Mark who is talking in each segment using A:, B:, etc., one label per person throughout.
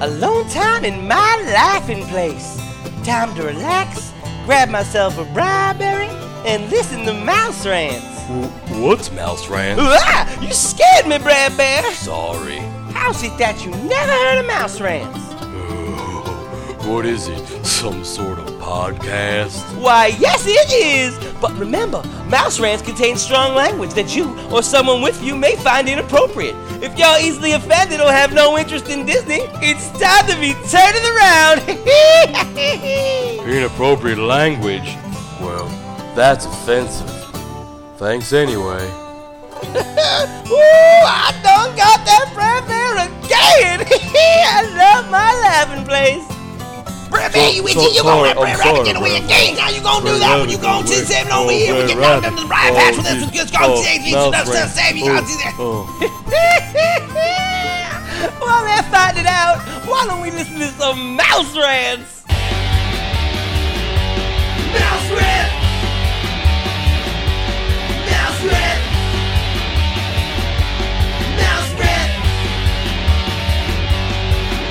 A: Alone time in my laughing place. Time to relax, grab myself a bribery, and listen to Mouse Rants.
B: W- what's Mouse Rant?
A: Ah, you scared me, Brad Bear.
B: Sorry.
A: How's it that you never heard of Mouse Rants?
B: What is it? Some sort of podcast?
A: Why, yes, it is. But remember, Mouse Rants contain strong language that you or someone with you may find inappropriate. If y'all easily offended or have no interest in Disney, it's time to be turning around.
B: Inappropriate language? Well, that's offensive. Thanks anyway.
A: Ooh, Oh, I done got that Brad Bear again. I love my laughing place. Brad Bear,
B: So-
A: you
B: so-
A: itchy, you gonna
B: sorry,
A: let
B: I'm
A: Brad Rabbit
B: sorry,
A: get away
B: Brad
A: again. How you gonna do
B: Brad
A: that when
B: Rabbit,
A: you gonna
B: Brad
A: see Sam over
B: Rabbit,
A: here? We
B: Brad
A: get knocked
B: Rabbit.
A: under the right
B: Oh,
A: patch with this.
B: geez.
A: We just gonna
B: Oh,
A: save me.
B: Mouse
A: That's
B: Rant.
A: Sam. You gotta see that.
B: Oh,
A: While they're finding out, why don't we listen to some mouse rants? Mouse rant! Mouse rant! Mouse rant!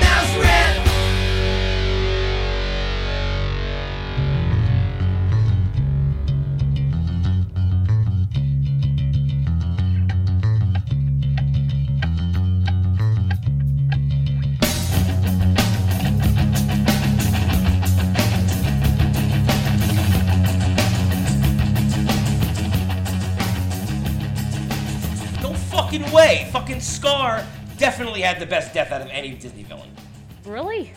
A: Mouse rant! No fucking way! Fucking Scar definitely had the best death out of any Disney villain.
C: Really?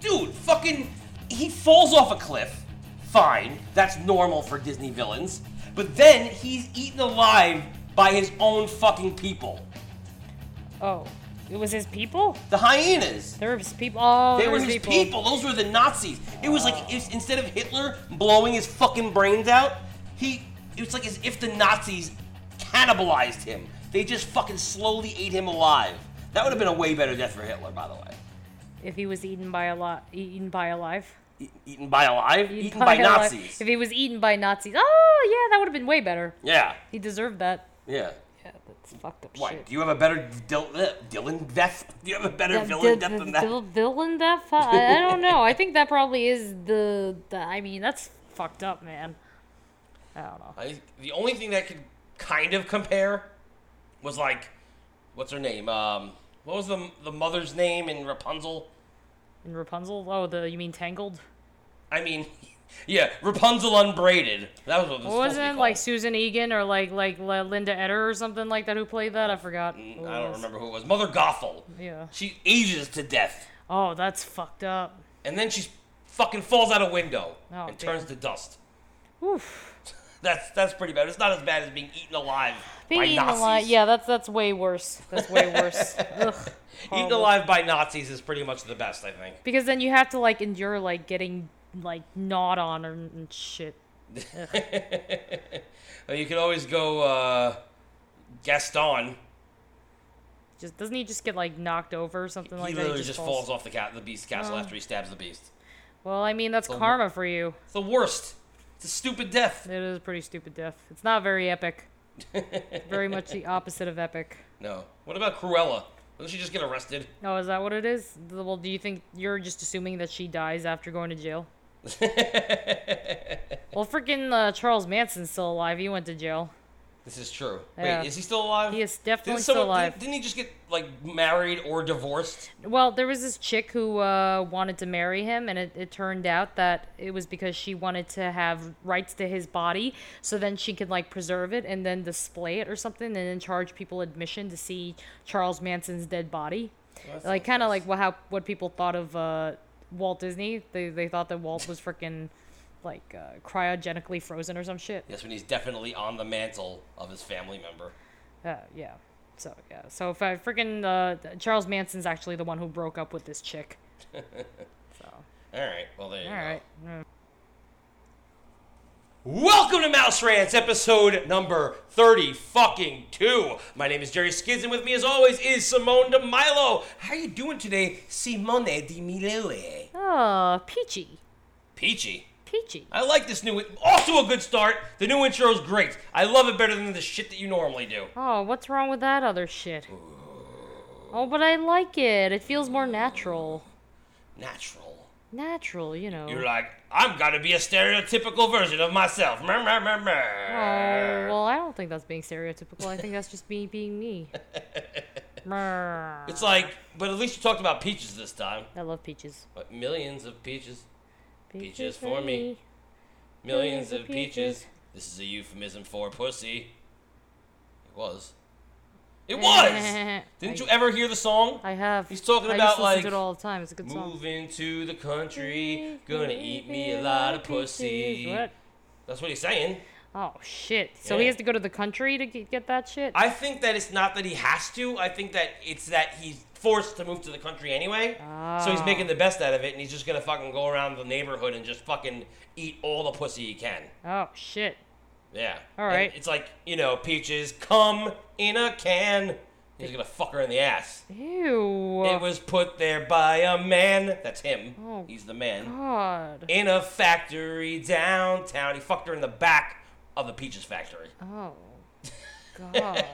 A: Dude, fucking. He falls off a cliff. Fine. That's normal for Disney villains. But then he's eaten alive by his own fucking people.
C: Oh, it was his people.
A: The hyenas.
C: There was people. Oh,
A: They
C: there
A: were
C: was
A: his people.
C: people.
A: Those were the Nazis. It was like if, instead of Hitler blowing his fucking brains out, he. It was like as if the Nazis cannibalized him. They just fucking slowly ate him alive. That would have been a way better death for Hitler, by the way.
C: If he was eaten by a lot, eaten by alive.
A: E- eaten by alive? Eaten, by,
C: alive.
A: Nazis.
C: If he was eaten by Nazis. Oh yeah, that would have been way better.
A: Yeah.
C: He deserved that.
A: Yeah.
C: Yeah, that's fucked up
A: What?
C: shit.
A: Do you have a better Dil- uh, Dylan death? Do you have a better
C: Yeah,
A: villain
C: the-
A: death than
C: the-
A: that?
C: the Villain death? Huh? I, I don't know. I think that probably is the, the. I mean, that's fucked up, man. I don't know.
A: I, the only thing that could kind of compare was like, what's her name? Um, what was the the mother's name in Rapunzel?
C: And Rapunzel? Oh, the you mean Tangled?
A: I mean, yeah, Rapunzel unbraided. That was what it was supposed to be
C: Wasn't it
A: called.
C: like Susan Egan or like like L- Linda Etter or something like that who played that? I forgot. who it
A: Mm, I don't
C: was.
A: remember who it was. Mother Gothel.
C: Yeah.
A: She ages to death,
C: Oh, that's fucked up.
A: and then she fucking falls out a window
C: Oh,
A: and
C: damn.
A: turns to dust.
C: Oof.
A: That's that's pretty bad. It's not as bad as being eaten alive
C: Being
A: by
C: eaten
A: Nazis.
C: alive. Yeah, that's that's way worse. That's way worse. Ugh.
A: Eaten
C: Horrible.
A: alive by Nazis is pretty much the best, I think.
C: Because then you have to like endure like getting like gnawed on or and shit.
A: Uh, You could always go uh, Gaston.
C: Just doesn't he just get like knocked over or something like
A: he
C: that?
A: literally just, falls. off the cat, the beast's
C: Oh.
A: castle after he stabs the beast.
C: Well, I mean that's karma for you.
A: It's the worst. It's a stupid death.
C: It is a pretty stupid death. It's not very epic. very much the opposite of epic.
A: No. What about Cruella? Doesn't she just get arrested?
C: Oh, is that what it is? Th- Well, do you think you're just assuming that she dies after going to jail? well, freaking uh, Charles Manson's still alive. He went to jail.
A: This is true.
C: Yeah.
A: Wait, is he still alive?
C: He is definitely
A: Didn't
C: still
A: someone-
C: alive.
A: Didn't, didn't he just get like married or divorced?
C: Well, there was this chick who uh, wanted to marry him, and it, it turned out that it was because she wanted to have rights to his body, so then she could like preserve it and then display it or something, and then charge people admission to see Charles Manson's dead body. like kind of like what how what people thought of uh, Walt Disney. They they thought that Walt was freaking like uh, cryogenically frozen or some shit.
A: Yes, when he's definitely on the mantle of his family member.
C: Uh, yeah. So yeah. So if I freaking uh, Charles Manson's actually the one who broke up with this chick.
A: All right. Well, there you
C: All
A: go.
C: right. Mm.
A: Welcome to Mouse Rants, episode number thirty fucking two. My name is Jerry Skids, and with me, as always, is Simone De Milo. How you doing today, Simone De Milo?
C: Oh, peachy.
A: Peachy.
C: Peachy.
A: I like this new. Also a good start. The new intro is great. I love it better than the shit that you normally do.
C: Oh, what's wrong with that other shit? Oh, but I like it. It feels more natural.
A: Natural.
C: Natural, you know.
A: You're like, I'm gonna be a stereotypical version of myself. Mer, mer, mer,
C: oh,
A: mer.
C: well, I don't think that's being stereotypical. I think that's just me being me. Brr.
A: It's like, but at least you talked about peaches this time.
C: I love peaches.
A: But millions of peaches, Peaches for me.
C: Millions
A: millions
C: of
A: of peaches.
C: peaches.
A: This is a euphemism for pussy. It was. It was. Didn't you ever hear the song?
C: I have.
A: He's talking
C: I
A: about,
C: used to listen
A: like,
C: to it all the time. It's a good song.
A: Moving to the country, gonna eat me a lot of pussy.
C: What?
A: That's what he's saying.
C: Oh shit! So he
A: Yeah.
C: has to go to the country to g- get that shit.
A: I think that it's not that he has to. I think that it's that he's forced to move to the country anyway. So he's
C: Ah.
A: making the best out of it, and he's just gonna fucking go around the neighborhood and just fucking eat all the pussy he can.
C: oh shit!
A: Yeah.
C: All
A: And
C: right.
A: it's like you know, peaches come in a can. He's gonna fuck her in the ass.
C: Ew.
A: It was put there by a man. That's him.
C: Oh,
A: he's the man.
C: God.
A: In a factory downtown. He fucked her in the back of the peaches factory.
C: Oh. God.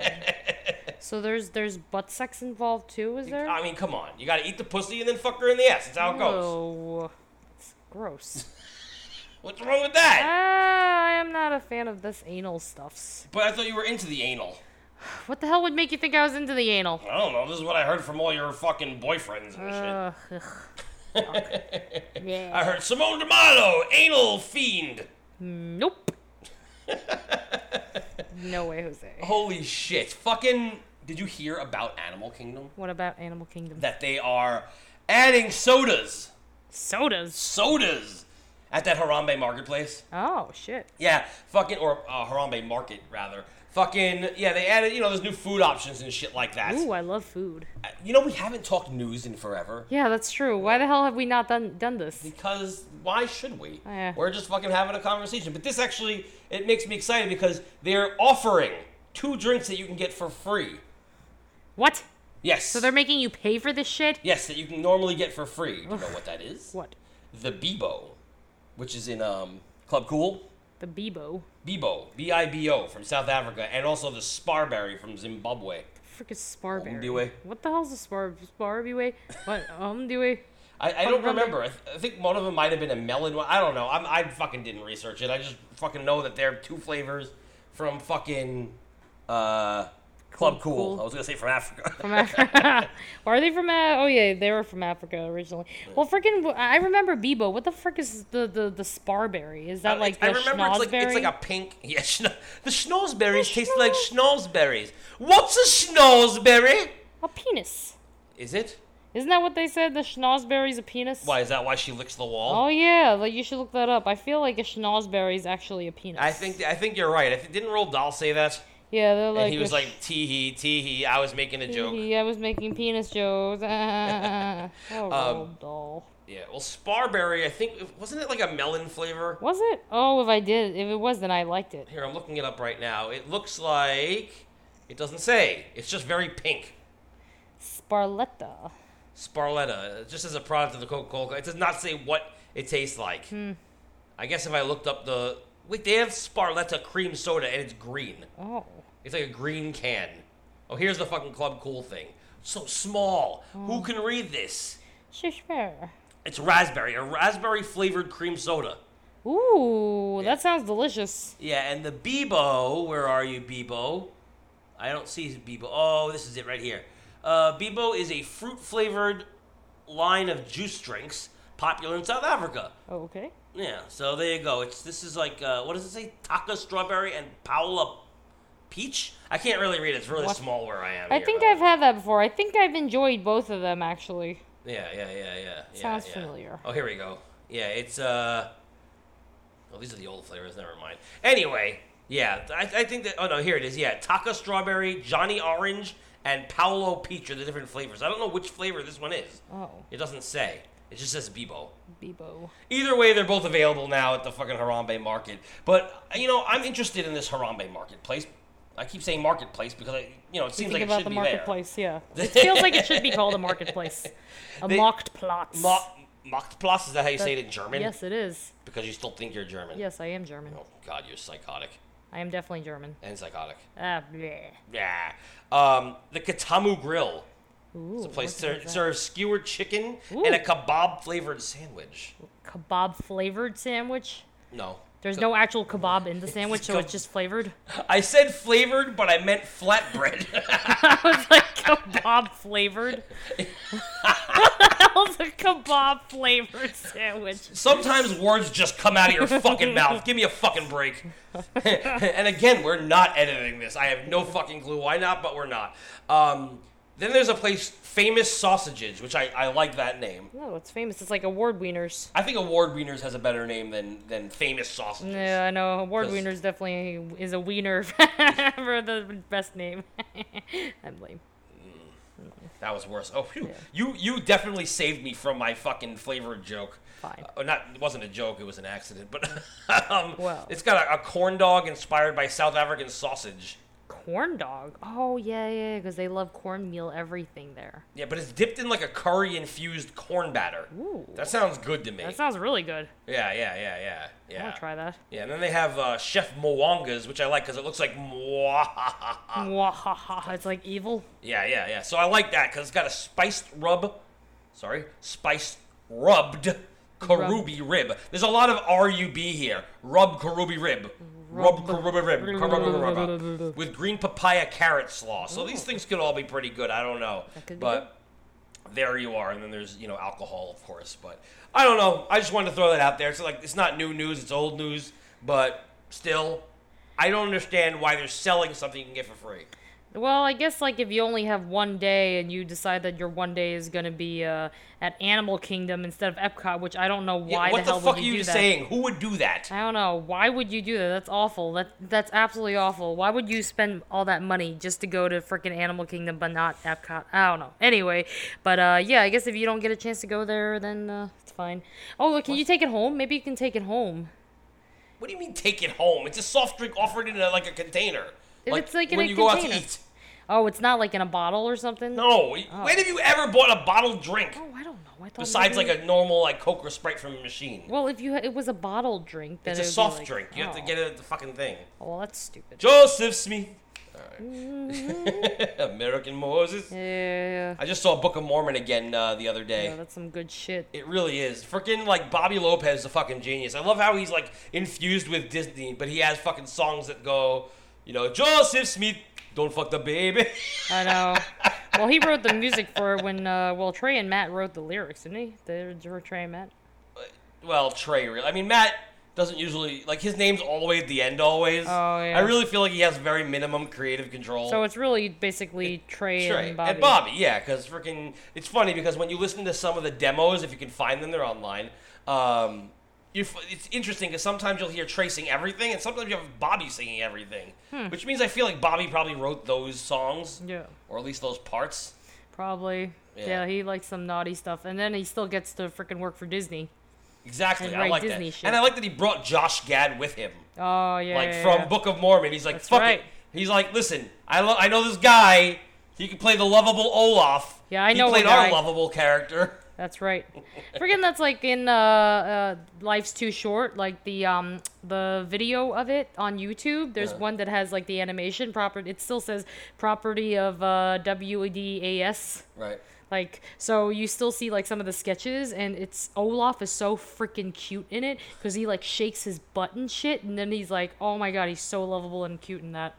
C: so there's there's butt sex involved too, is there?
A: I mean, come on. You gotta eat the pussy and then fuck her in the ass. That's how it goes.
C: No. It's gross.
A: What's wrong with that?
C: Ah, I am not a fan of this anal stuffs.
A: But I thought you were into the anal.
C: What the hell would make you think I was into the anal?
A: I don't know. This is what I heard from all your fucking boyfriends and
C: Ugh. ugh. Yuck.
A: shit.
C: Mm, yeah.
A: I heard Simone D'Amato, anal fiend.
C: Nope. no way, Jose.
A: Holy shit. Fucking. Did you hear about Animal Kingdom?
C: What about Animal Kingdom?
A: That they are adding sodas.
C: Sodas.
A: Sodas. At that Harambe marketplace.
C: Oh shit.
A: Yeah, fucking or uh, Harambe Market rather. Fucking yeah, they added you know there's new food options and shit like that.
C: Ooh, I love food.
A: Uh, You know we haven't talked news in forever
C: Yeah, that's true. Why the hell have we not done done this? Ah,
A: because why should we?
C: Yeah.
A: We're just fucking having a conversation. But this actually it makes me excited because they're offering two drinks that you can get for free.
C: What?
A: Yes.
C: So they're making you pay for this shit?
A: yes that you can normally get for free. Do you know what that is?
C: What?
A: The Bebo, which is in um Club Cool.
C: The Bebo.
A: Bebo, B I B O from South Africa, and also the Sparberry from Zimbabwe.
C: Freaking Sparberry.
A: Omdiwe.
C: What the hell's a Spar Sparberry? What um, Umdiwe?
A: I, I don't
C: Harambe.
A: remember. I, th- I think one of them might have been a melon one. I don't know. I'm, I fucking didn't research it. I just fucking know that they're two flavors from fucking uh,
C: Club
A: Club cool.
C: Cool.
A: I was gonna say from Africa.
C: From Africa. Are they from? Uh, oh yeah, they were from Africa originally. Well, freaking, I remember Bebo. What the frick is the the the Sparberry? Is that like the
A: Uh, I remember it's like it's like
C: schnozberry?
A: a pink. Yeah, schno- the schnozberries taste like schnozberries. What's a schnozberry?
C: a penis.
A: Is it?
C: Isn't that what they said? The schnozberry's a penis?
A: Why is that? Why she licks the wall?
C: Oh yeah, like you should look that up. I feel like a schnozberry is actually a penis.
A: I think I think you're right. I think, didn't Roald Dahl say that?
C: Yeah, they're like.
A: and he was
C: a
A: like, tee hee, tee hee. I was making a joke.
C: "Hee, I was making penis jokes. Ah.
A: Um,
C: oh, Roald Dahl.
A: Yeah, well, Sparberry, I think, wasn't it like a melon flavor?
C: Was it? Oh, if I did, if it was, then I liked it.
A: Here, I'm looking it up right now. It looks like. It doesn't say. It's just very pink.
C: Sparletta.
A: Sparletta, uh, just as a product of the Coca Cola. It does not say what it tastes like.
C: Hmm.
A: I guess if I looked up the. Wait, they have Sparletta cream soda and it's green.
C: Oh.
A: It's like a green can. Oh, here's the fucking Club Cool thing. So small.
C: Oh.
A: Who can read this?
C: Shishbear.
A: It's raspberry, a raspberry flavored cream soda.
C: Ooh, that sounds delicious.
A: Yeah, and the Bebo, where are you, Bebo? I don't see his Bebo. Oh, this is it right here. Uh, Bebo is a fruit flavored line of juice drinks popular in South Africa.
C: Oh, Okay.
A: Yeah, so there you go. It's this is like uh, what does it say? Taka strawberry and Paola peach. I can't really read it. It's really
C: What?
A: small where I am.
C: I
A: here,
C: think
A: but-
C: I've had that before. I think I've enjoyed both of them actually.
A: Yeah, yeah, yeah, yeah. yeah,
C: Sounds
A: yeah.
C: familiar.
A: Oh, here we go. Yeah, it's uh. Oh, these are the old flavors. Never mind. Anyway, yeah, I, I think that. Oh no, here it is. Yeah, Taka Strawberry, Johnny Orange, and Paolo Peach are the different flavors. I don't know which flavor this one is.
C: Oh,
A: It doesn't say. It just says Bebo.
C: Bebo.
A: Either way, they're both available now at the fucking Harambe Market. But you know, I'm interested in this Harambe Marketplace. I keep saying marketplace because I, you know, it seems
C: Think
A: like it
C: about
A: should
C: the
A: be there.
C: marketplace, yeah. It feels like it should be called a marketplace. A
A: They-
C: mocked plots.
A: Mo- Marktplatz is that how you say it in German?
C: yes, it is.
A: Because you still think you're German.
C: Yes, I am German.
A: Oh God, you're psychotic
C: I am definitely German.
A: and psychotic.
C: Ah, bleh.
A: Yeah. Um, the Katamu Grill. It's a place
C: what's
A: that
C: that?
A: serves skewered chicken
C: Ooh.
A: and a kebab flavored sandwich.
C: Kebab flavored sandwich.
A: No.
C: There's no actual kebab in the sandwich, so
A: keb-
C: it's just flavored.
A: I said flavored, but I meant flatbread.
C: It's like kebab flavored. Hell's a kebab flavored sandwich.
A: Sometimes words just come out of your fucking mouth. Give me a fucking break. and again, we're not editing this. I have no fucking clue why not, but we're not. Um, then there's a place, Famous Sausages, which I, I like that name.
C: No, it's famous. It's like award wieners.
A: I think Award Wieners has a better name than, than Famous Sausages.
C: Yeah, I know. Award
A: 'Cause-
C: wieners definitely is a wiener for the best name. I'm lame.
A: Mm. That was worse. Oh, phew. you you definitely saved me from my fucking flavored joke.
C: Fine.
A: Uh, not it wasn't a joke. It was an accident. But um,
C: Well.
A: it's got a, a corn dog inspired by South African sausage.
C: Corn dog. Oh yeah, yeah, because they love cornmeal everything there.
A: Yeah, but it's dipped in like a curry infused corn batter.
C: Ooh.
A: That sounds good to me.
C: That sounds really good.
A: yeah, yeah, yeah, yeah,
C: I
A: yeah.
C: want to try that.
A: Yeah, and then they have uh, Chef Mwanga's, which I like because it looks like mwa.
C: Mwahaha. It's like evil.
A: Yeah, yeah, yeah. So I like that because it's got a spiced rub, sorry, spiced rubbed karubi rib. There's a lot of rub here. Rub karubi rib. Rub karubi rib. karubi rib. With green papaya carrot slaw. So these things could all be pretty good. I don't know.
C: could be
A: But there you are. And then there's, you know, alcohol, of course. But I don't know. I just wanted to throw that out there. It's like, it's not new news, it's old news. But still, I don't understand why they're selling something you can get for free.
C: Well, I guess like if you only have one day and you decide that your one day is gonna be uh, at Animal Kingdom instead of Epcot, which I don't know
A: Yeah,
C: why
A: what
C: the hell
A: fuck
C: would
A: are
C: you
A: you
C: do that.
A: saying? Who would do that?
C: I don't know. Why would you do that? That's awful. That that's absolutely awful. Why would you spend all that money just to go to freaking Animal Kingdom but not Epcot? I don't know. Anyway, but uh, yeah, I guess if you don't get a chance to go there, then uh, it's fine. Oh, look, can you take it home? Maybe you can take it home.
A: What do you mean take it home? It's a soft drink offered in a, like a container.
C: If it's, like, in
A: when
C: a
A: you go out to
C: container.
A: eat.
C: Oh, it's not like in a bottle or something.
A: No, when have you ever bought a bottled drink
C: Oh, I don't know. I thought
A: besides like
C: maybe-
A: a normal like Coke or Sprite from a machine?
C: Well, if you ha- it was a bottled drink, then
A: it's
C: it
A: a
C: would be
A: soft
C: like-
A: drink. You have to
C: oh.
A: get it at the fucking thing.
C: Oh, well, that's stupid.
A: Joseph Smith. All right. American Moses.
C: Yeah, yeah, yeah.
A: I just saw Book of Mormon again uh, the other day.
C: Yeah, that's some good shit.
A: It really is. Freaking like Bobby Lopez is a fucking genius. I love how he's like infused with Disney, but he has fucking songs that go, you know, Joseph Smith, don't fuck the baby.
C: I know. Well, he wrote the music for it when, uh, well, Trey and Matt wrote the lyrics, didn't he? They were Trey and Matt.
A: well, Trey really. I mean, Matt doesn't usually like his name's all the way at the end always.
C: Oh, yeah.
A: I really feel like he has very minimum creative control.
C: So it's really basically Trey,
A: Oh. Trey
C: and Bobby.
A: and Bobby, yeah, because freaking, it's funny because when you listen to some of the demos, if you can find them, they're online. Um, you, f- it's interesting because sometimes you'll hear Trey sing everything, and sometimes you have Bobby singing everything, which means I feel like Bobby probably wrote those songs,
C: Hmm. Yeah,
A: or at least those parts.
C: probably.
A: Yeah.
C: Yeah. he likes some naughty stuff, and then he still gets to freaking work for Disney.
A: Exactly,
C: And
A: I
C: write
A: like
C: Disney
A: that,
C: shit.
A: and I like that he brought Josh Gad with him,
C: Oh yeah.
A: like
C: yeah,
A: from
C: yeah.
A: Book of Mormon. He's like,
C: That's
A: "Fuck
C: right.
A: it." He's like, "Listen, I lo- I know this guy. He can play the lovable Olaf.
C: Yeah, I
A: he
C: know a
A: He played our
C: guy."
A: lovable character."
C: That's right. Freaking that's like in uh, uh, Life's Too Short, like the um the video of it on YouTube. There's one that has like the animation property. It still says property of uh, WDAS.
A: Right.
C: Like so, you still see like some of the sketches, and it's Olaf is so freaking cute in it because he like shakes his butt and shit, and then he's like, oh my god, he's so lovable and cute in that.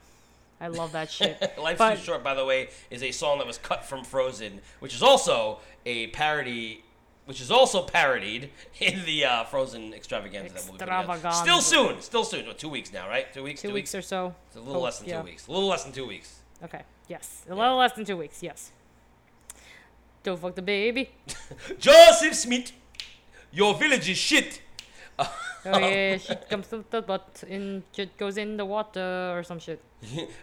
C: I love that shit.
A: Life's
C: But-
A: Too Short, by the way, is a song that was cut from Frozen, which is also a parody, which is also parodied in the uh, Frozen extravaganza. that we'll be putting out.
C: Extravaganza.
A: Still soon, still soon. What, two weeks now, right? Two weeks.
C: Two weeks or so.
A: It's a little less than
C: Yeah.
A: two weeks. A little less than two weeks.
C: Okay. Yes. A little less than two weeks. Yes. Don't fuck the baby.
A: Joseph Smith, your village is shit.
C: Oh yeah, she comes to the butt and shit goes in the water or some shit.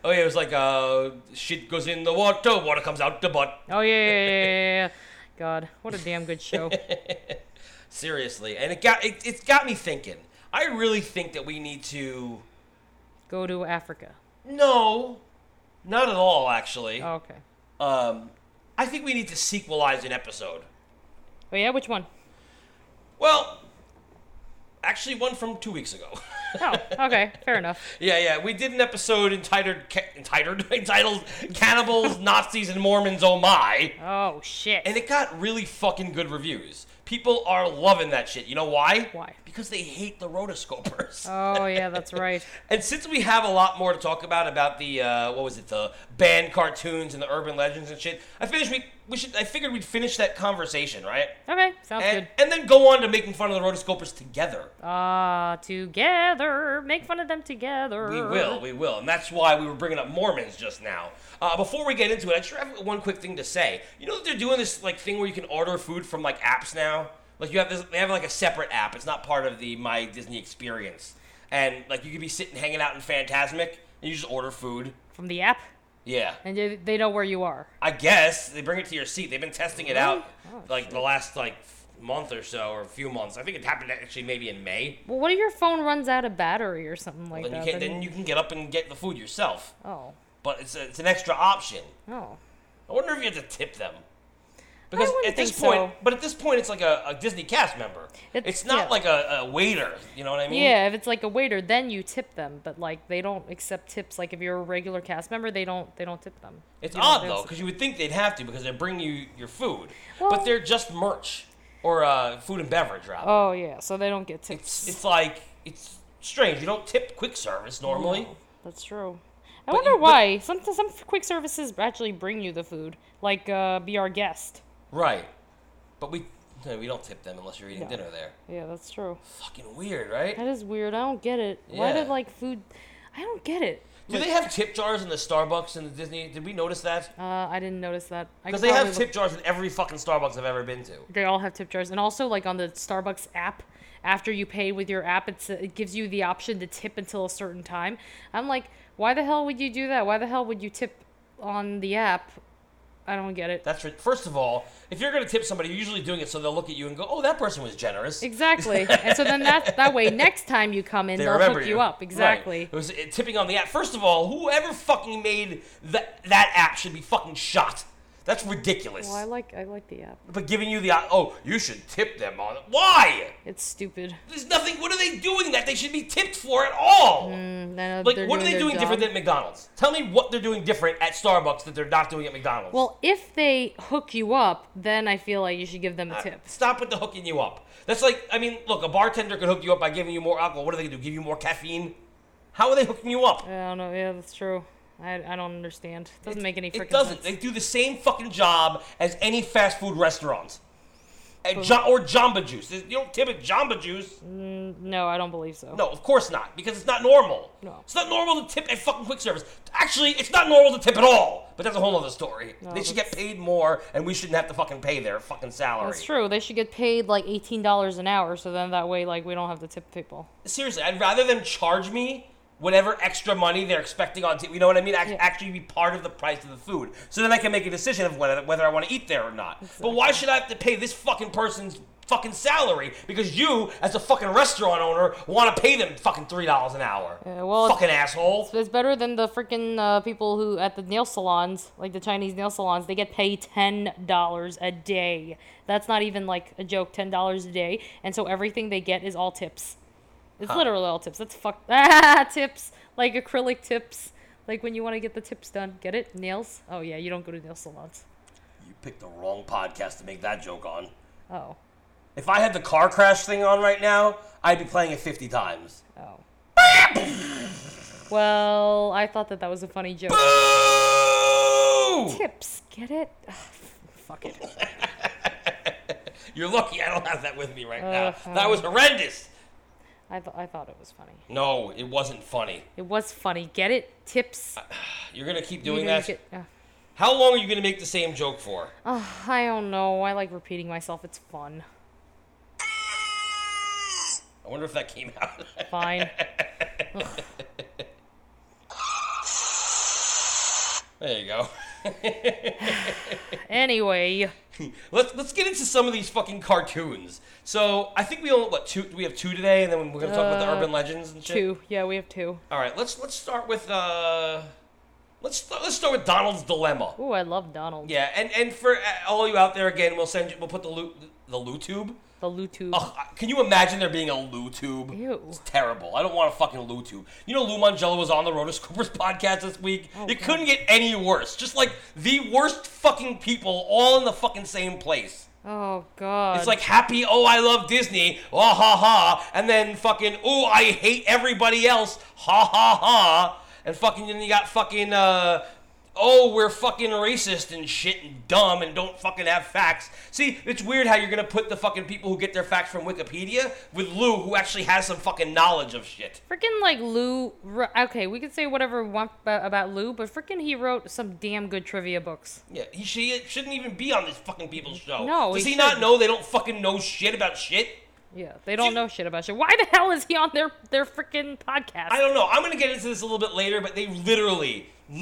A: oh yeah, it was like uh, shit goes in the water, water comes out the butt.
C: Oh yeah, yeah, yeah, yeah, yeah. God, what a damn good show.
A: Seriously, and it got it, it's got me thinking. I really think that we need to.
C: Go to Africa.
A: No, not at all. Actually.
C: Oh, okay.
A: Um, I think we need to sequelize an episode.
C: Oh yeah, which one?
A: Well, Actually, one from two weeks ago.
C: Oh, okay, fair enough.
A: yeah, yeah. We did an episode entitled ca- entitled entitled "Cannibals, Nazis, and Mormons." Oh my!
C: Oh shit.
A: And it got really fucking good reviews. People are loving that shit. You know why?
C: Why?
A: Because they hate the rotoscopers.
C: oh yeah, that's right.
A: And since we have a lot more to talk about about the uh, what was it the banned cartoons and the urban legends and shit, I finished we we should I figured we'd finish that conversation right,
C: Okay, sounds
A: and,
C: good.
A: and then go on to making fun of the rotoscopers together.
C: Uh, together, make fun of them together.
A: We will, we will, and that's why we were bringing up Mormons just now. Uh, before we get into it, I just have one quick thing to say. You know that they're doing this like thing where you can order food from like apps now. Like you have this, they have like a separate app. It's not part of the My Disney Experience, and like you could be sitting hanging out in Fantasmic and you just order food.
C: From the app,
A: Yeah,
C: and they, they know where you are.
A: I guess they bring it to your seat. They've been testing it out
C: Oh,
A: like the last like month or so or a few months. I think it happened actually maybe in May.
C: Well, what if your phone runs out of battery or something like
A: Then you
C: that?
A: can then you can get up and get the food yourself.
C: oh,
A: But it's a, it's an extra option.
C: oh,
A: I wonder if you have to tip them. Because
C: wouldn't
A: at this
C: think
A: point,
C: so.
A: but at this point, it's like a, a Disney cast member. It's,
C: It's-
A: not
C: yeah.
A: like a, a waiter. You know what I mean?
C: yeah. If it's like a waiter, then you tip them. But like, they don't accept tips. Like, if you're a regular cast member, they don't they don't tip them.
A: It's
C: You know,
A: odd
C: there's-
A: though, because you would think they'd have to because they bring you your food, but
C: Well-
A: they're just merch or uh, food and beverage rather.
C: Oh yeah, so they don't get tips.
A: It's it's like it's strange. You don't tip quick service normally.
C: That's true. I wonder
A: you- but-
C: why. Some some quick services actually bring you the food, like uh, be our guest.
A: Right. But we no, we don't tip them unless you're eating
C: No.
A: dinner there.
C: Yeah, that's true.
A: Fucking weird, right?
C: That is weird. I don't get it. Why
A: Yeah.
C: did like food? I don't get it.
A: Do they have tip jars in the Starbucks and the Disney? Did we notice that?
C: Uh, I didn't notice that. I
A: Because
C: could
A: they have
C: probably
A: tip jars in every fucking Starbucks I've ever been to.
C: look- They all have tip jars, and also like on the Starbucks app. After you pay with your app, it's, it gives you the option to tip until a certain time. I'm like, why the hell would you do that? Why the hell would you tip on the app? I don't get it.
A: That's ri- first of all, if you're gonna tip somebody, you're usually doing it so they'll look at you and go, "Oh, that person was generous."
C: Exactly. and so then that that way, next time you come in,
A: They
C: they will
A: remember
C: hook
A: you.
C: you up.
A: Right.
C: Exactly.
A: It was uh, tipping on the app. First of all, whoever fucking made that that app should be fucking shot. That's ridiculous.
C: Well, I like I like the app.
A: But giving you the op- oh, you should tip them on it. Why?
C: It's stupid.
A: There's nothing. What are they doing that they should be tipped for at all?
C: And I know
A: like,
C: Hmm, uh, they're
A: what are they
C: their
A: doing different
C: job.
A: than McDonald's? Tell me what they're doing different at Starbucks that they're not doing at McDonald's.
C: Well, if they hook you up, then I feel like you should give them
A: Uh,
C: a tip.
A: Stop with the hooking you up. That's like, I mean, look, a bartender could hook you up by giving you more alcohol. What are they gonna do? Give you more caffeine? How are they hooking you up?
C: I don't know. Yeah, that's true. I, I don't understand. It doesn't make any freaking
A: It doesn't.
C: sense.
A: They do the same fucking job as any fast food restaurant. And jo- or Jamba Juice. You don't tip at Jamba Juice.
C: Mm, No, I don't believe so.
A: No, of course not, because it's not normal.
C: No.
A: It's not normal to tip at fucking quick service. Actually, it's not normal to tip at all. But that's a whole other story. they should get paid more, and we shouldn't have to fucking pay their fucking salary.
C: That's true. They should get paid like eighteen dollars an hour, so then that way, like, we don't have to tip people.
A: Seriously, I'd rather them charge me whatever extra money they're expecting on tip. You know what I mean? Act- Actually, be part of the price of the food, so then I can make a decision of whether whether I want to eat there or not. But why should I have to pay this fucking person's fucking salary because you, as a fucking restaurant owner, want to pay them fucking three dollars an hour?
C: Uh, well,
A: fucking asshole.
C: It's better than the freaking uh, people who at the nail salons, like the Chinese nail salons, they get paid ten dollars a day. That's not even like a joke. Ten dollars a day, and so everything they get is all tips. It's literally all tips. That's fuck ah, tips like acrylic tips, like when you want to get the tips done. Get it? Nails? Oh yeah, you don't go to nail salons.
A: You picked the wrong podcast to make that joke on.
C: Oh,
A: If I had the car crash thing on right now, I'd be playing it fifty times.
C: oh. well, I thought that that was a funny joke. Oh.
A: Boo!
C: Tips. Get it? Ugh, fuck it.
A: You're lucky I don't have that with me right now.
C: Uh,
A: That was horrendous.
C: I, th- I thought it was funny.
A: No, it wasn't funny.
C: It was funny. Get it? Tips.
A: You're gonna keep
C: You
A: doing
C: didn't
A: that.
C: get- Ugh.
A: How long are you gonna make the same joke for?
C: Ugh, I don't know. I like repeating myself. It's fun.
A: I wonder if that came out.
C: Fine.
A: there you go.
C: anyway,
A: Let's let's get into some of these fucking cartoons. So I think we only what two? We have two today, and then we're gonna talk about the
C: Uh,
A: urban legends and shit.
C: two. Yeah, we have two.
A: All right, let's let's start with uh, let's st- let's start with Donald's dilemma.
C: Ooh, I love Donald.
A: Yeah, and and for uh, all you out there again, we'll send you, we'll put the loot the loot tube.
C: the Lutu.
A: Ugh, I- can you imagine there being a Lou tube?
C: Ew.
A: It's terrible. I don't want a fucking Lou tube. You know, Lou Mangello was on the Roto Scoopers podcast this week.
C: Oh,
A: it couldn't get any worse. Just like the worst fucking people all in the fucking same place.
C: Oh god.
A: It's like happy, oh, I love Disney, ah ha ha, and then fucking, oh, I hate everybody else, ha ha ha, and fucking, then you got fucking, uh, oh, we're fucking racist and shit and dumb and don't fucking have facts. See, it's weird how you're gonna put the fucking people who get their facts from Wikipedia with Lou, who actually has some fucking knowledge of shit.
C: freaking like Lou. r- Okay, we can say whatever we want about, about Lou, but freaking he wrote some damn good trivia books.
A: Yeah, he she shouldn't even be on this fucking people's show.
C: No,
A: does
C: he
A: he, not
C: shouldn't.
A: know they don't fucking know shit about shit?
C: Yeah, they don't
A: Dude.
C: know shit about shit. Why the hell is he on their their freaking podcast?
A: I don't know. I'm gonna get into this a little bit later, but they literally,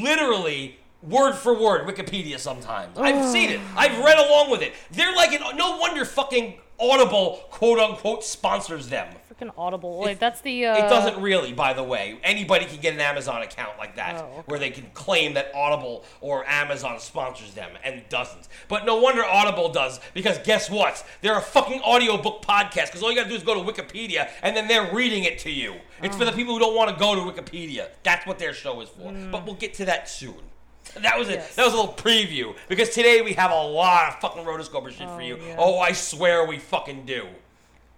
A: literally, word for word, Wikipedia. Sometimes I've seen it. I've read along with it. They're like, an, no wonder fucking Audible, quote unquote, sponsors them.
C: freaking Audible. Like that's the. Uh,
A: It doesn't really, by the way. Anybody can get an Amazon account like that,
C: Oh, okay.
A: where they can claim that Audible or Amazon sponsors them, and it doesn't. But no wonder Audible does, because guess what? They're a fucking audiobook podcast, because all you gotta do is go to Wikipedia, and then they're reading it to you. It's
C: Oh.
A: for the people who don't want to go to Wikipedia. That's what their show is for. But we'll get to that soon. That was it.
C: Yes.
A: That was a little preview, because today we have a lot of fucking rotoscoper shit for you.
C: yeah.
A: Oh, I swear we fucking do.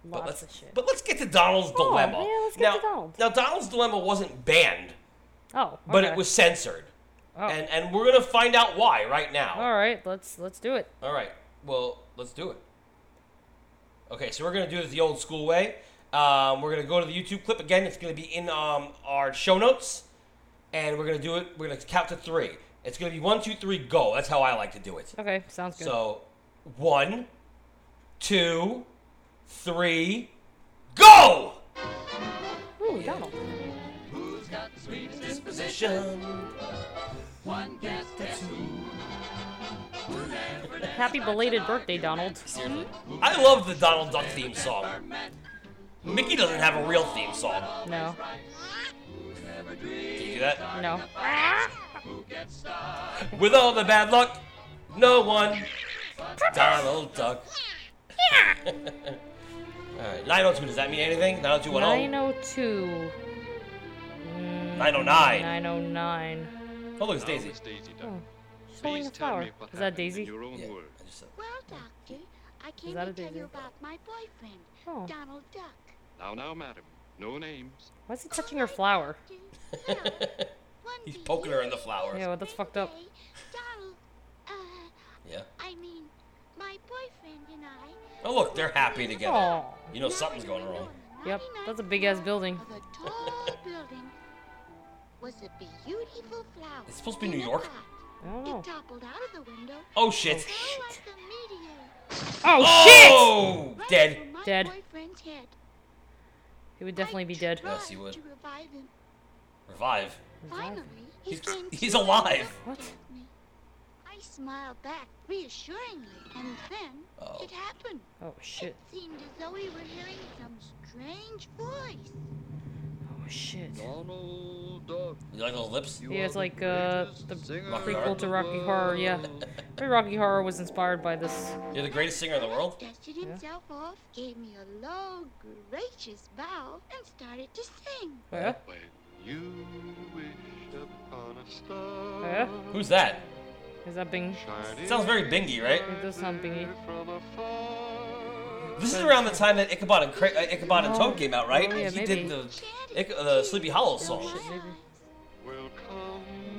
A: But
C: Lots
A: let's,
C: of shit.
A: but let's get to Donald's dilemma.
C: yeah, let's get
A: now,
C: to Donald.
A: now Donald's dilemma wasn't banned,
C: oh,
A: but
C: okay.
A: it was censored,
C: Oh.
A: and and we're gonna find out why right now.
C: All right, let's let's do it.
A: All right. Well, let's do it. Okay, so we're gonna do this the old school way. Um, we're gonna go to the YouTube clip again. It's gonna be in um, our show notes, and we're gonna do it. We're gonna count to three. It's gonna be one, two, three, go. That's how I like to do it.
C: Okay, sounds good.
A: So, one, two, three, go!
C: Ooh, Donald. Happy belated birthday, Donald.
A: I love the Donald Duck theme song. Mickey doesn't have a real theme song.
C: No,
A: Can you do that?
C: no.
A: With all the bad luck, no one. Donald Duck. Alright, 902, does that mean anything? 90210?
C: 902.
A: 909.
C: 909.
A: Oh, look, it's Daisy.
C: She's holding a flower. Is that Daisy?
A: Yeah, I just said-
D: Well, Doctor, I came
C: that a
D: to tell
C: daisy?
D: you about my boyfriend,
C: Oh.
D: Donald Duck.
E: Now, now, madam, no names.
C: Why is he touching her flower?
A: He's poking her in the flowers.
C: Yeah, well, that's fucked up.
D: Donald, uh,
A: Yeah.
D: I mean, my boyfriend and I.
A: Oh, look, they're happy together.
C: Oh.
A: You know, something's going wrong.
C: Yep, that's a big-ass building.
D: The tall building was a beautiful flower.
A: It's supposed to be
D: in
A: New
D: a
A: York.
D: pot.
C: I don't know.
D: It toppled out of the window.
A: Oh, shit.
D: fell like a meteor
C: Oh, shit!
A: Oh! Dead.
D: over my
C: Dead.
D: boyfriend's head.
C: He would definitely be dead.
A: Yeah. Yes, he would.
D: To revive him.
A: Revive.
D: Finally, he
A: He's-
D: came
A: he's
D: to and
A: alive.
D: looked
C: What?
D: at me. I smiled back reassuringly, and then
A: Oh.
D: it happened.
C: Oh shit.
D: It seemed as though we were hearing some strange voice.
C: Oh shit.
E: Donald Duck.
A: You like those lips?
C: Yeah, it's like uh, the
A: Rocky
C: prequel to Rocky Horror. Yeah, Maybe Rocky Horror was inspired by this.
A: You're the greatest singer in the world?
D: Dusted himself off, gave me a low, gracious bow, and started to sing.
C: Yeah.
E: When you wish upon a star.
C: Yeah.
A: Who's that?
C: Is that Bing?
E: shining
A: Sounds very Bingy, right?
C: It does sound Bingy.
E: from afar.
A: This is around the time that Ichabod and, Cra- uh, Ichabod and Toad came out, right?
C: Oh, yeah,
A: he
C: maybe.
A: did the,
D: Chanted
A: Ic- uh, the
D: tears
A: Sleepy Hollow
D: in
A: song.
D: my
C: Maybe.
D: eyes.
E: will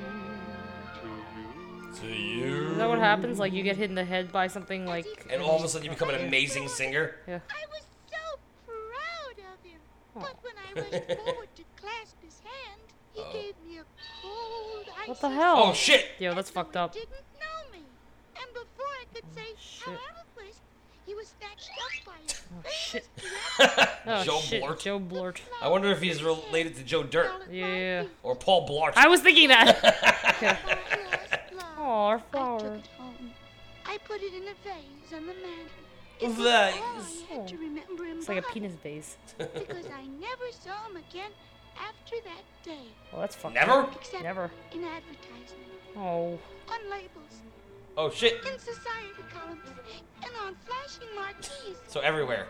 E: come to you.
A: To you.
C: Is that what happens? Like you get hit in the head by something like.
A: And all of a sudden you become an amazing singer?
C: Yeah. Oh.
D: I was so proud of him. But when I went forward to clasp his hand, he gave me a cold icy
C: What the hell?
A: Oh, shit!
C: Yo,
D: as
C: that's
D: though
C: fucked
D: he
C: up.
D: didn't know me. And before I could say
C: Shit.
D: "Aroquist," he was snatched up by a
C: Shit. Oh,
A: Joe
C: shit.
A: Blart.
C: Joe Blurt.
A: I wonder if he's related to Joe Dirt
C: Yeah.
A: or Paul Blart.
C: I was thinking that.
D: Oh,
C: Oh, our
D: I took
C: flower.
D: it home. I put it in a vase on the mantel. It was
A: Vase.
D: all I
C: Oh.
D: had to remember him
C: It's like a
D: by,
C: penis vase.
D: because I never saw him again after that day,
C: Well, that's Oh, fucked. up.
A: Never?
D: except
C: Never.
D: in advertising,
C: Oh.
D: on labels,
A: Oh shit!
D: in society columns, and on flashing marquees.
A: So everywhere.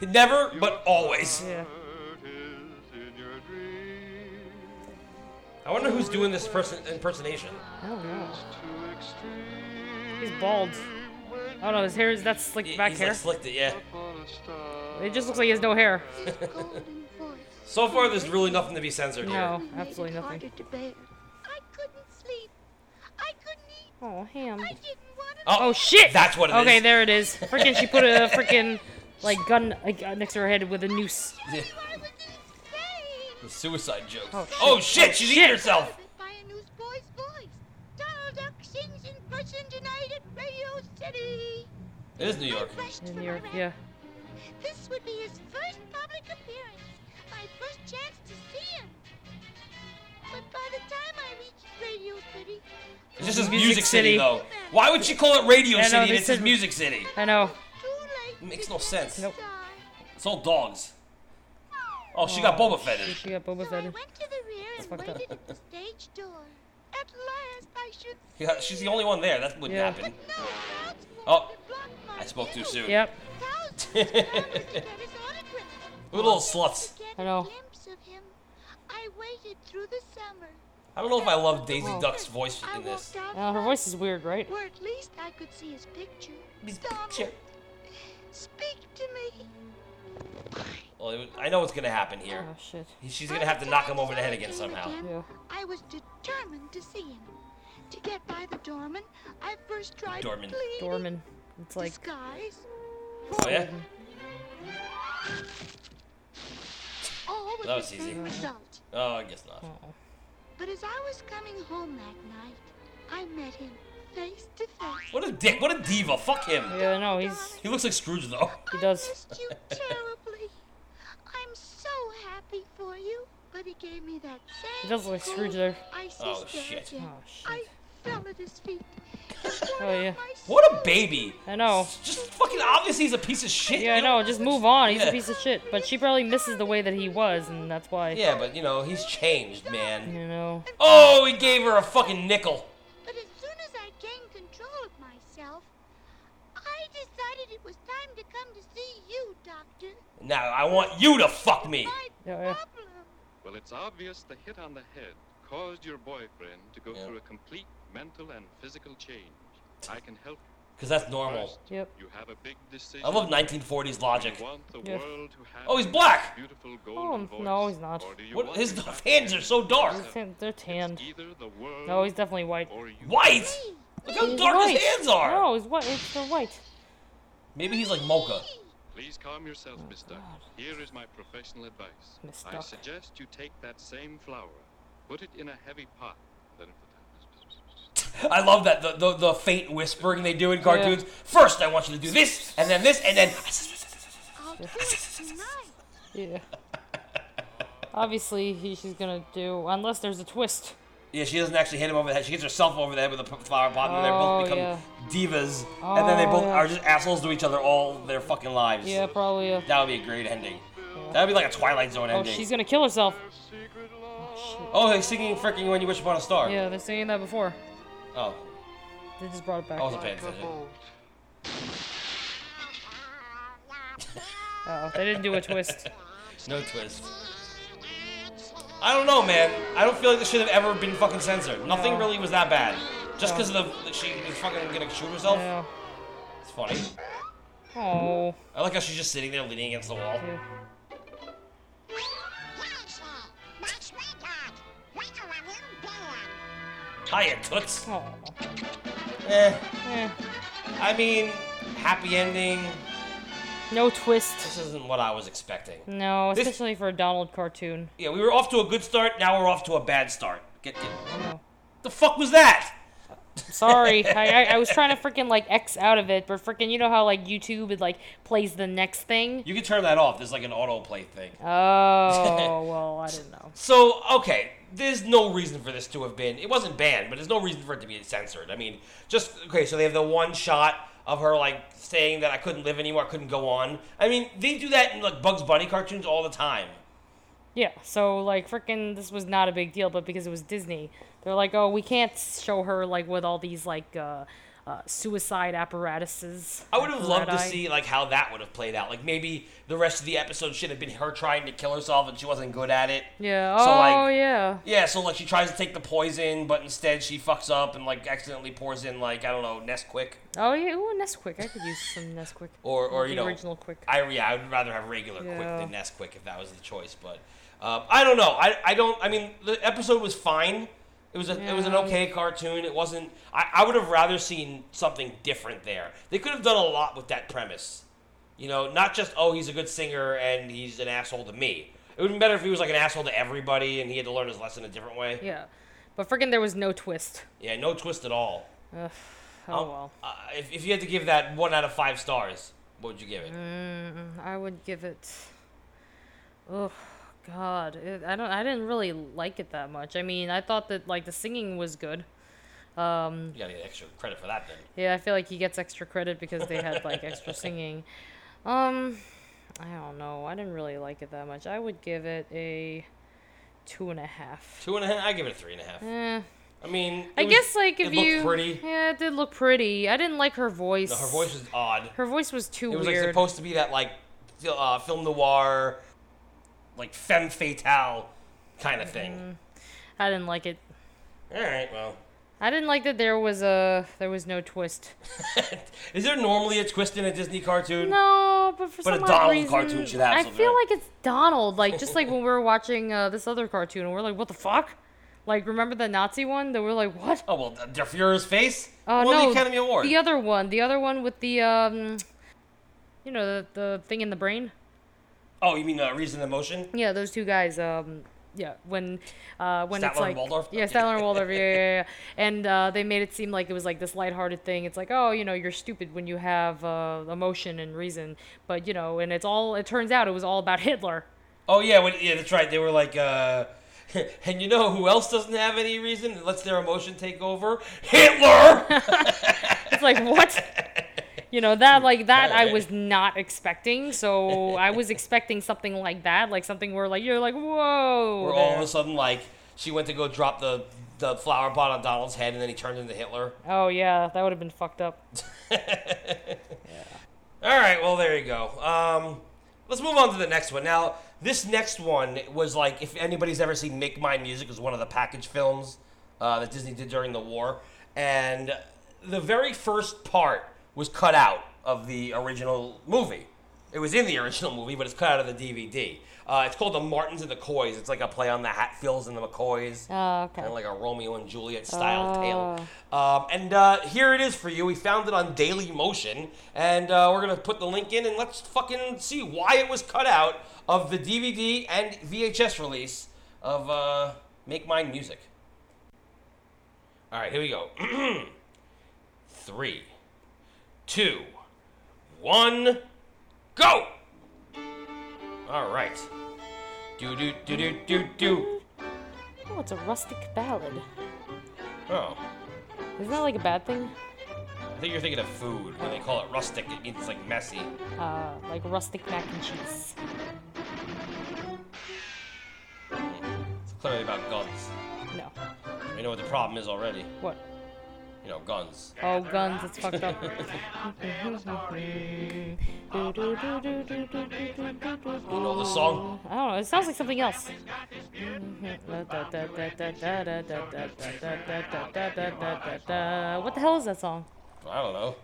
A: Never, but always.
C: Yeah.
E: Heart is in your dream.
A: I wonder who's doing this person impersonation.
C: I don't know.
E: Too extreme.
C: He's bald.
E: When
C: Oh no, his hair is that's
A: He-
C: slicked back
A: he's
C: hair.
A: Like slicked it, yeah.
E: upon a star.
C: It just looks like he has no hair.
D: His golden voice.
A: So far, there's really nothing to be censored here.
C: No,
D: made it
C: absolutely nothing.
D: harder to bear. I couldn't sleep. I couldn't eat.
C: Oh ham.
D: I didn't want to.
C: Oh shit!
A: That's what it
C: okay,
A: is.
C: there it is. Freaking, she put a freaking like gun like, uh, next to her head with a noose.
A: Yeah.
D: I was insane.
A: The suicide jokes. Oh
C: Oh,
A: shit,
C: shit.
A: she's
C: shit.
A: eating herself.
D: By a newsboy's voice. Donald Duck sings in person tonight at Radio City.
A: It is New York.
D: I rushed
C: In
D: for
C: New
D: my
C: York,
D: rent.
C: yeah.
D: This would be his first public appearance, my first chance to see him. But by the time I reached Radio City,
A: It's just his
C: Music
A: Music City,
C: City.
A: though. Why would she call it Radio
C: Yeah, no,
A: City and
C: they
A: it's his
C: said-
A: Music City?
C: I know.
D: too late.
A: Makes
D: to
A: no sense.
D: see the
C: Nope.
D: star.
A: It's all dogs. Oh, she got Boba Fett in.
C: She got Boba
D: So I
C: Fett.
D: went to the rear and
C: fucked up.
D: waited at the stage door. At last, I should.
A: Yeah, she's the only one there. That wouldn't
C: Yeah.
A: happen.
D: No, crowds formed
A: Oh,
D: to block my
A: I spoke too
D: view.
A: soon.
C: Yep.
D: Thousands
A: We're
D: wanted to get his autograph.
A: little
D: To
A: sluts.
D: get
C: I know.
D: a glimpse of him, I waited through the summer.
A: I don't know if I love Daisy
C: Oh.
A: Duck's voice
D: I
A: in this.
D: walked out
C: Uh, her
D: front,
C: voice is weird, right?
D: Or at least I could see his picture.
A: His
D: Donald,
A: picture.
D: Speak to me.
A: Well, it was- I know what's gonna happen here.
C: Oh shit.
A: He- She's gonna have to knock him over the head again somehow.
C: Yeah.
D: I was determined to see him. To get by the doorman, I first tried
A: Doorman.
D: pleading,
C: Dorman. It's like
D: disguise,
A: Oh yeah.
D: all with
A: That
D: the
A: was easy.
D: same result.
A: Oh, I guess not.
C: oh.
D: But as I was coming home that night, I met him face to face.
A: What a dick. What a diva. Fuck him.
C: Yeah, no, he's
A: He looks like Scrooge though.
C: he does.
D: missed you terribly. I'm so happy for you, but he gave me that same.
C: He does look like
D: cold,
C: Scrooge there.
D: icy
A: Oh,
D: stare
A: shit.
D: again.
C: Oh, shit.
D: I fell at his feet.
C: Oh yeah.
A: What a baby.
C: I know.
A: Just fucking obviously he's a piece of shit.
C: Yeah, I
A: you
C: know. Just move on. He's
A: Yeah.
C: a piece of shit. But she probably misses the way that he was, and that's why.
A: Yeah, but you know he's changed, man.
C: You know.
A: Oh, he gave her a fucking nickel.
D: But as soon as I gained control of myself, I decided it was time to come to see you, Doctor.
A: Now I want you to fuck me.
D: My
C: Yeah, yeah.
D: problem.
E: Well, it's obvious the hit on the head caused your boyfriend to go
A: Yeah.
E: through a complete mental and physical change. I can help.
A: Cause that's
E: you.
A: normal.
E: First,
C: Yep.
E: You have a big decision.
A: I love 1940s logic.
E: Do you want the
C: Yeah.
E: world to have
A: Oh, he's
E: your
A: black!
E: Beautiful
C: Oh,
E: golden voice,
C: no, he's not.
E: or do you
A: What?
E: want
A: His
E: your back
A: hands are
E: end
A: so
E: to
A: dark.
E: yourself?
C: Tan- They're tanned.
E: It's either the world
C: No, he's definitely white.
E: or you.
A: White. Look how
C: He's
A: dark
C: white.
A: his hands are.
C: No, he's white. It's the white.
A: Maybe he's like mocha.
E: Please calm yourself, Miss Duck. Here is my professional advice.
C: Miss
E: I
C: Duck.
E: suggest you take that same flower, put it in a heavy pot. Then
A: I love that the, the the faint whispering they do in cartoons. First, I want you to do this, and then this, and then.
D: I'll do it tonight.
C: Yeah. Obviously, he, she's gonna do unless there's a twist.
A: Yeah, she doesn't actually hit him over the head. She hits herself over the head with a p- flower pot, and they
C: Oh,
A: both become divas, and then they
C: Oh,
A: both
C: yeah.
A: are just assholes to each other all their fucking lives.
C: Yeah, probably. A,
A: That would be a great ending. That would be like a Twilight Zone
C: oh,
A: ending.
C: she's gonna kill herself.
A: Oh, he's singing freaking When You Wish Upon a Star.
C: Yeah, they're singing that before.
A: Oh,
C: They just brought it back.
A: I wasn't paying attention.
C: Oh, they didn't do a twist.
A: No twist. I don't know, man. I don't feel like this should have ever been fucking censored. Nothing
C: No.
A: really was that bad. Just because of the she was fucking gonna shoot herself.
C: Yeah.
A: It's funny.
C: Oh.
A: I like how she's just sitting there leaning against the wall.
C: Yeah.
A: Hiya, toots.
C: Oh.
A: Eh.
C: Eh.
A: I mean, happy ending.
C: No twist.
A: This isn't what I was expecting.
C: No,
A: This-
C: especially for a Donald cartoon.
A: Yeah, we were off to a good start. Now we're off to a bad start. Get, get.
C: No.
A: The fuck was that?
C: Sorry, I, I, I was trying to freaking like X out of it, but freaking you know how like YouTube it like plays the next thing.
A: You can turn that off. There's like an autoplay thing.
C: Oh well, I didn't know.
A: So, okay, there's no reason for this to have been. It wasn't banned, but there's no reason for it to be censored. I mean, just okay. So they have the one shot of her like saying that I couldn't live anymore, I couldn't go on. I mean, they do that in like Bugs Bunny cartoons all the time.
C: Yeah, so like freaking this was not a big deal, but because it was Disney, they're like, "Oh, we can't show her like with all these like uh, uh suicide apparatuses."
A: I would have loved to
C: apparati.
A: see like how that would have played out. Like maybe the rest of the episode should have been her trying to kill herself and she wasn't good at it.
C: Yeah.
A: So,
C: oh,
A: like,
C: yeah.
A: Yeah, so like she tries to take the poison, but instead she fucks up and like accidentally pours in like I don't know Nesquik
C: Oh, yeah. Ooh, Nesquik. I could use some Nesquik.
A: or or
C: the
A: you know
C: original Quick.
A: I yeah, I would rather have regular
C: Yeah.
A: Quick than Nesquik if that was the choice, but um, I don't know. I I don't. I mean, the episode was fine. It was a, it was an
C: Yeah.
A: okay cartoon. It wasn't. I, I would have rather seen something different there. They could have done a lot with that premise. You know, not just oh he's a good singer and he's an asshole to me. It would have been better if he was like an asshole to everybody and he had to learn his lesson a different way.
C: Yeah, but freaking there was no twist.
A: Yeah, no twist at all.
C: Ugh. Oh
A: Um,
C: well.
A: Uh, if, if you had to give that one out of five stars, what would you give it?
C: Mm. I would give it. Oh God, it, I don't. I didn't really like it that much. I mean, I thought that like the singing was good. Um,
A: You gotta get extra credit for that then.
C: Yeah, I feel like he gets extra credit because they had like extra singing. Um, I don't know. I didn't really like it that much. I would give it a two and a half.
A: Two and a half. I give it a three and a half.
C: Eh,
A: I mean,
C: I
A: it was-
C: guess like if
A: it looked
C: you
A: pretty.
C: yeah, it did look pretty. I didn't like her voice.
A: No, her voice was odd.
C: her voice was too
A: It was like
C: weird.
A: supposed to be that like fil- uh, film noir, like femme fatale kind
C: Mm-hmm.
A: of thing.
C: I didn't like it.
A: All right, well,
C: I didn't like that there was a there was no twist.
A: is there normally a twist in a Disney cartoon?
C: No, but for
A: But a
C: some odd
A: Donald
C: reason,
A: cartoon should have
C: I
A: something,
C: feel
A: right?
C: like it's Donald. Like just like when we were watching uh, this other cartoon, and we're like, "What the fuck?" Like remember the Nazi one that we're like, "What?"
A: Oh well, Der Fuhrer's face
C: Oh
A: won
C: no,
A: the Academy Award.
C: The other one, the other one with the um, you know the the thing in the brain.
A: oh, you mean uh, Reason and Emotion?
C: Yeah, those two guys. Um, yeah, when uh, when
A: Statler
C: it's
A: and
C: like
A: Waldorf?
C: yeah, Statler and Waldorf, yeah, yeah, yeah, and uh, they made it seem like it was like this lighthearted thing. It's like oh, you know, you're stupid when you have uh, emotion and reason, but you know, and it's all. It turns out it was all about Hitler.
A: Oh yeah, when, yeah, that's right. They were like, uh, and you know who else doesn't have any reason and lets their emotion take over? Hitler.
C: It's like what? You know that like that I was not expecting. So I was expecting something like that, like something where like you're like whoa.
A: Where all of
C: there.
A: a sudden, like, she went to go drop the the flower pot on Donald's head, and then he turned into Hitler.
C: Oh yeah, that would have been fucked up.
A: All right, well there you go. Um, let's move on to the next one. Now, this next one was like if anybody's ever seen Make My Music, it was one of the package films uh, that Disney did during the war, and the very first part was cut out of the original movie. It was in the original movie, but it's cut out of the DVD. Uh, it's called The Martins and the Coys. It's like a play on the Hatfields and the McCoys
C: Oh okay.
A: kind of like a Romeo and Juliet style tale. Um, and uh, here it is for you. We found it on Daily Motion, and uh, we're gonna put the link in and let's fucking see why it was cut out of the DVD and VHS release of uh, Make Mine Music. All right, here we go. Three, two, one, go. All right. Do do do do do do.
C: Oh, it's a rustic ballad.
A: Oh.
C: Isn't that like a bad thing?
A: I think you're thinking of food. When they call it rustic, it means it's like messy.
C: Uh, like rustic mac and cheese.
A: It's clearly about guns.
C: No.
A: We know what the problem is already.
C: What?
A: You know, guns.
C: Oh, guns, it's fucked up.
A: You know the song?
C: I don't know. It sounds like something else. What the hell is that song?
A: I don't know.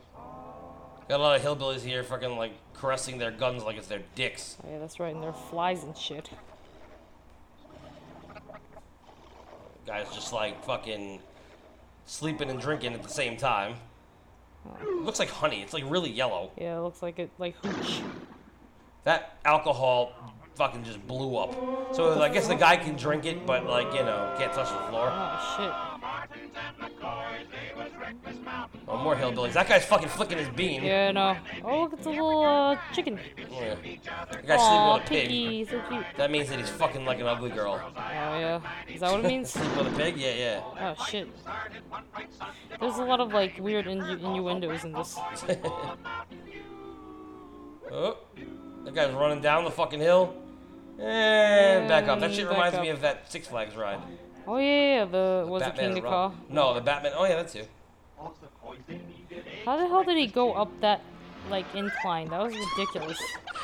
A: Got a lot of hillbillies here fucking like caressing their guns like it's their dicks.
C: Oh, yeah, that's right. And there are flies and shit.
A: Guys just like fucking sleeping and drinking at the same time. It looks like honey. It's like really yellow.
C: Yeah, it looks like it, like hooch.
A: That alcohol fucking just blew up. So I guess the guy can drink it, but like, you know, can't touch the floor.
C: Oh
A: Oh, more hillbillies. That guy's fucking flicking his bean.
C: shit. Yeah, no. Oh, look, it's a little uh, chicken.
A: Yeah. The guy's sleeping
C: Aw,
A: with a pig.
C: piggy, so cute. Oh
A: That means that he's fucking like an ugly girl.
C: yeah, is that what it means?
A: Sleeping with a pig? Yeah, yeah.
C: Oh shit. There's a lot of like weird innu- innuendos in this.
A: Oh, that guy's running down the fucking hill. Eh, back up. That shit
C: Mm, back
A: reminds
C: up.
A: me of that Six Flags ride.
C: Oh yeah, yeah, the was it
A: Batman
C: King
A: and
C: to
A: Rob-
C: Call?
A: No, the Batman. Oh yeah, that's you.
C: How the hell did he go up that like incline? That was ridiculous.
A: It's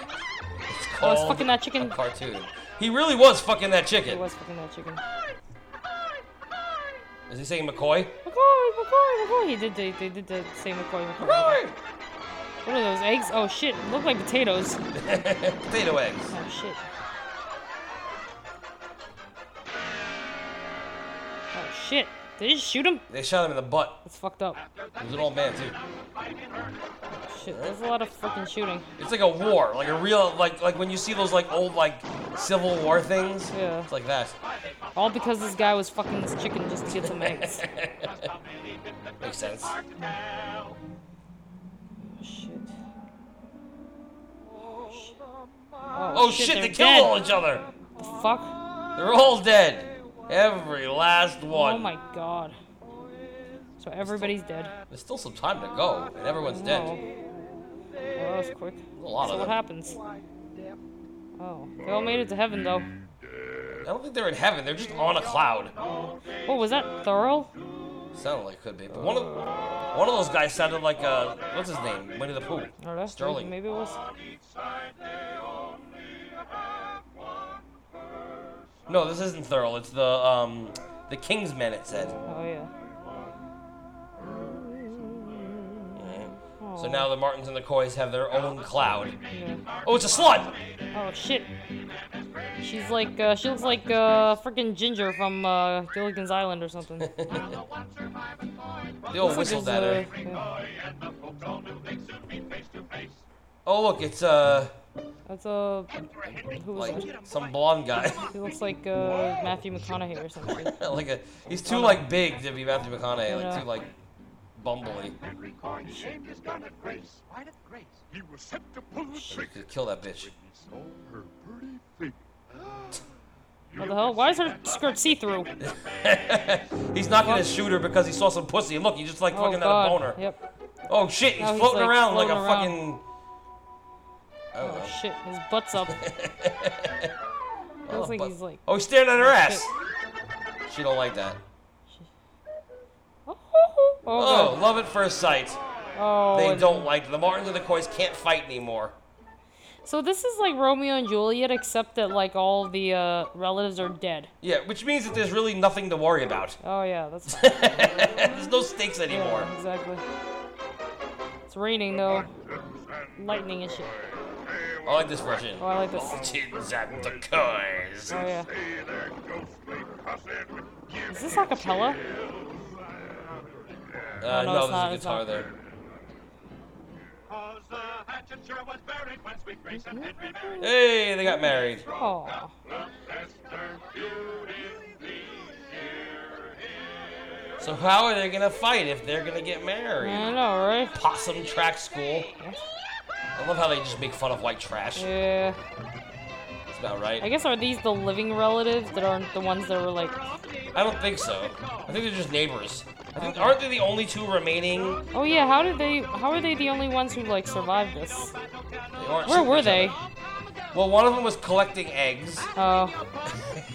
C: I was
A: called
C: fucking that
A: a
C: chicken.
A: cartoon. He really was fucking that
C: It
A: chicken.
C: was fucking that chicken.
A: Is he saying McCoy?
C: McCoy, McCoy, McCoy. He did. They, they did the same McCoy. McCoy.
A: McCoy!
C: What are those eggs? Oh shit! Look like potatoes.
A: Potato eggs.
C: Oh shit. Oh shit! Did they just shoot him?
A: They shot him in the butt.
C: That's fucked up.
A: He was an old man too.
C: Shit, there's a lot of fucking shooting.
A: It's like a war, like a real, like like when you see those like old like Civil War things.
C: Yeah.
A: It's like that.
C: All because this guy was fucking this chicken just to get some eggs.
A: Makes sense.
C: Shit.
A: Oh shit!
C: they're
A: they
C: dead.
A: killed all each other.
C: The fuck?
A: They're all dead. Every last one.
C: Oh my god. So everybody's dead.
A: There's still some time to go, and everyone's dead.
C: Oh. Well, that was quick.
A: A lot
C: so
A: of
C: what
A: them.
C: happens? Oh, they all made it to heaven though.
A: I don't think they're in heaven. They're just on a cloud.
C: What oh, was that? Thurl?
A: Sounded like could be, but one of one of those guys sounded like uh, what's his name? Winnie the Pooh.
C: I don't know.
A: Sterling.
C: Maybe it was.
A: No, this isn't Thurl. It's the um, the King's Men. It said.
C: Oh yeah.
A: So now the Martins and the Coys have their own cloud.
C: Oh. Yeah.
A: Oh, it's a slut.
C: Oh shit. She's like, uh, she looks like, uh, freaking Ginger from, uh, Gilligan's Island or something. Looks
A: They all
C: like
A: whistled
C: there's
A: at her.
C: a- yeah.
A: Oh, look, it's uh,
C: That's a, uh, who was
A: like
C: that?
A: some blonde guy.
C: He looks like, uh, Matthew McConaughey or something.
A: like a, he's too like big to be Matthew McConaughey. Like
C: Yeah.
A: too like, bumbly.
F: He was set to pull the
A: You could kill that bitch.
F: saw her pretty figure.
C: What the hell? Why is her skirt see-through?
A: He's not gonna shoot her because he saw some pussy. Look, he just like
C: Oh
A: fucking had a
C: god.
A: boner.
C: Yep.
A: Oh shit, he's
C: No, he's,
A: floating
C: like,
A: around like a
C: floating around.
A: fucking. I don't know.
C: Oh shit. His butt's up. Feels like
A: but-
C: he's like.
A: Oh, he's staring at her
C: shit.
A: ass. She don't like that.
C: Oh.
A: Oh,
C: god.
A: love at first sight.
C: Oh.
A: They
C: and-
A: don't like the Martins and the Coys can't fight anymore.
C: So this is like Romeo and Juliet, except that like all the uh, relatives are dead.
A: Yeah, which means that there's really nothing to worry about.
C: Oh yeah, that's fine.
A: there's no stakes anymore.
C: exactly. It's raining though. Lightning and shit.
A: I like this version.
C: Oh, I like this. Oh
A: Martins and the Coys.
C: yeah. Is this a cappella?
A: Uh,
C: no,
A: no,
C: it's not,
A: there's a
C: it's not.
A: guitar there. Hey, they got married.
C: Oh.
A: So how are they gonna fight if they're gonna get married?
C: I know, right?
A: Possum track school. I love how they just make fun of white trash.
C: Yeah.
A: That's about
C: I
A: right.
C: guess are these the living relatives that aren't the ones that were like?
A: I don't think so. I think they're just neighbors. I think aren't they the only two remaining?
C: Oh yeah, how did they? How are they the only ones who like survived this?
A: They aren't
C: Where
A: shooting
C: were
A: each
C: they?
A: other. Well, one of them was collecting eggs,
C: Oh,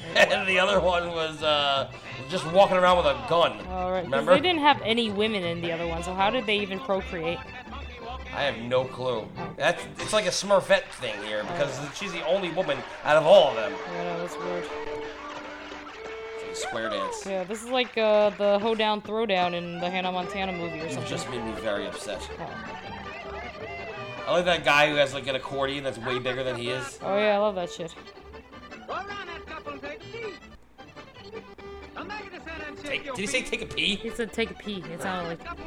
A: and the other one was uh, just walking around with a gun.
C: all right. 'Cause
A: Remember?
C: They didn't have any women in the other one, so how did they even procreate?
A: I have no clue. That's it's like a Smurfette thing here because she's the only woman out of all of them.
C: Yeah, no, that's weird.
A: It's like square dance.
C: Yeah, this is like uh, the hoedown throwdown in the Hannah Montana movie or
A: It
C: something.
A: just made me very upset.
C: Oh.
A: I like that guy who has like an accordion that's way bigger than he is.
C: Oh, yeah, I love that shit.
A: Take- did he say take a pee?
C: He said take a pee. It sounded like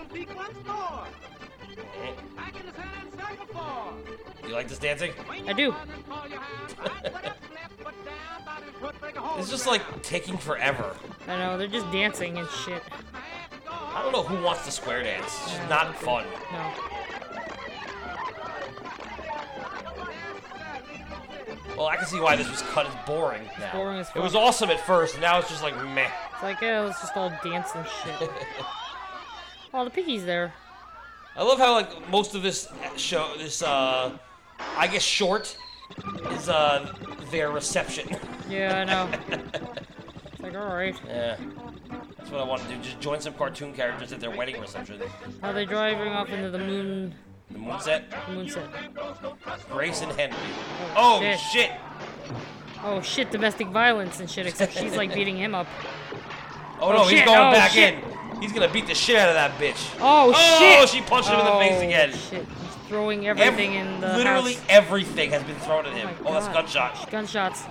A: You like this dancing?
C: I do.
A: It's just like taking forever.
C: I know they're just dancing and shit.
A: I don't know who wants to square dance. It's just not fun.
C: No.
A: Well, I can see why this was cut as boring now.
C: boring as
A: It was
C: fuck.
A: awesome at first, and now it's just like meh.
C: It's like, yeah, let's just all dance and shit. oh, the piggy's there.
A: I love how like most of this show, this uh, I guess short, is uh their reception.
C: Yeah, I know. it's like, alright.
A: yeah. That's what I want to do. Just join some cartoon characters at their wedding reception.
C: Now they're driving off into the moon
A: The moonset,
C: moonset.
A: Grace and Henry. Oh,
C: shit.
A: shit.
C: Oh shit, domestic violence and shit, except she's like beating him up.
A: Oh, no, he's
C: shit.
A: going
C: Oh,
A: back
C: shit.
A: in. He's gonna beat the shit out of that bitch.
C: Oh,
A: Oh,
C: shit!
A: she punched him in the face
C: Oh,
A: again.
C: Shit, he's throwing
A: Ev-
C: everything in the
A: literally
C: house.
A: everything has been thrown at him.
C: my
A: Oh, that's
C: God.
A: gunshot.
C: Gunshots.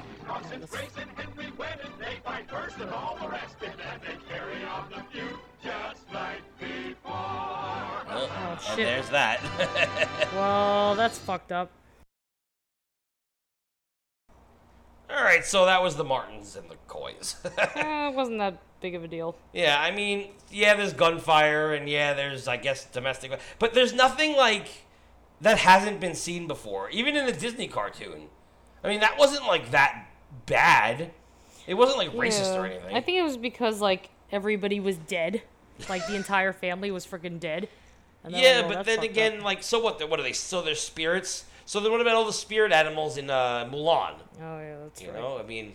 A: Oh,
C: shit.
A: And there's that.
C: Well, that's fucked up.
A: All right, so that was the Martins and the Coys.
C: Eh, it wasn't that big of a deal.
A: yeah, I mean, yeah, there's gunfire and yeah, there's I guess domestic, vi- but there's nothing like that hasn't been seen before, even in a Disney cartoon. I mean, that wasn't like that bad. It wasn't like racist or
C: Yeah.
A: anything.
C: I think it was because like everybody was dead, like the entire family was freaking dead. And they're
A: yeah,
C: like, "Oh,
A: but
C: that's
A: then
C: fucked up."
A: again, like, so what? What are they? So they're spirits. So then, what about all the spirit animals in uh, Mulan?
C: Oh yeah, that's
A: You
C: right.
A: know, I mean,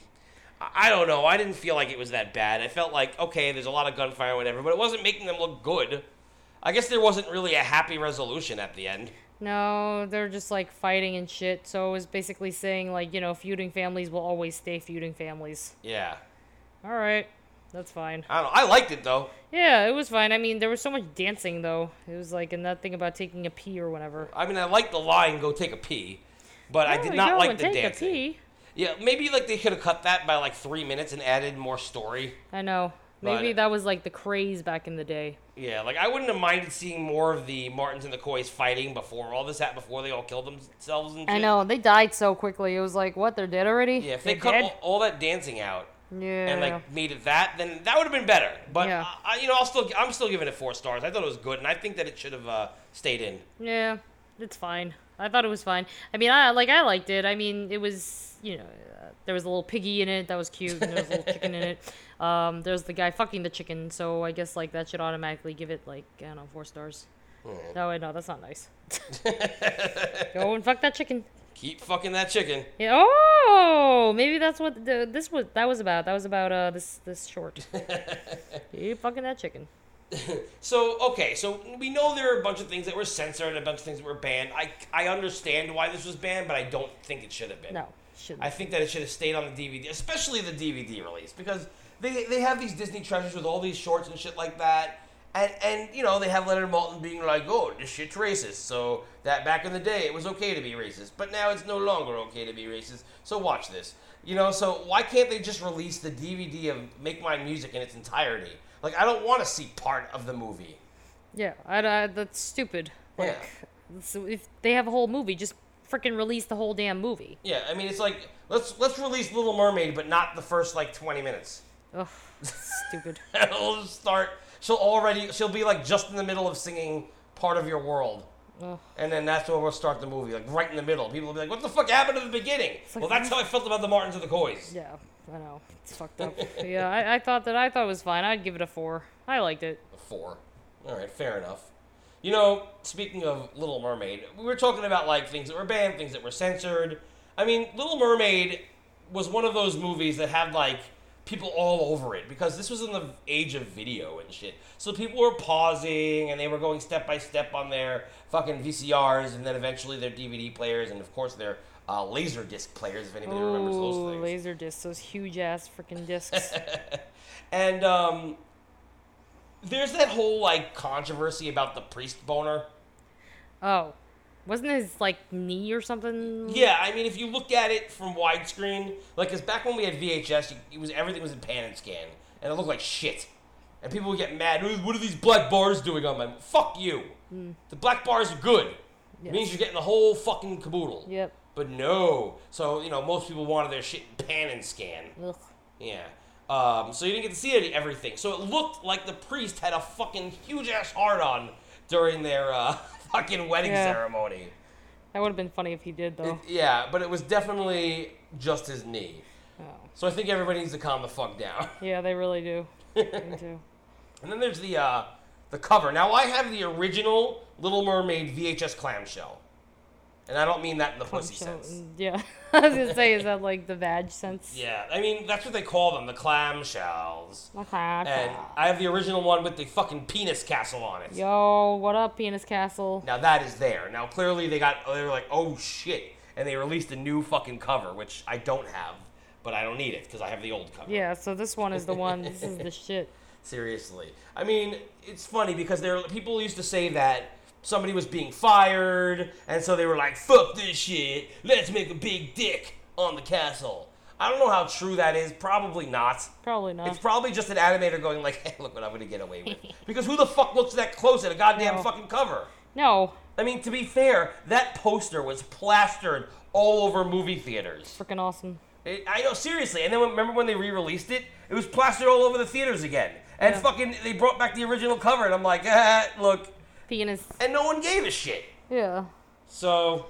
A: I I don't know. I didn't feel like it was that bad. I felt like okay, there's a lot of gunfire, and whatever, but it wasn't making them look good. I guess there wasn't really a happy resolution at the end.
C: No, they're just like fighting and shit. So it was basically saying like you know feuding families will always stay feuding families.
A: Yeah,
C: All right, that's fine.
A: I don't. know. I liked it though.
C: Yeah, it was fine. I mean, there was so much dancing though. It was like and that thing about taking a pee or whatever.
A: I mean, I liked the line "Go take a pee," but I
C: Yeah,
A: did
C: go
A: not like
C: and
A: the
C: take a
A: dancing.
C: pee.
A: Yeah, maybe like they could have cut that by like three minutes and added more story.
C: I know.
A: But-
C: Maybe that was like the craze back in the day.
A: Yeah, like I wouldn't have minded seeing more of the Martins and the Coys fighting before all this happened, before they all killed themselves. And
C: I
A: shit.
C: know they died so quickly. It was like, what? They're dead already?
A: Yeah, if
C: They're
A: they cut
C: dead?
A: all, all that dancing out,
C: yeah.
A: and like made it that, then that would have been better. But
C: Yeah.
A: I, I- you know, I'll still I'm still giving it four stars. I thought it was good, and I think that it should have uh, stayed in.
C: yeah, it's fine. I thought it was fine. I mean, I like I liked it. I mean, it was you know, uh, there was a little piggy in it that was cute, and there was a little chicken in it. Um, there was the guy fucking the chicken, so I guess like that should automatically give it like I don't know four stars. No, wait, no, that's not nice. Go and fuck that chicken.
A: Keep fucking that chicken.
C: Yeah, oh, maybe that's what the, this was. That was about. That was about uh this this short. Keep fucking that chicken.
A: So okay, so we know there are a bunch of things that were censored, a bunch of things that were banned. I I understand why this was banned, but I don't think it should have been.
C: No, shouldn't.
A: I think that it should have stayed on the DVD, especially the DVD release, because they they have these Disney treasures with all these shorts and shit like that. And, and you know they have Leonard Maltin being like, oh, this shit's racist. So that back in the day it was okay to be racist, but now it's no longer okay to be racist. So watch this, you know. So why can't they just release the DVD of Make My Music in its entirety? Like I don't want to see part of the movie.
C: Yeah, I, I, that's stupid. Like,
A: Yeah.
C: so if they have a whole movie, just freaking release the whole damn movie.
A: Yeah, I mean it's like let's let's release Little Mermaid, but not the first like twenty minutes.
C: Ugh, stupid.
A: It'll just start. She'll already. She'll be like just in the middle of singing "Part of Your World," and then that's where we'll start the movie, like right in the middle. People will be like, "What the fuck happened at the beginning?" well, that's how I felt about the Martins and the Coys.
C: Yeah, I know. It's fucked up. yeah, I, I thought that I thought it was fine. I'd give it a four. I liked it.
A: Four. All right, fair enough. You know, speaking of Little Mermaid, we were talking about like things that were banned, things that were censored. I mean, Little Mermaid was one of those movies that had like people all over it because this was in the age of video and shit. So people were pausing and they were going step by step on their fucking VCRs and then eventually their DVD players and of course their uh, laser disc players if anybody remembers those
C: Ooh,
A: things.
C: laser discs, those huge ass freaking discs.
A: And um, there's that whole like controversy about the priest boner.
C: oh, wasn't his like knee or something?
A: Yeah, I mean, if you look at it from widescreen, like, 'cause back when we had VHS, you- it was everything was in pan and scan, and it looked like shit. And people would get mad. "Ooh, What are these black bars doing on my? Fuck you. The black bars are good. It means you're getting the whole fucking caboodle.
C: Yep.
A: But no. So you know, most people wanted their shit in pan and scan.
C: Ugh.
A: Yeah. Um, so you didn't get to see any, everything. So it looked like the priest had a fucking huge ass hard on during their uh, fucking wedding
C: Yeah.
A: ceremony.
C: That would have been funny if he did though.
A: Yeah, but it was definitely just his knee.
C: Oh.
A: So I think everybody needs to calm the fuck down.
C: Yeah, they really do. Me too.
A: And then there's the uh, the cover. Now I have the original Little Mermaid VHS clamshell. And I don't mean that in the pussy
C: Poncho.
A: sense.
C: Yeah. I was gonna say, is that like the vag sense?
A: Yeah, I mean, that's what they call them, the clamshells.
C: Okay.
A: And I have the original one with the fucking penis castle on it.
C: Yo, what up, Penis Castle?
A: Now that is there. Now clearly they got they were like, oh shit, and they released a new fucking cover, which I don't have, but I don't need it because I have the old cover.
C: Yeah, so this one is the one. This is the shit.
A: Seriously, I mean, it's funny because there people used to say that somebody was being fired, and so they were like, fuck this shit, let's make a big dick on the castle. I don't know how true that is. Probably not.
C: Probably not.
A: It's probably just an animator going like, hey, look what I'm gonna get away with. Because who the fuck looks that close at a goddamn
C: No.
A: fucking cover?
C: no,
A: I mean, to be fair, that poster was plastered all over movie theaters.
C: freaking awesome.
A: It, I know, seriously. And then when- remember when they re-released it? It was plastered all over the theaters again. And
C: Yeah.
A: fucking, they brought back the original cover, and I'm like, ah, look.
C: Penis.
A: And no one gave a shit.
C: Yeah.
A: So,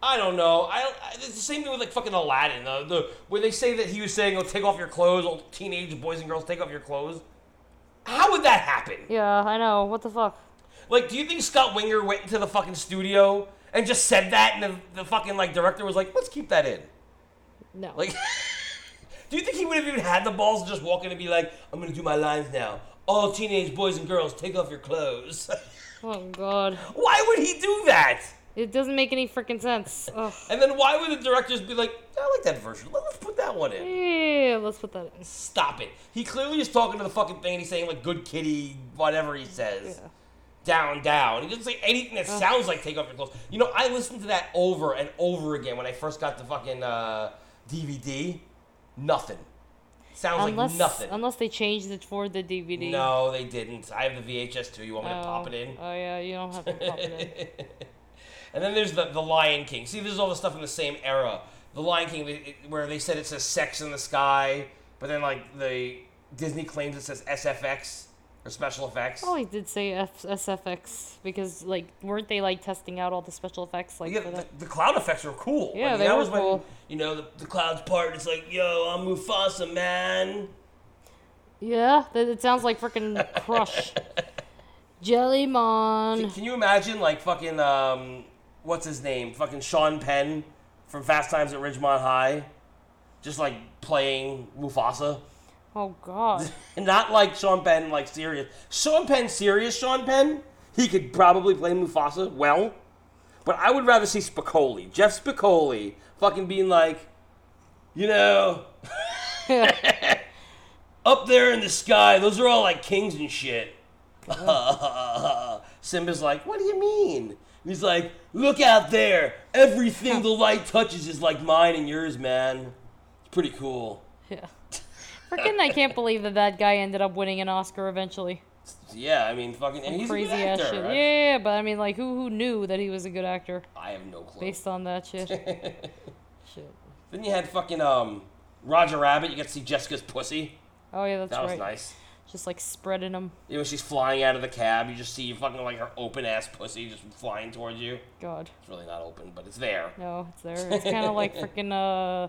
A: I don't know. I, don't- I it's the same thing with like fucking Aladdin. The, the where they say that he was saying, "Oh, take off your clothes, all teenage boys and girls, take off your clothes." How would that happen?
C: Yeah, I know. What the fuck?
A: Like, do you think Scott Winger went into the fucking studio and just said that, and the, the fucking like director was like, "Let's keep that in."
C: No.
A: Like, do you think he would have even had the balls to just walk in and be like, "I'm gonna do my lines now. All teenage boys and girls, take off your clothes."
C: oh god.
A: why would he do that?
C: It doesn't make any freaking sense. Ugh.
A: And then why would the directors be like, "I like that version. Let's put that one in."
C: Yeah, let's put that in.
A: Stop it. He clearly is talking to the fucking thing and he's saying like good kitty, whatever he says. Down, down. He doesn't say anything that sounds like take off your clothes. You know, I listened to that over and over again when I first got the fucking uh, DVD. Nothing. Sounds
C: Unless
A: like nothing.
C: unless they changed it for the DVD.
A: no, they didn't. I have the VHS too. You want me
C: Oh.
A: to pop it in?
C: Oh yeah, you don't have to pop it in.
A: And then there's the, the Lion King. See, this is all the stuff in the same era. The Lion King, it- it- where they said it says sex in the sky, but then, like, the Disney claims it says SFX or special effects.
C: Probably did say F- SFX because like weren't they like testing out all the special effects like
A: Yeah,
C: for
A: the,
C: that?
A: the cloud effects were cool.
C: Yeah,
A: Like,
C: they
A: that
C: were
A: was when,
C: cool.
A: You know, the, the clouds part, it's like, yo, I'm Mufasa, man.
C: Yeah, that it sounds like freaking Crush. Jellymon.
A: Can you imagine, like, fucking, um, what's his name? Fucking Sean Penn from Fast Times at Ridgemont High. Just, like, playing Mufasa.
C: Oh god.
A: And not like Sean Penn, like serious. Sean Penn, serious Sean Penn, he could probably play Mufasa well. But I would rather see Spicoli, Jeff Spicoli, fucking being like, you know, up there in the sky, those are all like kings and shit. Simba's like, what do you mean? And he's like, look out there. Everything the light touches is like mine and yours, man. It's pretty cool.
C: Yeah. Freaking, I can't believe that that guy ended up winning an Oscar eventually.
A: Yeah, I mean, fucking, and he's
C: Crazy
A: a good
C: ass
A: actor.
C: shit.
A: I-
C: Yeah, but I mean, like, who who knew that he was a good actor
A: I have no clue.
C: based on that shit? shit.
A: Then you had fucking um Roger Rabbit. You got to see Jessica's pussy.
C: Oh yeah, that's
A: That was
C: right.
A: nice.
C: Just like spreading them.
A: You know, she's flying out of the cab. You just see fucking like her open ass pussy just flying towards you.
C: God,
A: It's really not open, but it's there.
C: no, it's there. It's kind of like freaking uh,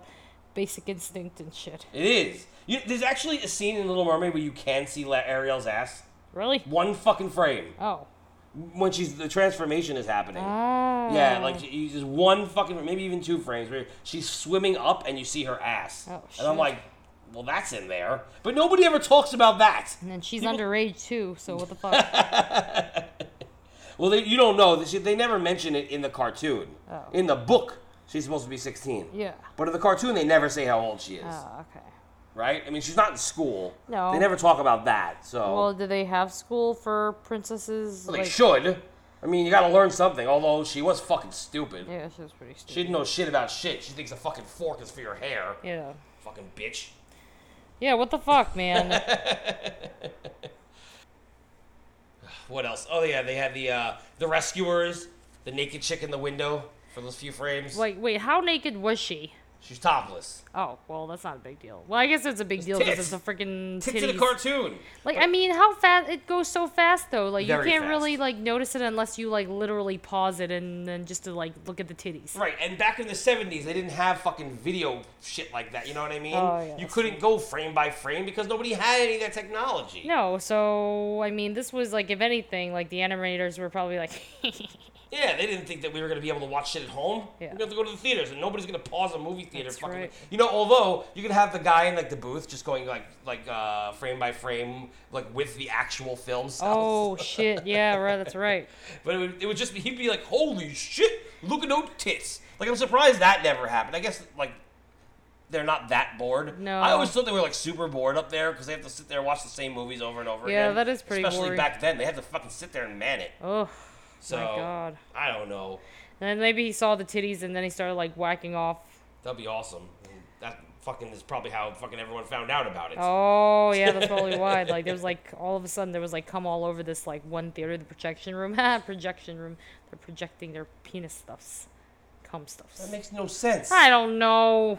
C: Basic Instinct and shit.
A: It is. You, there's actually a scene in Little Mermaid where you can see La- Ariel's ass.
C: Really?
A: One fucking frame
C: Oh.
A: when she's the transformation is happening.
C: Ah.
A: Yeah, like you just one fucking maybe even two frames where she's swimming up and you see her ass.
C: Oh,
A: And I'm
C: shit.
A: like, well, that's in there, but nobody ever talks about that.
C: And then she's underage too, so what the fuck?
A: Well, they, you don't know. They, they never mention it in the cartoon.
C: Oh.
A: In the book, she's supposed to be 16.
C: Yeah.
A: But in the cartoon, they never say how old she is.
C: Oh, okay.
A: Right? I mean, she's not in school.
C: No.
A: They never talk about that. So
C: Well, do they have school for princesses?
A: they
C: like,
A: should. I mean, you gotta learn something. Although she was fucking stupid.
C: Yeah, she was pretty stupid.
A: She didn't know shit about shit. She thinks a fucking fork is for your hair.
C: Yeah.
A: Fucking bitch.
C: Yeah, what the fuck, man?
A: What else? Oh yeah, they had the uh, the rescuers, the naked chick in the window for those few frames.
C: like, wait, how naked was she?
A: she's topless.
C: Oh, well, that's not a big deal. Well, I guess it's a big deal because
A: tits.
C: it's a freaking
A: Tits in
C: titty.
A: the cartoon.
C: Like, I mean, how fast it goes so fast though. Like,
A: Very
C: you can't
A: fast.
C: really like notice it unless you like literally pause it and then just to like look at the titties.
A: Right, and back in the 70s, they didn't have fucking video shit like that, you know what I mean?
C: Oh, yeah,
A: you
C: that's
A: couldn't go frame by frame because nobody had any of that technology.
C: No, so I mean, this was like, if anything, like the animators were probably like,
A: Yeah, they didn't think that we were gonna be able to watch shit at home.
C: Yeah.
A: We're gonna have to go to the theaters, and nobody's gonna pause a movie theater.
C: That's
A: fucking.
C: right.
A: You know, although you could have the guy in like the booth just going like like uh, frame by frame, like with the actual film. sounds.
C: Oh shit! Yeah, right. That's right.
A: But it would, it would just be he'd be like, "Holy shit, look at those tits!" Like I'm surprised that never happened. I guess like they're not that bored.
C: No.
A: I always thought they were like super bored up there because they have to sit there and watch the same movies over and over
C: Yeah,
A: again.
C: that is pretty
A: Especially
C: boring.
A: back then, they had to fucking sit there and man it.
C: Oh
A: So
C: my god.
A: I don't know.
C: And then maybe he saw the titties and then he started like whacking off.
A: That'd be awesome. And That fucking is probably how fucking everyone found out about it.
C: Oh yeah, that's probably why. Like there was like all of a sudden there was like come all over this like one theater, the projection room, Ha, projection room. They're projecting their penis stuffs, cum stuffs.
A: That makes no sense.
C: I don't know.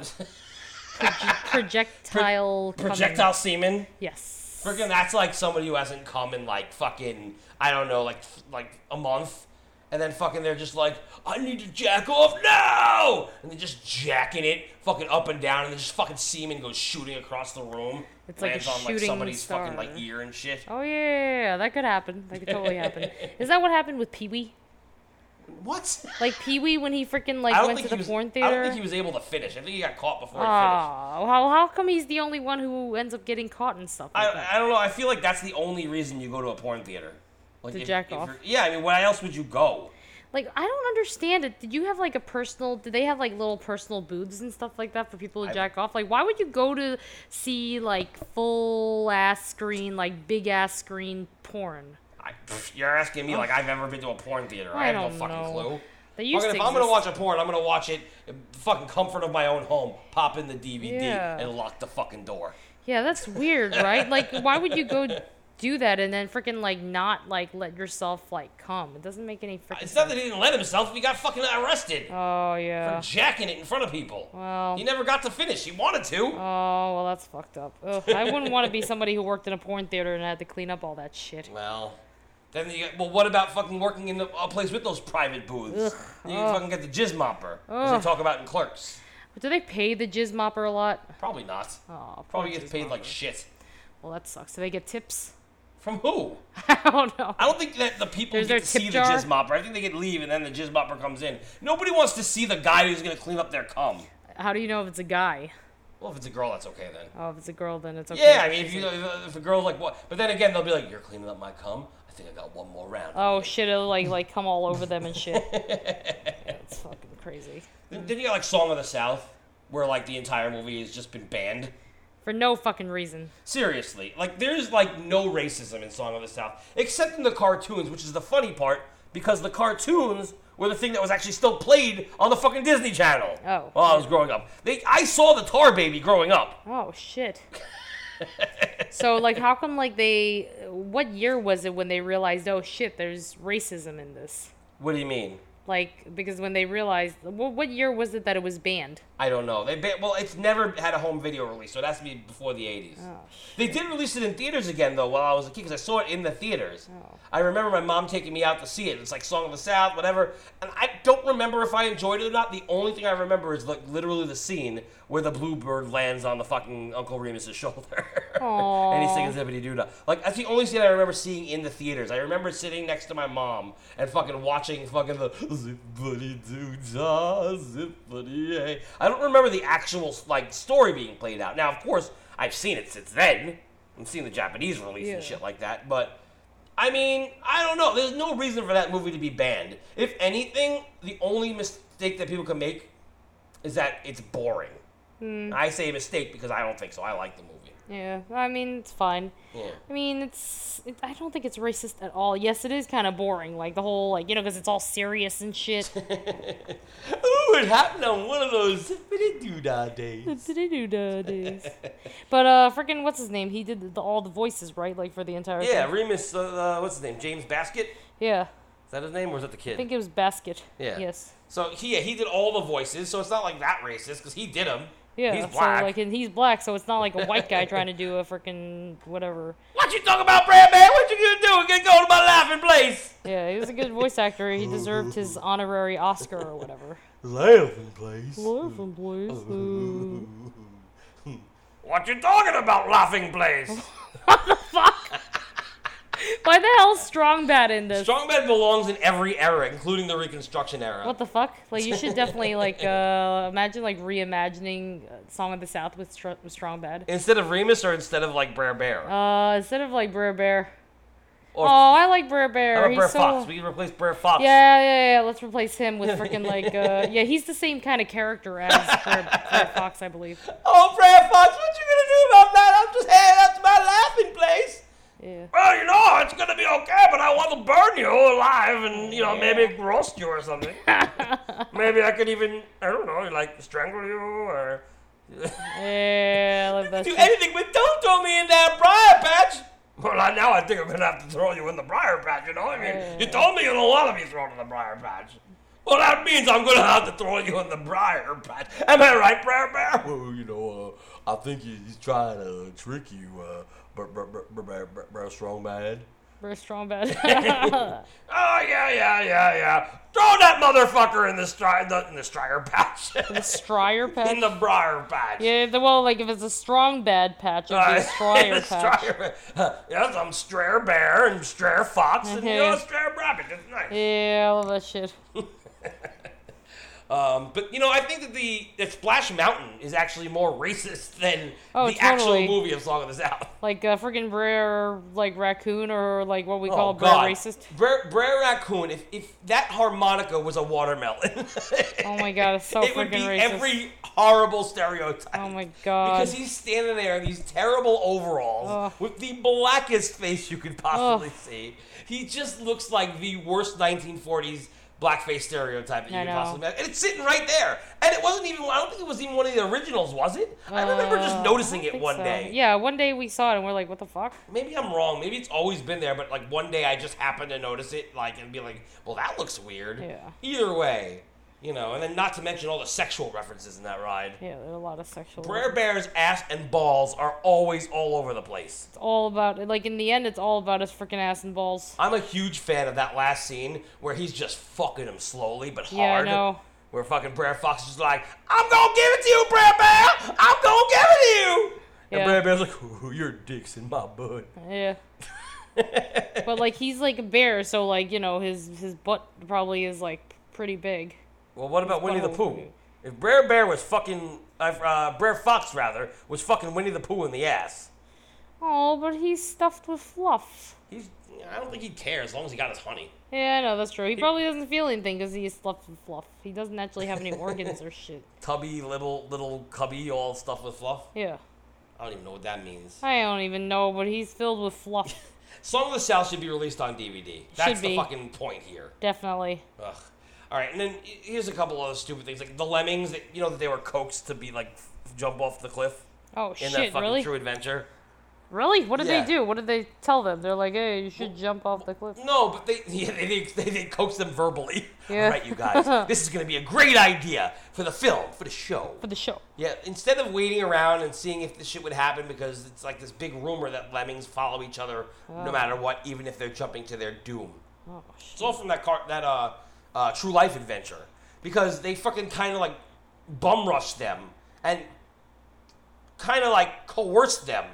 C: Proje- projectile. cum.
A: Projectile semen.
C: Yes.
A: Freaking, that's like somebody who hasn't come in like fucking I don't know, like like a month, and then fucking they're just like, I need to jack off now, and they're just jacking it fucking up and down, and then just fucking semen goes shooting across the room,
C: It's like a
A: lands on like
C: shooting
A: somebody's fucking
C: star.
A: like ear and shit.
C: Oh yeah, yeah, yeah, that could happen. That could totally happen. Is that what happened with Pee Wee?
A: What?
C: Like Pee Wee when he freaking like
A: I don't
C: went
A: think
C: to the
A: he was.
C: porn
A: I
C: theater.
A: don't think he was able to finish. I think he got caught before he finished.
C: Oh, how, how come he's the only one who ends up getting caught and stuff like
A: I,
C: that?
A: I don't know. I feel like that's the only reason you go to a porn theater. Like
C: To jack
A: you're-
C: off.
A: Yeah, I mean, why else would you go?
C: like, I don't understand it. Did you have like a personal? Did they have like little personal booths and stuff like that for people to
A: I-
C: jack off? Like, why would you go to see like full ass screen, like big ass screen porn?
A: I, pff, you're asking me like I've ever been to a porn theater. I,
C: I
A: have no
C: don't
A: fucking
C: know.
A: clue.
C: They used
A: Fucking
C: to
A: if I'm gonna
C: exist.
A: watch a porn, I'm gonna watch it in the fucking comfort of my own home. Pop in the DVD
C: Yeah.
A: and lock the fucking door.
C: Yeah, that's weird, right? Like, why would you go do that and then freaking like not like let yourself like come? It doesn't make any freaking.
A: It's not
C: sense.
A: that he didn't let himself. He got fucking arrested
C: Oh yeah.
A: for jacking it in front of people.
C: Well.
A: he never got to finish. He wanted to.
C: Oh well, that's fucked up. Ugh, I wouldn't want to be somebody who worked in a porn theater and had to clean up all that shit.
A: Well, then you well, what about fucking working in the, a place with those private booths? you fucking get the jizz mopper, as
C: Ugh.
A: they talk about in Clerks.
C: But do they pay the jizz mopper a lot?
A: Probably not.
C: Oh, poor
A: Probably gets
C: jizz
A: paid like
C: mopper.
A: shit.
C: Well, that sucks. Do they get tips?
A: From who?
C: I don't know.
A: I don't think that the people
C: There's
A: get
C: their
A: to
C: tip
A: see
C: jar?
A: the jizz mopper. I think they could leave and then the jizz mopper comes in. Nobody wants to see the guy who's gonna clean up their cum.
C: How do you know if it's a guy?
A: Well, if it's a girl, that's okay then.
C: Oh, if it's a girl, then it's okay.
A: Yeah, I
C: if
A: mean, if
C: she's
A: you
C: a-
A: if a girl's like what, but then again, they'll be like, "You're cleaning up my cum. I think I got one more round."
C: Oh shit! It'll like like come all over them and shit. yeah, it's fucking crazy.
A: Then then you got like "Song of the South," where like the entire movie has just been banned.
C: For no fucking reason.
A: Seriously, like there's like no racism in Song of the South, except in the cartoons, which is the funny part because the cartoons were the thing that was actually still played on the fucking Disney Channel.
C: Oh.
A: while I was growing up, they I saw the Tar Baby growing up.
C: Oh shit. so like, how come like they? What year was it when they realized? Oh shit! There's racism in this.
A: What do you mean?
C: Like because when they realized, well, what year was it that it was banned?
A: I don't know. They ba- well, it's never had a home video release, so it has to be before the '80s.
C: Oh,
A: they did release it in theaters again though while I was a kid because I saw it in the theaters. I remember my mom taking me out to see it. It's like Song of the South, whatever. And I don't remember if I enjoyed it or not. The only thing I remember is like literally the scene where the bluebird lands on the fucking Uncle Remus's shoulder. and he's singing Zippity Doo Dah. Like that's the only scene I remember seeing in the theaters. I remember sitting next to my mom and fucking watching fucking the Zippity Doo Dah, Zippity Hey. I don't remember the actual like story being played out. Now, of course, I've seen it since then. I've seen the Japanese release
C: Yeah.
A: and shit like that, but. I mean, I don't know. There's no reason for that movie to be banned. If anything, the only mistake that people can make is that it's boring.
C: Mm.
A: I say mistake because I don't think so. I like the movie.
C: Hmm, Yeah, I mean it's fine.
A: Yeah.
C: I mean it's it, I don't think it's racist at all. Yes, it is kind of boring, like the whole like you know because it's all serious and shit.
A: Ooh, it happened on one of those zippity doodah days.
C: Da-da-da-da-days. but uh, freaking what's his name? He did the, all the voices right, like for the entire
A: Yeah,
C: thing.
A: Remus, uh, uh, what's his name? James Basket? Is
C: yeah.
A: that his name or is that the kid?
C: I think it was Basket.
A: yeah.
C: Yes.
A: So he, yeah, he did all the voices, so it's not like that racist because he did them.
C: Yeah.
A: He's black.
C: So like and he's black, so it's not like a white guy trying to do a freaking whatever.
A: what you talking about, Brad Man? What you gonna do? Get going to my laughing place.
C: Yeah, he was a good voice actor. He deserved his honorary Oscar or whatever.
G: Laughing place.
C: Laughing place.
A: What you talking about, laughing place?
C: Fuck. Why the hell is Strongbad in this?
A: Strongman belongs in every era, including the Reconstruction era.
C: What the fuck? Like you should definitely like uh imagine like reimagining uh, Song of the South with, Str- with Strongbad.
A: instead of Remus or instead of like Brer Bear?
C: Uh, instead of like Brer Bear.
A: or
C: oh, I like Brer Bear.
A: how about
C: He's
A: Brer
C: so.
A: Fox? We can replace Brer Fox.
C: Yeah, yeah, yeah. Let's replace him with freaking like uh yeah. He's the same kind of character as Brer, Brer Fox, I believe.
A: Oh, Brer Fox, what you gonna do about that? I'm just heading out to my laughing place.
C: Yeah.
A: Well, you know, it's gonna be okay, but I want to burn you alive and, you know, maybe roast you or something. maybe I could even, I don't know, like strangle you or.
C: Yeah, I love that.
A: Do
C: shit.
A: anything, but don't throw me in that briar patch! Well, I- now I think I'm gonna have to throw you in the briar patch, you know? I mean, you told me you don't want to be thrown in the briar patch. Well, that means I'm gonna have to throw you in the briar patch. Am I right, Briar Bear?
G: Well, you know, uh, I think he- he's trying to trick you, uh, Brer Brer- Brer- Brer- Brer- Brer Strongman.
C: Brer Strongbad.
A: Oh yeah, yeah, yeah, yeah. Throw that motherfucker in the stri- the, in the striker patch,
C: Stryer patch.
A: in the briar patch.
C: Yeah, the, well, like if it's a strong bad patch, it'd be
A: Uh,
C: a Stryer patch.
A: Strier- yes, I'm Strayer Bear and Strayer Fox and you know,
C: Mhm.
A: Strayer Rabbit. It's nice.
C: Yeah, I love that shit.
A: Um, but you know, I think that the that Splash Mountain is actually more racist than
C: Oh,
A: the actual
C: totally.
A: movie of Song of the South.
C: Like a freaking rare, like raccoon or like what we call Brer
A: Oh, God.
C: racist.
A: Brer, Brer Raccoon. If if that harmonica was a watermelon,
C: Oh my God, it's so
A: it would be
C: freaking racist.
A: every horrible stereotype.
C: Oh my God.
A: Because he's standing there in these terrible overalls
C: Ugh.
A: with the blackest face you could possibly
C: Ugh.
A: see. He just looks like the worst 1940s blackface stereotype that you
C: I
A: could
C: know.
A: possibly imagine. And it's sitting right there. And it wasn't even, I don't think it was even one of the originals, was it? I remember just
C: Uh,
A: noticing
C: I
A: it
C: think
A: one
C: so.
A: day.
C: Yeah, one day we saw it and we're like, what the fuck?
A: Maybe I'm wrong. Maybe it's always been there, but like one day I just happened to notice it, like and be like, "Well, that looks weird."
C: Yeah.
A: Either way, you know, and then not to mention all the sexual references in that ride.
C: Yeah, there are a lot of sexual.
A: Brer Bear's ass and balls are always all over the place.
C: It's all about like in the end, it's all about his freaking ass and balls.
A: I'm a huge fan of that last scene where he's just fucking him slowly but
C: Yeah, I
A: hard.
C: know.
A: Where fucking Brer Fox is just like, "I'm gonna give it to you, Brer Bear. I'm gonna give it to you."
C: Yeah.
A: And Brer Bear's like, "Ooh, your dick's in my butt."
C: Yeah. but like he's like a bear, so like you know his his butt probably is like pretty big.
A: Well, what about Winnie the
C: butthole.
A: Pooh? If Brer Bear was fucking, uh, uh, Brer Fox rather, was fucking Winnie the Pooh in the ass,
C: Oh, but he's stuffed with fluff.
A: he's, I don't think he cares as long as he got his honey.
C: Yeah, I know that's true. He probably doesn't feel anything because he is stuffed with fluff. He doesn't actually have any organs or shit.
A: Tubby, little, little cubby, all stuff with fluff.
C: Yeah,
A: I don't even know what that means.
C: I don't even know, but he's filled with fluff.
A: Song of the South should be released on DVD. That's
C: Should
A: the
C: be.
A: fucking point here.
C: Definitely.
A: Ugh. All right, and then h- here's a couple other stupid things, like the lemmings that you know that they were coaxed to be like f- jump off the cliff
C: Oh
A: in that
C: shit!
A: fucking
C: Really?
A: True Adventure.
C: Really? What did
A: Yeah.
C: they do? What did they tell them? They're like, "Hey, you should jump off the cliff."
A: No, but they yeah, they, they, they, they coax them verbally.
C: Yeah.
A: All right, you guys, this is going to be a great idea for the film, for the show.
C: For the show.
A: Yeah, instead of waiting around and seeing if this shit would happen, because it's like this big rumor that lemmings follow each other no matter what, even if they're jumping to their doom.
C: Oh
A: It's
C: shit!
A: all from that car, that uh, uh, True Life adventure, because they fucking kind of like bum rushed them and kind of like coerced them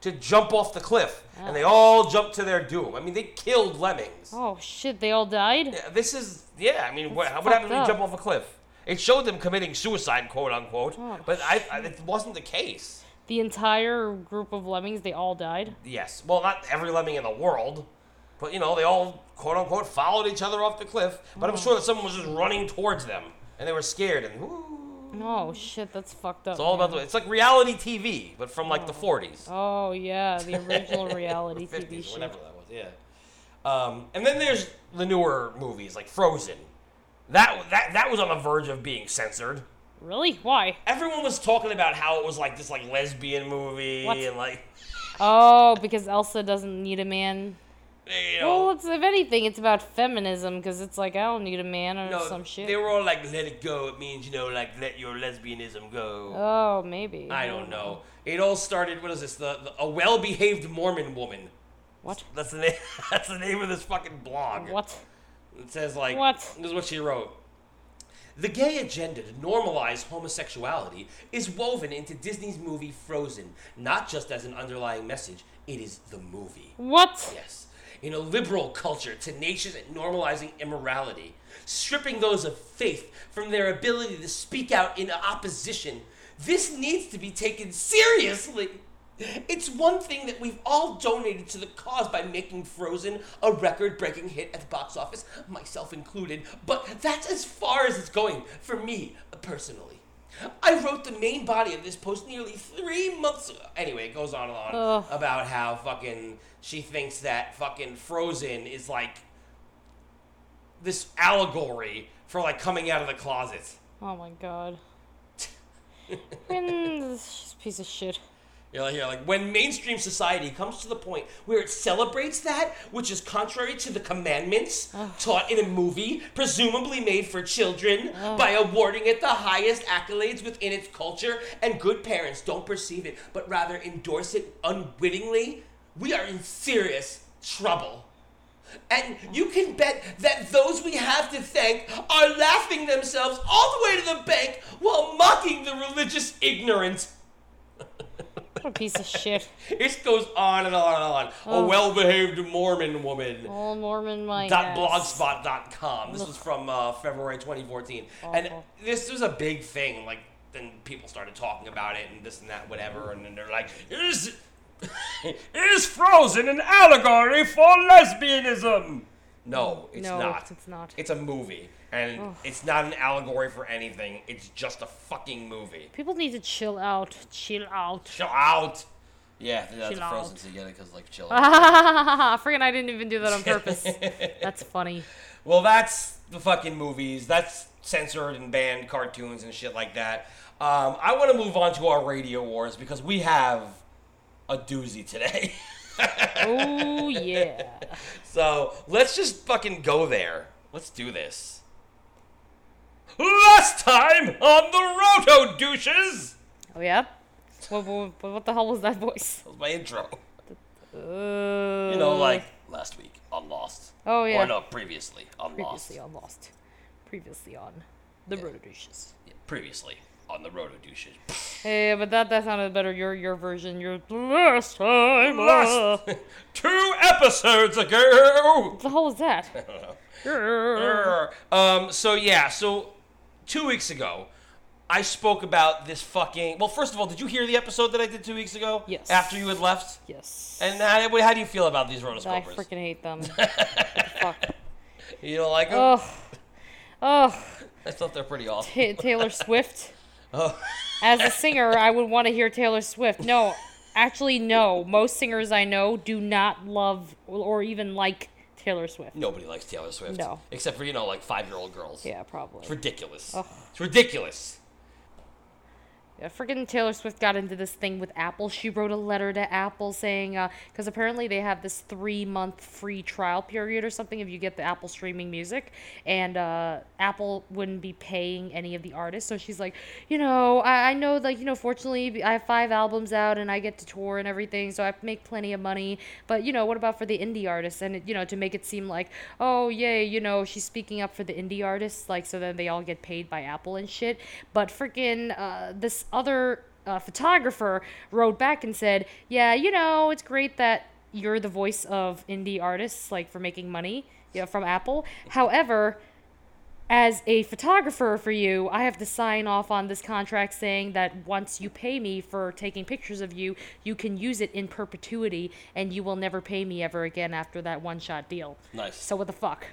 A: to jump off the cliff, and they all jumped to their doom. I mean, they killed lemmings.
C: Oh shit! They all died.
A: Yeah, This is yeah. I mean, what,
C: That's
A: what
C: fucked
A: happened when you
C: up.
A: jump off a cliff? It showed them committing suicide, quote unquote.
C: Oh,
A: but I, I, it wasn't the case.
C: The entire group of lemmings, they all died.
A: Yes. Well, not every lemming in the world, but you know, they all quote unquote followed each other off the cliff. But I'm sure that someone was just running towards them, and they were scared. And "Ooh."
C: Oh shit! That's fucked up.
A: it's all about the. It's like reality TV, but from like the 40s.
C: Oh yeah, the original reality
A: or 50s,
C: TV
A: or
C: show.
A: whatever that was. Yeah. Um, and then there's the newer movies like Frozen. That that that was on the verge of being censored.
C: Really? Why?
A: Everyone was talking about how it was like this like lesbian movie
C: What?
A: and like
C: Oh, because Elsa doesn't need a man.
A: you know
C: Well, it's if anything, it's about feminism because it's like I don't need a man or
A: no,
C: Uh, some shit.
A: They were all like let it go. It means you know like let your lesbianism go.
C: oh, maybe.
A: I don't know. It all started. What is this? The, the a well-behaved Mormon woman.
C: What?
A: That's the name. That's the name of this fucking blog.
C: What?
A: It says like
C: What?
A: This is what she wrote. The gay agenda to normalize homosexuality is woven into Disney's movie Frozen, not just as an underlying message. It is the movie.
C: What?
A: Yes. in a liberal culture tenacious at normalizing immorality, stripping those of faith from their ability to speak out in opposition. This needs to be taken seriously. It's one thing that we've all donated to the cause by making Frozen a record breaking hit at the box office, myself included, but that's as far as it's going for me personally. I wrote the main body of this post nearly three months ago. Anyway, it goes on and on
C: Ugh.
A: about how fucking she thinks that fucking Frozen is like this allegory for like coming out of the closet.
C: Oh my god. and this piece of shit.
A: You're like, you're like, when mainstream society comes to the point where it celebrates that, which is contrary to the commandments taught in a movie, presumably made for children, by awarding it the highest accolades within its culture, and good parents don't perceive it, but rather endorse it unwittingly, we are in serious trouble. And you can bet that those we have to thank are laughing themselves all the way to the bank while mocking the religious ignorant.
C: What a piece of shit.
A: It goes on and on and on. A well behaved Mormon woman.
C: All Mormon my
A: Dot
C: ass.
A: blogspot.com. This was from uh, February 2014. And
C: Awful.
A: this was a big thing. Like, then people started talking about it and this and that, whatever. And then they're like, is, is Frozen an allegory for lesbianism? No, it's
C: No,
A: not.
C: it's- it's not.
A: It's a movie. And it's not an allegory for anything. It's just a fucking movie.
C: People need to chill out. Chill out.
A: Chill out. Yeah,
C: Chill
A: that's
C: out.
A: Frozen together because, like, chill out.
C: I forget I didn't even do that on purpose. That's funny.
A: Well, that's the fucking movies. That's censored and banned cartoons and shit like that. Um, I want to move on to our radio wars because we have a doozy today.
C: Oh yeah.
A: so let's just fucking go there. Let's do this. Last time on the Roto douches.
C: Oh yeah. What, what, what the hell was that voice?
A: That was my intro.
C: Uh,
A: You know, like last week on Lost.
C: Oh yeah.
A: Or no, previously on
C: Previously
A: Lost.
C: on Lost. Previously on the Rotodouches.
A: Previously on the Roto douches.
C: Yeah, but that that sounded better. Your your version. Your last time. uh.
A: Last two episodes ago.
C: What the hell was that? Grrr.
A: Um, so yeah, so two weeks ago, I spoke about this fucking. Well, first of all, did you hear the episode that I did two weeks ago?
C: Yes.
A: After you had left.
C: yes.
A: And how, how do you feel about these
C: I
A: rotoscopers?
C: freaking hate them. Fuck.
A: You don't like them?
C: Ugh. Ugh.
A: I thought they're pretty awesome. Oh,
C: Ta- Taylor Swift. As a singer, I would want to hear Taylor Swift. No, actually, no. Most singers I know do not love or even like Taylor Swift.
A: Nobody likes Taylor Swift.
C: No.
A: Except for you know, like five-year-old girls.
C: Yeah, probably.
A: It's ridiculous. It's ridiculous.
C: Yeah, freaking Taylor Swift got into this thing with Apple. She wrote a letter to Apple saying, because apparently they have this three month free trial period or something if you get the Apple streaming music, and uh, Apple wouldn't be paying any of the artists. So she's like, you know, I, I know, like, you know, fortunately I have five albums out and I get to tour and everything, so I make plenty of money. But, you know, what about for the indie artists? And, you know, to make it seem like, oh, yay, you know, she's speaking up for the indie artists, like, so then they all get paid by Apple and shit. But freaking uh, this other uh, photographer wrote back and said, "Yeah, you know, it's great that you're the voice of indie artists, like for making money, you know, from Apple. However." As a photographer for you, I have to sign off on this contract saying that once you pay me for taking pictures of you, you can use it in perpetuity and you will never pay me ever again after that one shot deal.
A: Nice.
C: So, what the fuck?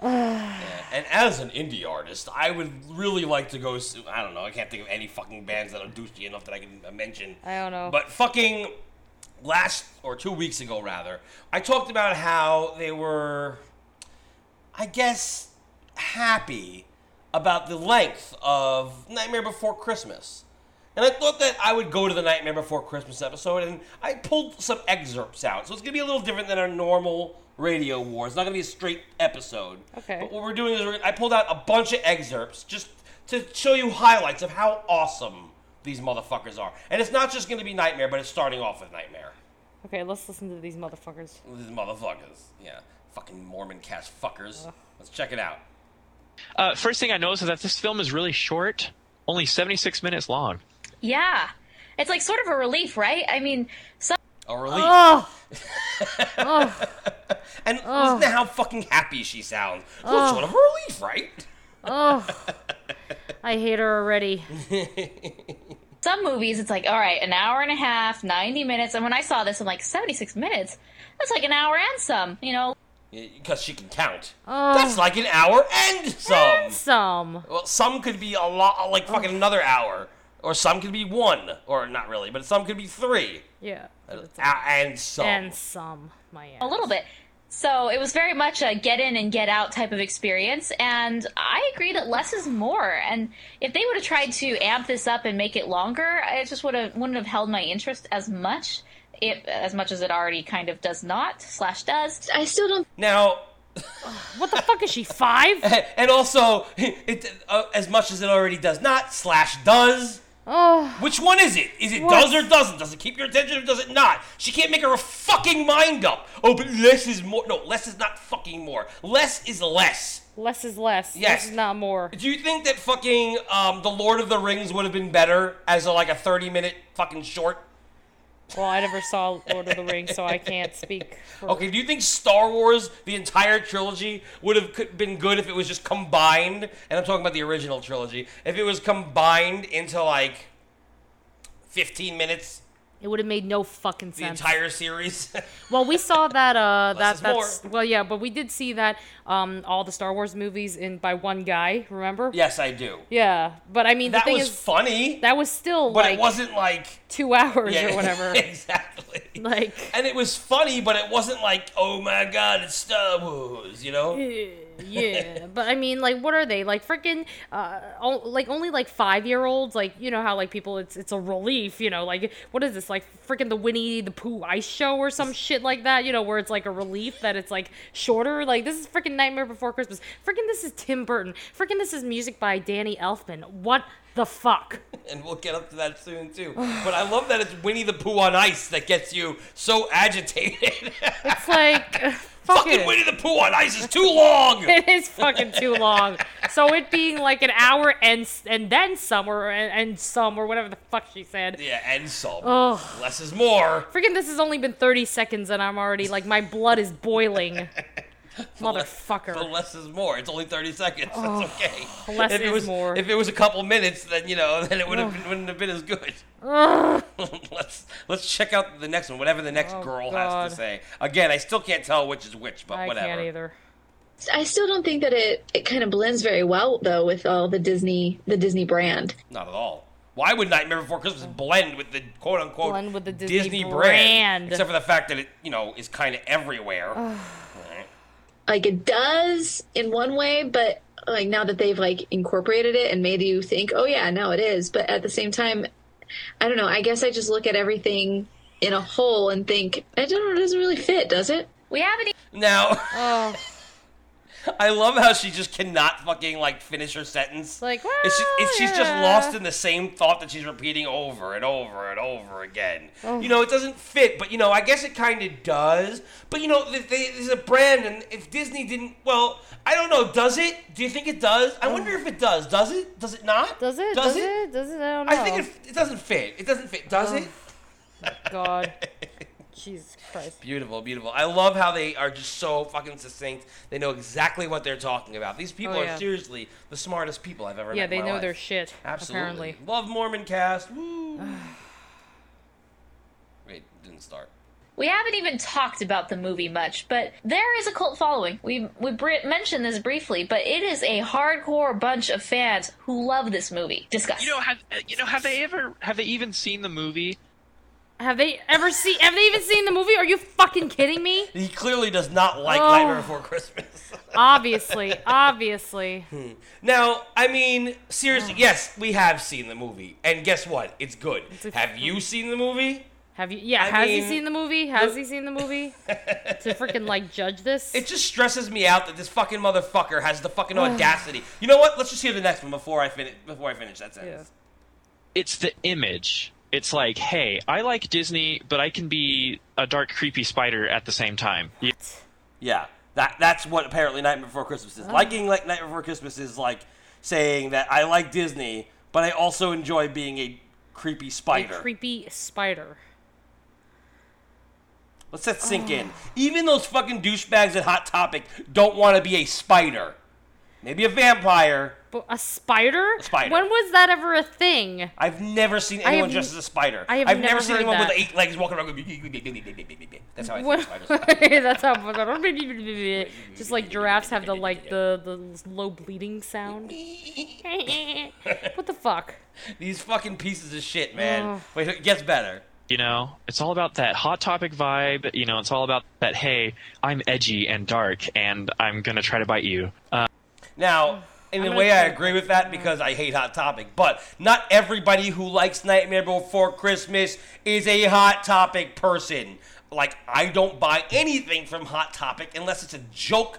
A: And as an indie artist, I would really like to go. s- I don't know. I can't think of any fucking bands that are douchey enough that I can uh, mention.
C: I don't know.
A: But fucking last or two weeks ago, rather, I talked about how they were, I guess, happy about the length of Nightmare Before Christmas. And I thought that I would go to the Nightmare Before Christmas episode, and I pulled some excerpts out. So it's gonna be a little different than our normal radio war. It's not gonna be a straight episode.
C: Okay.
A: But what we're doing is we're, I pulled out a bunch of excerpts just to show you highlights of how awesome these motherfuckers are. And it's not just gonna be Nightmare, but it's starting off with Nightmare.
C: Okay, let's listen to these motherfuckers.
A: These motherfuckers. Yeah. Fucking Mormon cast fuckers. Let's check it out.
H: Uh, first thing I noticed is that this film is really short, only 76 minutes long.
I: Yeah. It's like sort of a relief, right? I mean, some
A: A relief.
C: Oh, oh,
A: And listen to how fucking happy she sounds. What
C: Oh.
A: sort of relief, right?
C: oh. I hate her already.
I: Some movies, it's like, all right, an hour and a half, 90 minutes. And when I saw this, I'm like, 76 minutes? That's like an hour and some, you know?
A: Because she can count.
C: Oh.
A: That's like an hour and some.
C: And some.
A: Well, some could be a lot, like fucking another hour, or some could be one, or not really, but some could be three,
C: Yeah.
A: Uh,
C: That's all.
A: and some.
C: And some. Um, My ass.
I: a little bit. So it was very much a get in and get out type of experience. And I agree that less is more. And if they would have tried to amp this up and make it longer, I just would have wouldn't have held my interest as much. It, as much as it already kind of does not slash does. I still don't.
A: now,
C: What the fuck is she, five?
A: and also, it uh, as much as it already does not slash does.
C: Oh,
A: Which one is it? Is it
C: What?
A: does or doesn't? Does it keep your attention or does it not? She can't make her a fucking mind up. Oh, but less is more. No, less is not fucking more. Less is less.
C: less is less.
A: Yes.
C: Less is not more.
A: Do you think that fucking um, the Lord of the Rings would have been better as a, like a thirty-minute fucking short?
C: Well, I never saw Lord of the Rings, so I can't speak. For...
A: Okay, do you think Star Wars, the entire trilogy, would have could- been good if it was just combined? And I'm talking about the original trilogy. If it was combined into like 15 minutes,
C: It would have made no fucking
A: the
C: sense.
A: entire series.
C: Well, we saw that. Uh, that
A: is
C: that's
A: more.
C: well, yeah, but we did see that. Um, all the Star Wars movies in by one guy. Remember?
A: yes, I do.
C: Yeah, but I mean, the
A: That
C: thing
A: was
C: is,
A: funny,
C: that was still
A: but
C: like
A: it wasn't like
C: two hours
A: yeah,
C: or whatever.
A: exactly.
C: like,
A: And it was funny, but it wasn't like, oh my god, it's Star Wars, you know?
C: yeah, but I mean, like, what are they like? Freaking, uh, o- like only like five year olds. Like, you know how like people, it's it's a relief. You know, like what is this like? Freaking the Winnie the Pooh ice show or some shit like that. You know, where it's like a relief that it's like shorter. Like this is freaking Nightmare Before Christmas. Freaking this is Tim Burton. Freaking this is music by Danny Elfman. What the fuck?
A: And we'll get up to that soon too. but I love that it's Winnie the Pooh on ice that gets you so agitated.
C: It's like fuck
A: Fucking
C: it.
A: Winnie the Pooh on ice is too long.
C: it is fucking too long. So it being like an hour and s- and then some or and, and some or whatever the fuck she said.
A: yeah, and some.
C: Oh,
A: Less is more.
C: freaking! This has only been thirty seconds, and I'm already like my blood is boiling.
A: But
C: Motherfucker.
A: less is more. It's only 30 seconds. That's okay.
C: less
A: if it
C: is
A: was,
C: more.
A: If it was a couple minutes, then, you know, then it would have been, wouldn't have been as good.
C: Ugh.
A: let's let's check out the next one, whatever the next
C: Oh,
A: girl has
C: God.
A: to say. Again, I still can't tell which is which, but
C: I
A: whatever.
C: can't either.
J: I still don't think that it, it kind of blends very well though with all the Disney the Disney brand.
A: Not at all. Why would Nightmare Before Christmas blend with the quote unquote
C: Blend with the Disney brand.
A: Except for the fact that it, you know, is kind of everywhere.
J: Like it does in one way, but like now that they've like incorporated it and made you think, oh yeah, now it is. But at the same time, I don't know. I guess I just look at everything in a whole and think, I don't know, it doesn't really fit, does it?
I: We haven't e-
A: now,
C: Oh,
A: I love how she just cannot fucking like finish her sentence.
C: like well,
A: It's just, it's, she's just
C: yeah.
A: lost in the same thought that she's repeating over and over and over again. You know, it doesn't fit, but you know, I guess it kind of does. But you know, th they, there's a brand, and if Disney didn't, well, I don't know. Does it? Do you think it does? I wonder if it does. Does it? Does it not?
C: Um, Does it?
A: Does,
C: Does, it? Does it? I don't know. Oh.
A: I think it, it doesn't fit. It doesn't fit. Does it?
C: God. Jesus Christ.
A: Beautiful, beautiful. I love how they are just so fucking succinct. They know exactly what they're talking about. These people
C: Oh,
A: are
C: yeah.
A: seriously the smartest people I've ever met.
C: Yeah,
A: in
C: they
A: my
C: know
A: life.
C: their shit.
A: Absolutely.
C: Apparently.
A: Love Mormon cast. Woo. Wait, didn't start.
I: we haven't even talked about the movie much, but there is a cult following. We we br- mentioned this briefly, but it is a hardcore bunch of fans who love this movie. Discuss.
H: You know, have uh, you know have they ever have they even seen the movie?
C: Have they ever seen? Have they even seen the movie? Are you fucking kidding me?
A: He clearly does not like
C: Oh.
A: Nightmare Before Christmas.
C: obviously, obviously.
A: now, I mean, seriously, yes, we have seen the movie, and guess what? It's good.
C: a-
A: have you seen the movie?
C: Have you? Yeah.
A: I
C: has
A: mean,
C: he seen the movie? Has he seen the movie? to freaking like judge this?
A: It just stresses me out that this fucking motherfucker has the fucking audacity. You know what? Let's just hear the next one before I finish. Before I finish that
C: yeah.
A: sentence.
H: It's the image. It's like, hey, I like Disney, but I can be a dark, creepy spider at the same time. You-
A: Yeah, that that's what apparently Nightmare Before Christmas is.
C: Oh.
A: Liking like Nightmare Before Christmas is like saying that I like Disney, but I also enjoy being a creepy
C: A
A: spider.
C: creepy spider.
A: Let's that
C: Oh.
A: sink in. Even those fucking douchebags at Hot Topic don't want to be a spider. Maybe a vampire.
C: But a spider? A
A: spider.
C: When was that ever a thing?
A: I've never seen
C: I
A: anyone
C: have
A: dressed
C: n-
A: as a spider.
C: I have
A: I've
C: never
A: seen
C: heard
A: anyone
C: that.
A: with eight legs walking around. going, That's how I think
C: What-
A: of spiders.
C: That's how. Just like giraffes have the like the the low bleeding sound. what the fuck?
A: These fucking pieces of shit, man. Wait, it gets better.
H: You know, it's all about that hot topic vibe. You know, it's all about that. Hey, I'm edgy and dark, and I'm gonna try to bite you. Uh,
A: Now, in
H: I'm
A: a
H: gonna
A: way, I
H: try-
A: agree with that because I hate Hot Topic, but not everybody who likes Nightmare Before Christmas is a Hot Topic person. Like, I don't buy anything from Hot Topic unless it's a joke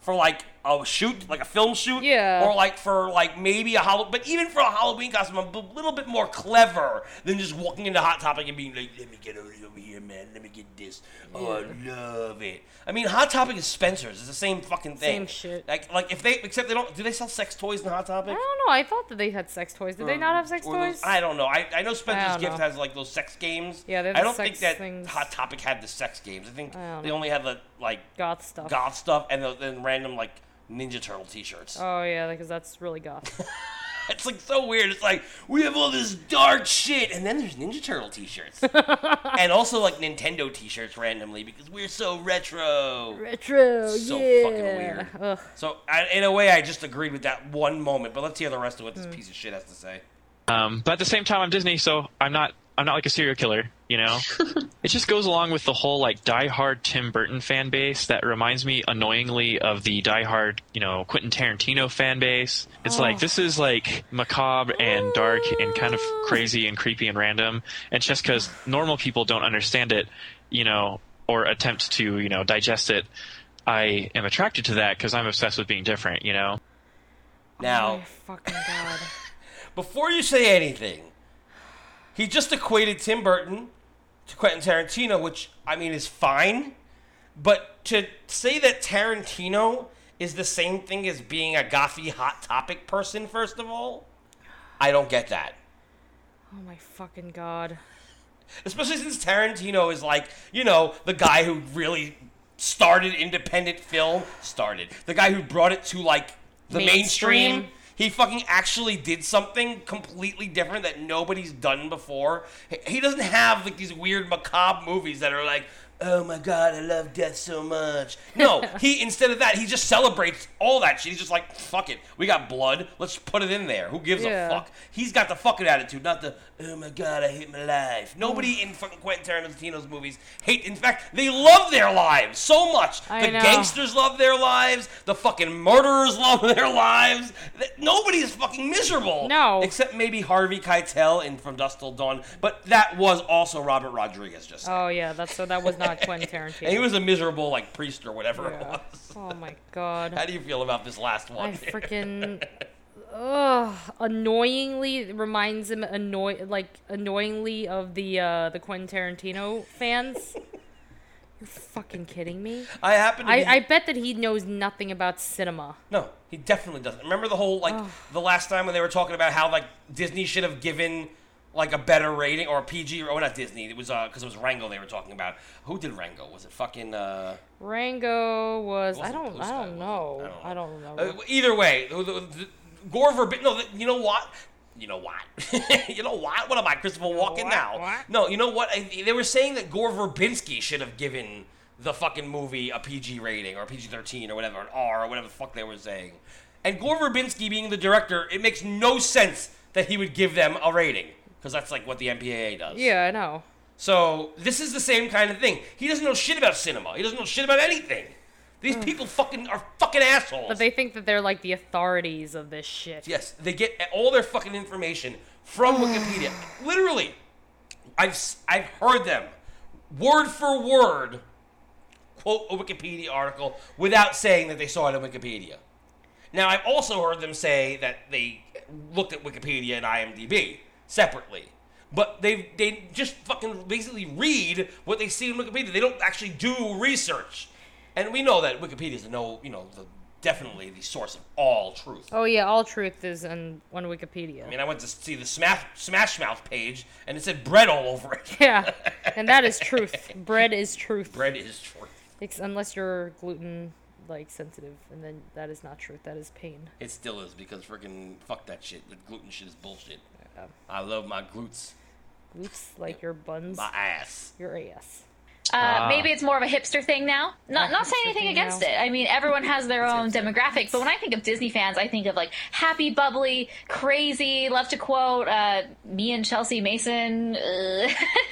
A: for like a shoot, like a film shoot,
E: Yeah.
A: or like for like maybe a Halloween. But even for a Halloween costume, I'm a b- little bit more clever than just walking into Hot Topic and being like, "Let me get over over here, man. Let me get this. Oh, I love it." I mean, Hot Topic is Spencer's. It's the same fucking
C: Same
A: thing.
C: shit.
A: Like, like if they except they don't do they sell sex toys in Hot Topic?
C: I don't know. I thought that they had sex toys. Did they
A: Or-
C: not have sex
A: or those-
C: toys?
A: I don't know. I, I know Spencer's
C: don't
A: Gift
C: know.
A: has like those sex games.
C: Yeah, they have
A: I
C: the
A: don't
C: sex
A: think that
C: things.
A: Hot Topic had the sex games. I think
C: I don't
A: they
C: know.
A: only had the like
C: goth stuff.
A: goth stuff, and the- then random like Ninja Turtle T-shirts.
C: Oh yeah, because that's really goth.
A: It's like so weird. It's like we have all this dark shit, and then there's Ninja Turtle T-shirts, and also like Nintendo T-shirts randomly because we're so retro.
C: Retro.
A: So
C: yeah.
A: fucking weird.
C: Ugh.
A: So I, in a way, I just agreed with that one moment. But let's hear the rest of what
C: Hmm.
A: this piece of shit has to say.
H: um, but at the same time, I'm Disney, so I'm not. I'm not like a serial killer. You know, it just goes along with the whole like diehard Tim Burton fan base that reminds me annoyingly of the diehard you know Quentin Tarantino fan base. It's
J: Oh.
H: like this is like macabre and dark and kind of crazy and creepy and random, and just because normal people don't understand it, you know, or attempt to you know digest it, I am attracted to that because I'm obsessed with being different. You know.
A: Now,
C: fucking god.
A: before you say anything, he just equated Tim Burton to Quentin Tarantino, which I mean is fine, but to say that Tarantino is the same thing as being a gothy hot topic person, first of all, I don't get that.
C: Oh my fucking god.
A: Especially since Tarantino is like, you know, the guy who really started independent film. Started. The guy who brought it to, like, the mainstream.
E: Mainstream.
A: He fucking actually did something completely different that nobody's done before. He- He doesn't have, like, these weird macabre movies that are like, oh my god, I love death so much. No, he, instead of that, he just celebrates all that shit. He's just like, fuck it. We got blood. Let's put it in there. Who gives
E: Yeah.
A: a fuck? He's got the fucking attitude, not the, oh my god, I hate my life.
E: Mm.
A: Nobody in fucking Quentin Tarantino's movies hate, in fact, they love their lives so much.
E: I
A: the
E: know.
A: gangsters love their lives, the fucking murderers love their lives. Th- Nobody is fucking miserable. No. Except maybe Harvey Keitel in From Dust Till Dawn, but that was also Robert Rodriguez just.
C: Oh yeah, that's so that was not Quentin Tarantino.
A: And he was a miserable, like, priest or whatever it was.
C: Oh my god.
A: How do you feel about this last
C: I
A: one?
C: freaking ugh, annoyingly reminds him annoy like annoyingly of the uh the Quentin Tarantino fans. You're fucking kidding me.
A: I happen to
C: I,
A: be-
C: I bet that he knows nothing about cinema.
A: No, he definitely doesn't. Remember the whole like
C: Ugh.
A: the last time when they were talking about how like Disney should have given like a better rating or a PG or oh, not Disney. It was uh because it was Rango they were talking about. Who did Rango? Was it fucking uh?
C: Rango was I
A: Wasn't
C: don't
A: Blue
C: I
A: Sky,
C: don't know. I don't remember.
A: Uh, either way, the, the, the, Gore Verbinski. No, the, you know what? You know what? you know what? What am I, Christopher Walken now? No, you know what? I, they were saying that Gore Verbinski should have given the fucking movie a PG rating or PG thirteen or whatever, an R or whatever the fuck they were saying. And Gore Verbinski being the director, it makes no sense that he would give them a rating because that's like what the MPAA does.
C: yeah, I know.
A: So this is the same kind of thing. He doesn't know shit about cinema. He doesn't know shit about anything. These people fucking are fucking assholes.
C: But they think that they're like the authorities of this shit.
A: Yes, they get all their fucking information from Wikipedia. Literally, I've s- I've heard them word for word quote a Wikipedia article without saying that they saw it on Wikipedia. Now, I've also heard them say that they looked at Wikipedia and IMDb separately. But they they just fucking basically read what they see in Wikipedia. They don't actually do research. And we know that Wikipedia is no, you know, the definitely the source of all truth.
C: Oh yeah, all truth is on on Wikipedia.
A: I mean, I went to see the Smash, Smash Mouth page, and it said bread all over it.
C: yeah, and that is truth. Bread is truth.
A: Bread is truth.
C: Ex- unless you're gluten like sensitive, and then that is not truth. That is pain.
A: It still is because freaking fuck that shit. The gluten shit is bullshit. I love my glutes,
C: Glutes like your buns.
A: my ass.
C: Your ass.
I: Uh,
A: Ah.
I: Maybe it's more of a hipster thing now. Not not saying anything against it. I mean, everyone has their own demographic. But when I think of Disney fans, I think of like happy, bubbly, crazy. Love to quote uh, me and Chelsea Mason. Uh,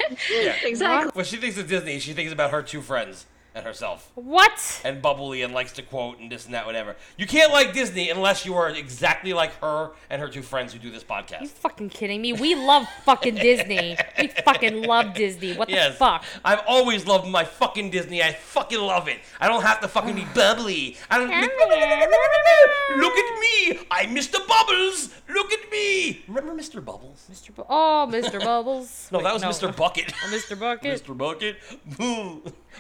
I: exactly.
A: When she thinks of Disney, she thinks about her two friends and herself.
C: What?
A: And bubbly and likes to quote and this and that, whatever. You can't like Disney unless you are exactly like her and her two friends who do this podcast.
C: You fucking kidding me? We love fucking Disney. we fucking love Disney. What the
A: Yes.
C: fuck?
A: I've always loved my fucking Disney. I fucking love it. I don't have to fucking be bubbly. I don't. Look at me. I'm Mr. Bubbles. Look at me. Remember Mr. Bubbles?
C: Mr. Bu- oh, Mr. Bubbles.
A: No,
C: Wait,
A: that was Mr. Bucket.
C: Mr. Bucket.
A: Mr. Bucket.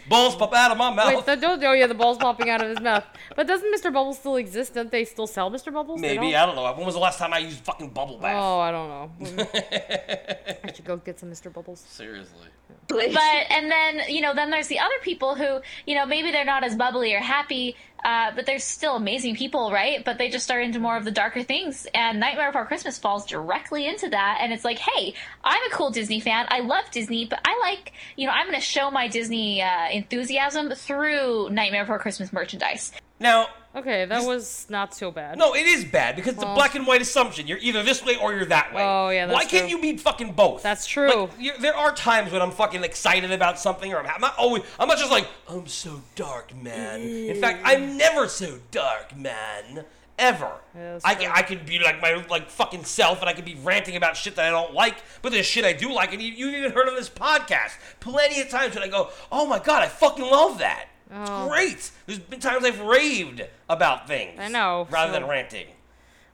A: Balls pop out of my mouth.
C: Wait, the, don't, oh yeah, the ball's popping out of his mouth. But doesn't Mr. Bubbles still exist? Don't they still sell Mr. Bubbles? They
A: Maybe
C: don't?
A: I don't know. When was the last time I used fucking bubble bath?
C: Oh, I don't know. Oh, I should go get some Mr. Bubbles.
A: Seriously.
I: But and then you know, then there's the other people who you know maybe they're not as bubbly or happy, uh, but they're still amazing people, right? But they just are into more of the darker things. And Nightmare Before Christmas falls directly into that. And it's like, hey, I'm a cool Disney fan. I love Disney, but I like you know I'm going to show my Disney uh, enthusiasm through Nightmare Before Christmas merchandise.
A: Now,
C: Okay, that was not so bad.
A: no, it is bad because it's a
C: Well-
A: black and white assumption. You're either this way or you're that way.
C: Oh, yeah,
A: Why
C: that's
A: can't you be fucking both?
C: That's true.
A: Like, you there are times when I'm fucking excited about something, or I'm, I'm not always. I'm not just like I'm so dark, man.
C: Mm.
A: In fact, I'm never so dark, man. Ever.
G: that's
A: I can I can be like my like fucking self, and I can be ranting about shit that I don't like, but there's shit I do like, and you, you've even heard on this podcast plenty of times when I go, oh my god, I fucking love that.
C: Oh.
A: It's great. There's been times I've raved about things.
C: I know,
A: Rather
C: so-
A: than ranting.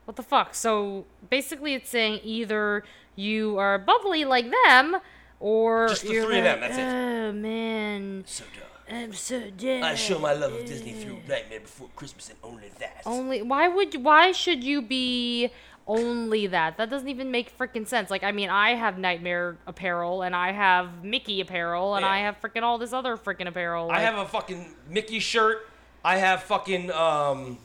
C: What the fuck? So basically, it's saying either you are bubbly like them, or
A: Just the
C: you're
A: three of
C: like,
A: them, that's it.
C: Oh man,
A: so dark.
C: I'm so dead.
A: I show my love of Disney through Nightmare Before Christmas and only that.
C: Only why would why should you be only that? That doesn't even make freaking sense. Like I mean, I have nightmare apparel and I have Mickey apparel and I
A: Yeah.
C: have freaking all this other freaking apparel.
A: I have a fucking Mickey shirt. I have fucking um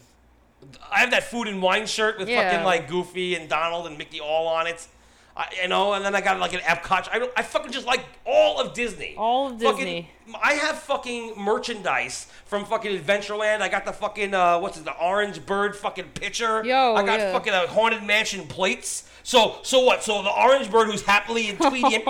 A: I have that food and wine shirt with
C: Yeah.
A: fucking like Goofy and Donald and Mickey all on it. I, you know, and then I got like an Epcot. I don't, I fucking just like all of Disney. All of
C: Disney.
A: I have fucking merchandise from fucking Adventureland. I got the fucking uh, what's it, the orange bird fucking picture. Yo, I got
C: yeah.
A: fucking uh, haunted mansion plates. So so what? So the orange bird who's happily in Tweety and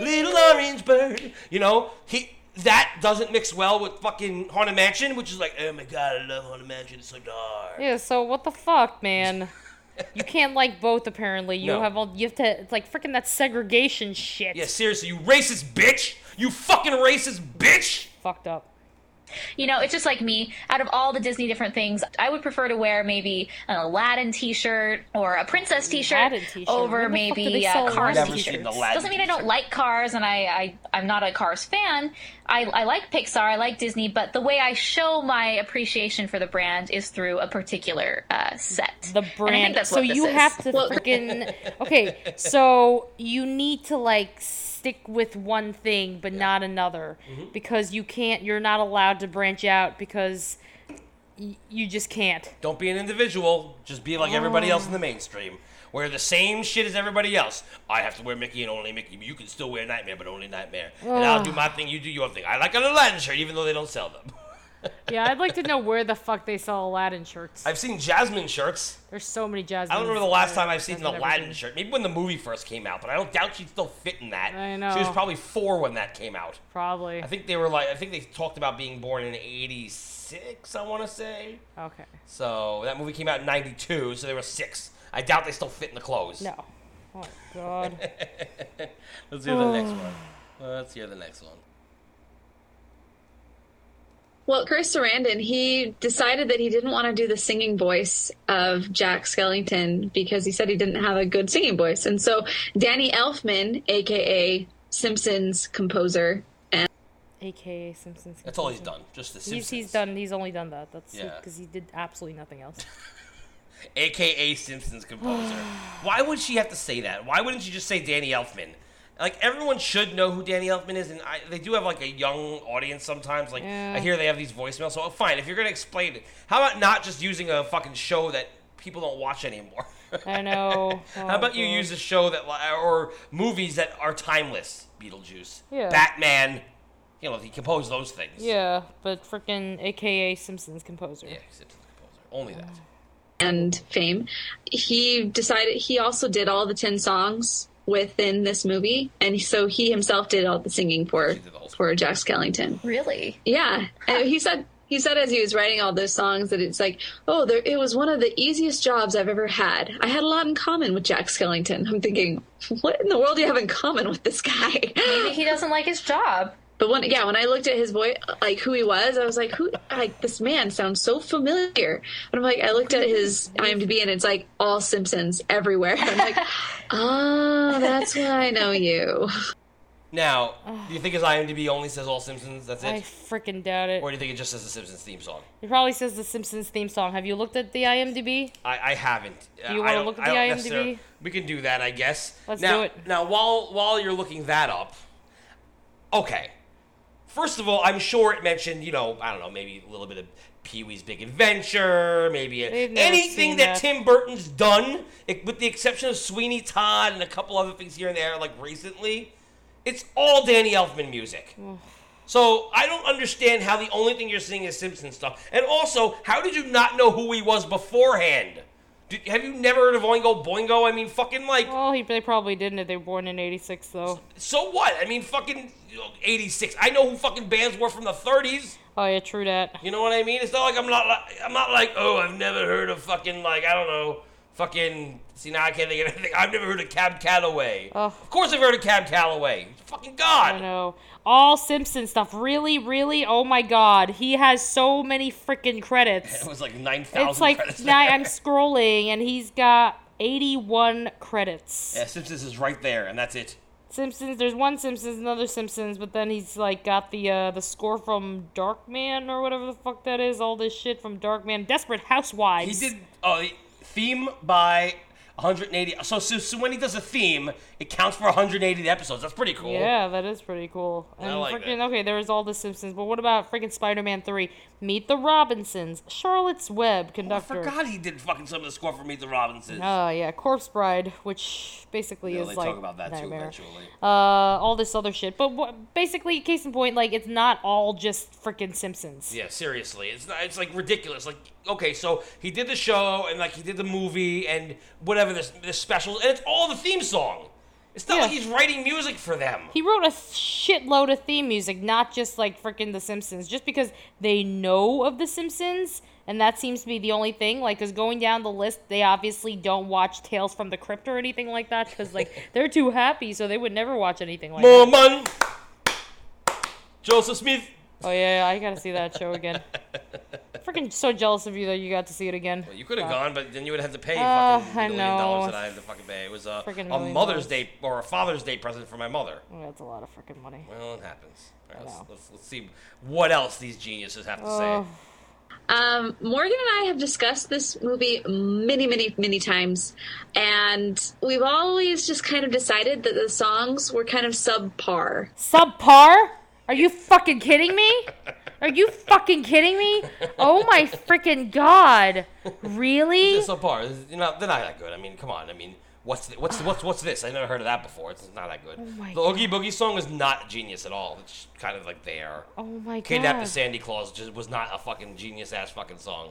A: little orange bird. You know, he that doesn't mix well with fucking Haunted Mansion, which is like, oh my god, I love Haunted Mansion, it's so dark.
C: Yeah, so what the fuck, man? you can't like both apparently. You
A: No.
C: have all you have to it's like freaking that segregation shit.
A: Yeah, seriously, you racist bitch! You fucking racist bitch!
C: Fucked up.
I: You know, it's just like me. Out of all the Disney different things, I would prefer to wear maybe an Aladdin T-shirt or a princess T-shirt over
C: Where the fuck do
I: maybe
C: they
I: uh,
C: sell
I: Cars
A: Aladdin Never seen
I: T-shirts.
A: an Aladdin
I: Doesn't mean I don't like Cars, and I, I I'm not a Cars fan. I I like Pixar, I like Disney, but the way I show my appreciation for the brand is through a particular uh, set. The brand. I think
C: brand.
I: that's
C: So
I: what this
C: you
I: is.
C: have to freaking okay. So you need to like stick with one thing but not another
A: Mm-hmm.
I: Mhm.
C: because you can't. You're not allowed to branch out because y- you just can't.
A: Don't be an individual, just be like everybody else in the mainstream. Wear the same shit as everybody else. I have to wear Mickey and only Mickey. You can still wear Nightmare, but only Nightmare. And I'll do my thing, you do your thing. I like an Aladdin shirt, even though they don't sell them.
C: Yeah, I'd like to know where the fuck they sell Aladdin shirts.
A: I've seen Jasmine shirts.
C: There's so many Jasmine.
A: I don't remember the last time I've seen an Aladdin shirt. Maybe when the movie first came out, but I don't doubt she'd still fit in that.
C: I
A: She was
C: know.
A: probably four when that came out.
C: Probably.
A: I think they were like, I think they talked about being born in 86, I want to say.
C: Okay.
A: So that movie came out in 92, so they were six. I doubt they still fit in the clothes.
C: No. Oh my god.
A: Let's hear the next one. Let's hear the next one.
J: Well, Chris Sarandon, he decided that he didn't want to do the singing voice of Jack Skellington because he said he didn't have a good singing voice. And so Danny Elfman, aka Simpsons composer and
C: AKA Simpsons.
A: That's all he's
C: conclusion.
A: done, just The
C: He's, he's
A: Simpsons.
C: done. He's only done that. That's
A: Yeah.
C: because he did absolutely nothing else.
A: AKA Simpsons composer. Why would she have to say that? Why wouldn't she just say Danny Elfman? Like everyone should know who Danny Elfman is, and I, they do have like a young audience sometimes. Like
K: Yeah.
A: I hear they have these voicemails, so fine. If you're gonna explain it, how about not just using a fucking show that people don't watch anymore?
C: I know. Oh,
A: how about you use a show that li- or movies that are timeless? Beetlejuice,
C: Yeah.
A: Batman. You know he composed those things.
C: Yeah, but freaking AKA Simpsons composer. Yeah,
A: Simpsons composer. Only that.
J: and fame. He decided he also did all the 10 songs within this movie and so he himself did all the singing for for Jack Skellington.
I: Really?
J: Yeah. And he said he said as he was writing all those songs that it's like, "Oh, there it was one of the easiest jobs I've ever had. I had a lot in common with Jack Skellington." I'm thinking, "What in the world do you have in common with this guy?" Maybe
I: he doesn't like his job.
J: But when yeah, when I looked at his voice, like who he was, I was like, "Who like this man sounds so familiar." And I'm like, I looked at his IMDb and it's like all Simpsons everywhere. I'm like, "Oh, that's why I know you."
A: Now, do you think his IMDb only says all Simpsons? That's it.
C: I freaking doubt it.
A: Or do you think it just says the Simpsons theme song?
C: It probably says the Simpsons theme song. Have you looked at the IMDb?
A: I, I haven't.
C: Do you
A: I
C: wanna
A: don't-
C: look at
A: I
C: the
A: don't
C: IMDb?
A: necessarily- We can do that, I guess.
C: Let's
A: now,
C: do it.
A: Now, while while you're looking that up, okay. First of all, I'm sure it mentioned, you know, I don't know, maybe a little bit of Pee Wee's Big Adventure, maybe a-
K: We've never
A: anything
K: seen
A: that,
K: that.
A: Tim Burton's done, it, with the exception of Sweeney Todd and a couple other things here and there, like recently. It's all Danny Elfman music. So I don't understand how the only thing you're seeing is Simpson stuff. And also, how did you not know who he was beforehand? Did, have you never heard of Oingo Boingo? I mean, fucking like.
C: Well, he, they probably didn't if they were born in '86, though.
A: So what? I mean, fucking you know, 86. I know who fucking bands were from the 30s.
C: Oh yeah, true that.
A: You know what I mean? It's not like I'm not like, I'm not like, oh, I've never heard of fucking like, I don't know, fucking see now I can't think of anything. I've never heard of Cab Calloway. Of course I've heard of Cab Calloway. Fucking god.
C: I know. All Simpson stuff. Really, really. Oh my god, he has so many freaking credits.
A: It was like 9,000
C: It's like
A: credits
C: now
A: there.
C: I'm scrolling and he's got 81 credits.
A: Yeah, Simpsons is right there, and that's it.
C: Simpsons. There's one Simpsons, another Simpsons, but then he's like got the uh, the score from Darkman or whatever the fuck that is. All this shit from Darkman, Desperate Housewives.
A: He did oh, the theme by 180. So, so, so when he does a theme, it counts for 180 episodes. That's pretty cool. Oh,
C: Yeah, that is pretty cool.
A: I
C: And
A: like
C: freaking okay, there was all the Simpsons, but what about freaking Spider-Man Three? Meet the Robinsons, Charlotte's Web,
A: Oh, I
C: conductor.
A: forgot he did fucking some of the score for Meet the Robinsons.
C: Oh yeah, Corpse Bride, which basically
A: Yeah,
C: is
A: they
C: like
A: talk about that too
C: nightmare.
A: eventually.
C: Uh, all this other shit, but what, basically, case in point, like it's not all just freaking Simpsons.
A: Yeah, seriously, it's not, it's like ridiculous. Like, okay, so he did the show and like he did the movie and whatever this this special, and it's all the theme song. It's not like he's writing music for them.
C: He wrote a shitload of theme music, not just like freaking The Simpsons. Just because they know of The Simpsons, and that seems to be the only thing. Like, because going down the list, they obviously don't watch Tales from the Crypt or anything like that, because like they're too happy, so they would never watch anything like that.
A: Mormon, Joseph Smith.
C: Oh yeah, yeah, I gotta see that show again. Freaking so jealous of you that you got to see it again.
A: You could have
C: Fuck.
A: gone, but then you would have had to pay
C: Ah,
A: fucking
C: I
A: million
C: know.
A: dollars that I had to fucking pay. It was a,
C: Freaking
A: a
C: million
A: Mother's
C: dollars.
A: Day or a Father's Day present for my mother.
C: Oh, that's a lot of freaking money.
A: Well, it happens. All
C: I
A: right, let's,
C: know. Oh,
A: let's, let's see what else these geniuses have to say.
J: Um, Morgan and I have discussed this movie many, many, many times, and we've always just kind of decided that the songs were kind of subpar.
C: Subpar? Are you fucking kidding me? Are you fucking kidding me? Oh my freaking god! Really?
A: So far, you know, they're not that good. I mean, come on. I mean, what's th- what's what's what's this? I never heard of that before. It's not that good.
C: Oh my
A: the Oogie Boogie song is not genius at all. It's just kind of like there.
C: Oh my
A: Kidnap
C: god.
A: the Sandy Claus just was not a fucking genius ass fucking song.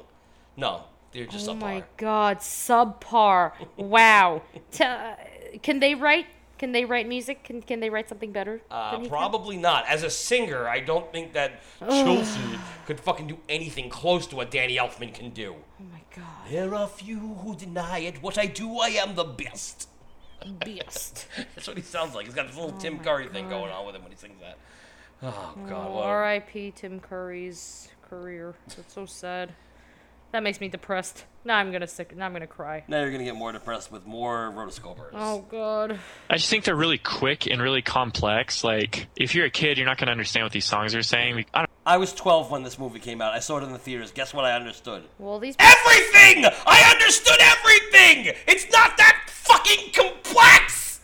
A: No, they're just
C: oh
A: subpar.
C: my god, subpar. Wow. T- uh, can they write? Can they write music? Can Can they write something better? than
A: Uh,
C: he can?
A: probably not. As a singer, I don't think that Chelsea could fucking do anything close to what Danny Elfman can do. Oh
C: my god.
A: There are few who deny it. What I do, I am the best.
C: Best.
A: That's what he sounds like. He's got this little Tim Curry thing going on with him when he sings that. Oh god,
C: Oh,
A: what a-
C: R.I.P. Tim Curry's career. That's so sad. That makes me depressed. Now I'm gonna sick. Now I'm gonna cry.
K: Now you're gonna get more depressed with more rotoscopers.
C: Oh god.
H: I just think they're really quick and really complex. Like, if you're a kid, you're not going to understand what these songs are saying. I don't
K: I was 12 when this movie came out. I saw it in the theaters. Guess what I understood?
C: Well, these
K: Everything! I understood everything! It's not that fucking complex!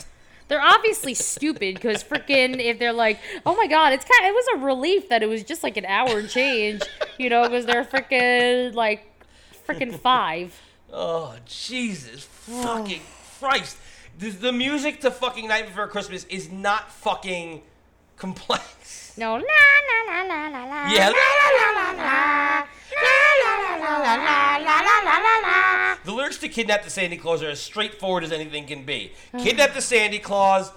C: They're obviously stupid because freaking if they're like, oh my god, it's kind. It was a relief that it was just like an hour and change, you know, because they're freaking like freaking five.
A: Oh, Jesus fucking Christ. The, the music to fucking Night Before Christmas is not fucking complex.
C: No, la la la la la la.
A: Yeah.
B: Ah,
A: The lyrics to Kidnap the Sandy Claus are as straightforward as anything can be.
C: Hmm.
A: Kidnap the Sandy Claus,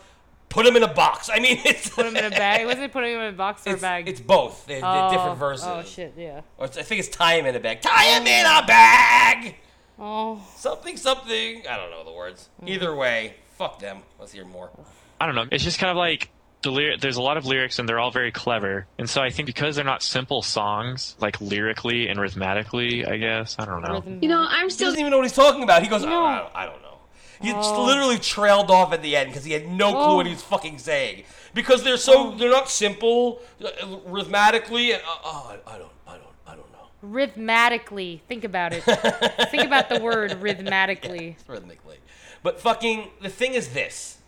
A: put him in a box. I mean, it's. Put
C: him in a bag. Was it putting him in a box or a bag?
A: It's both. They're, they're
C: Oh,
A: different verses.
C: Oh shit, yeah.
A: Or it's- I think it's tie him in a bag. Tie him in a bag!
C: Oh. Hmm.
A: Something, something. I don't know the words. Either way, fuck them. Let's hear more.
H: I don't know. It's just kind of like the lyric. There's a lot of lyrics, and they're all very clever. And so I think because they're not simple songs, like lyrically and rhythmically, I guess I don't know.
J: You know, I'm
A: He
J: still
A: doesn't even know what he's talking about. He goes, "Oh,
C: No.
A: I, don't, I don't know. He just
C: Oh.
A: literally trailed off at the end because he had no clue what he
J: Oh.
A: was fucking saying because they're so they're not simple uh, uh, rhythmically. And, uh, oh, I, I don't, I don't, I don't know
C: Rhythmatically. Think about it. Think about the word rhythmatically.
A: rhythmically. But fucking the thing is this,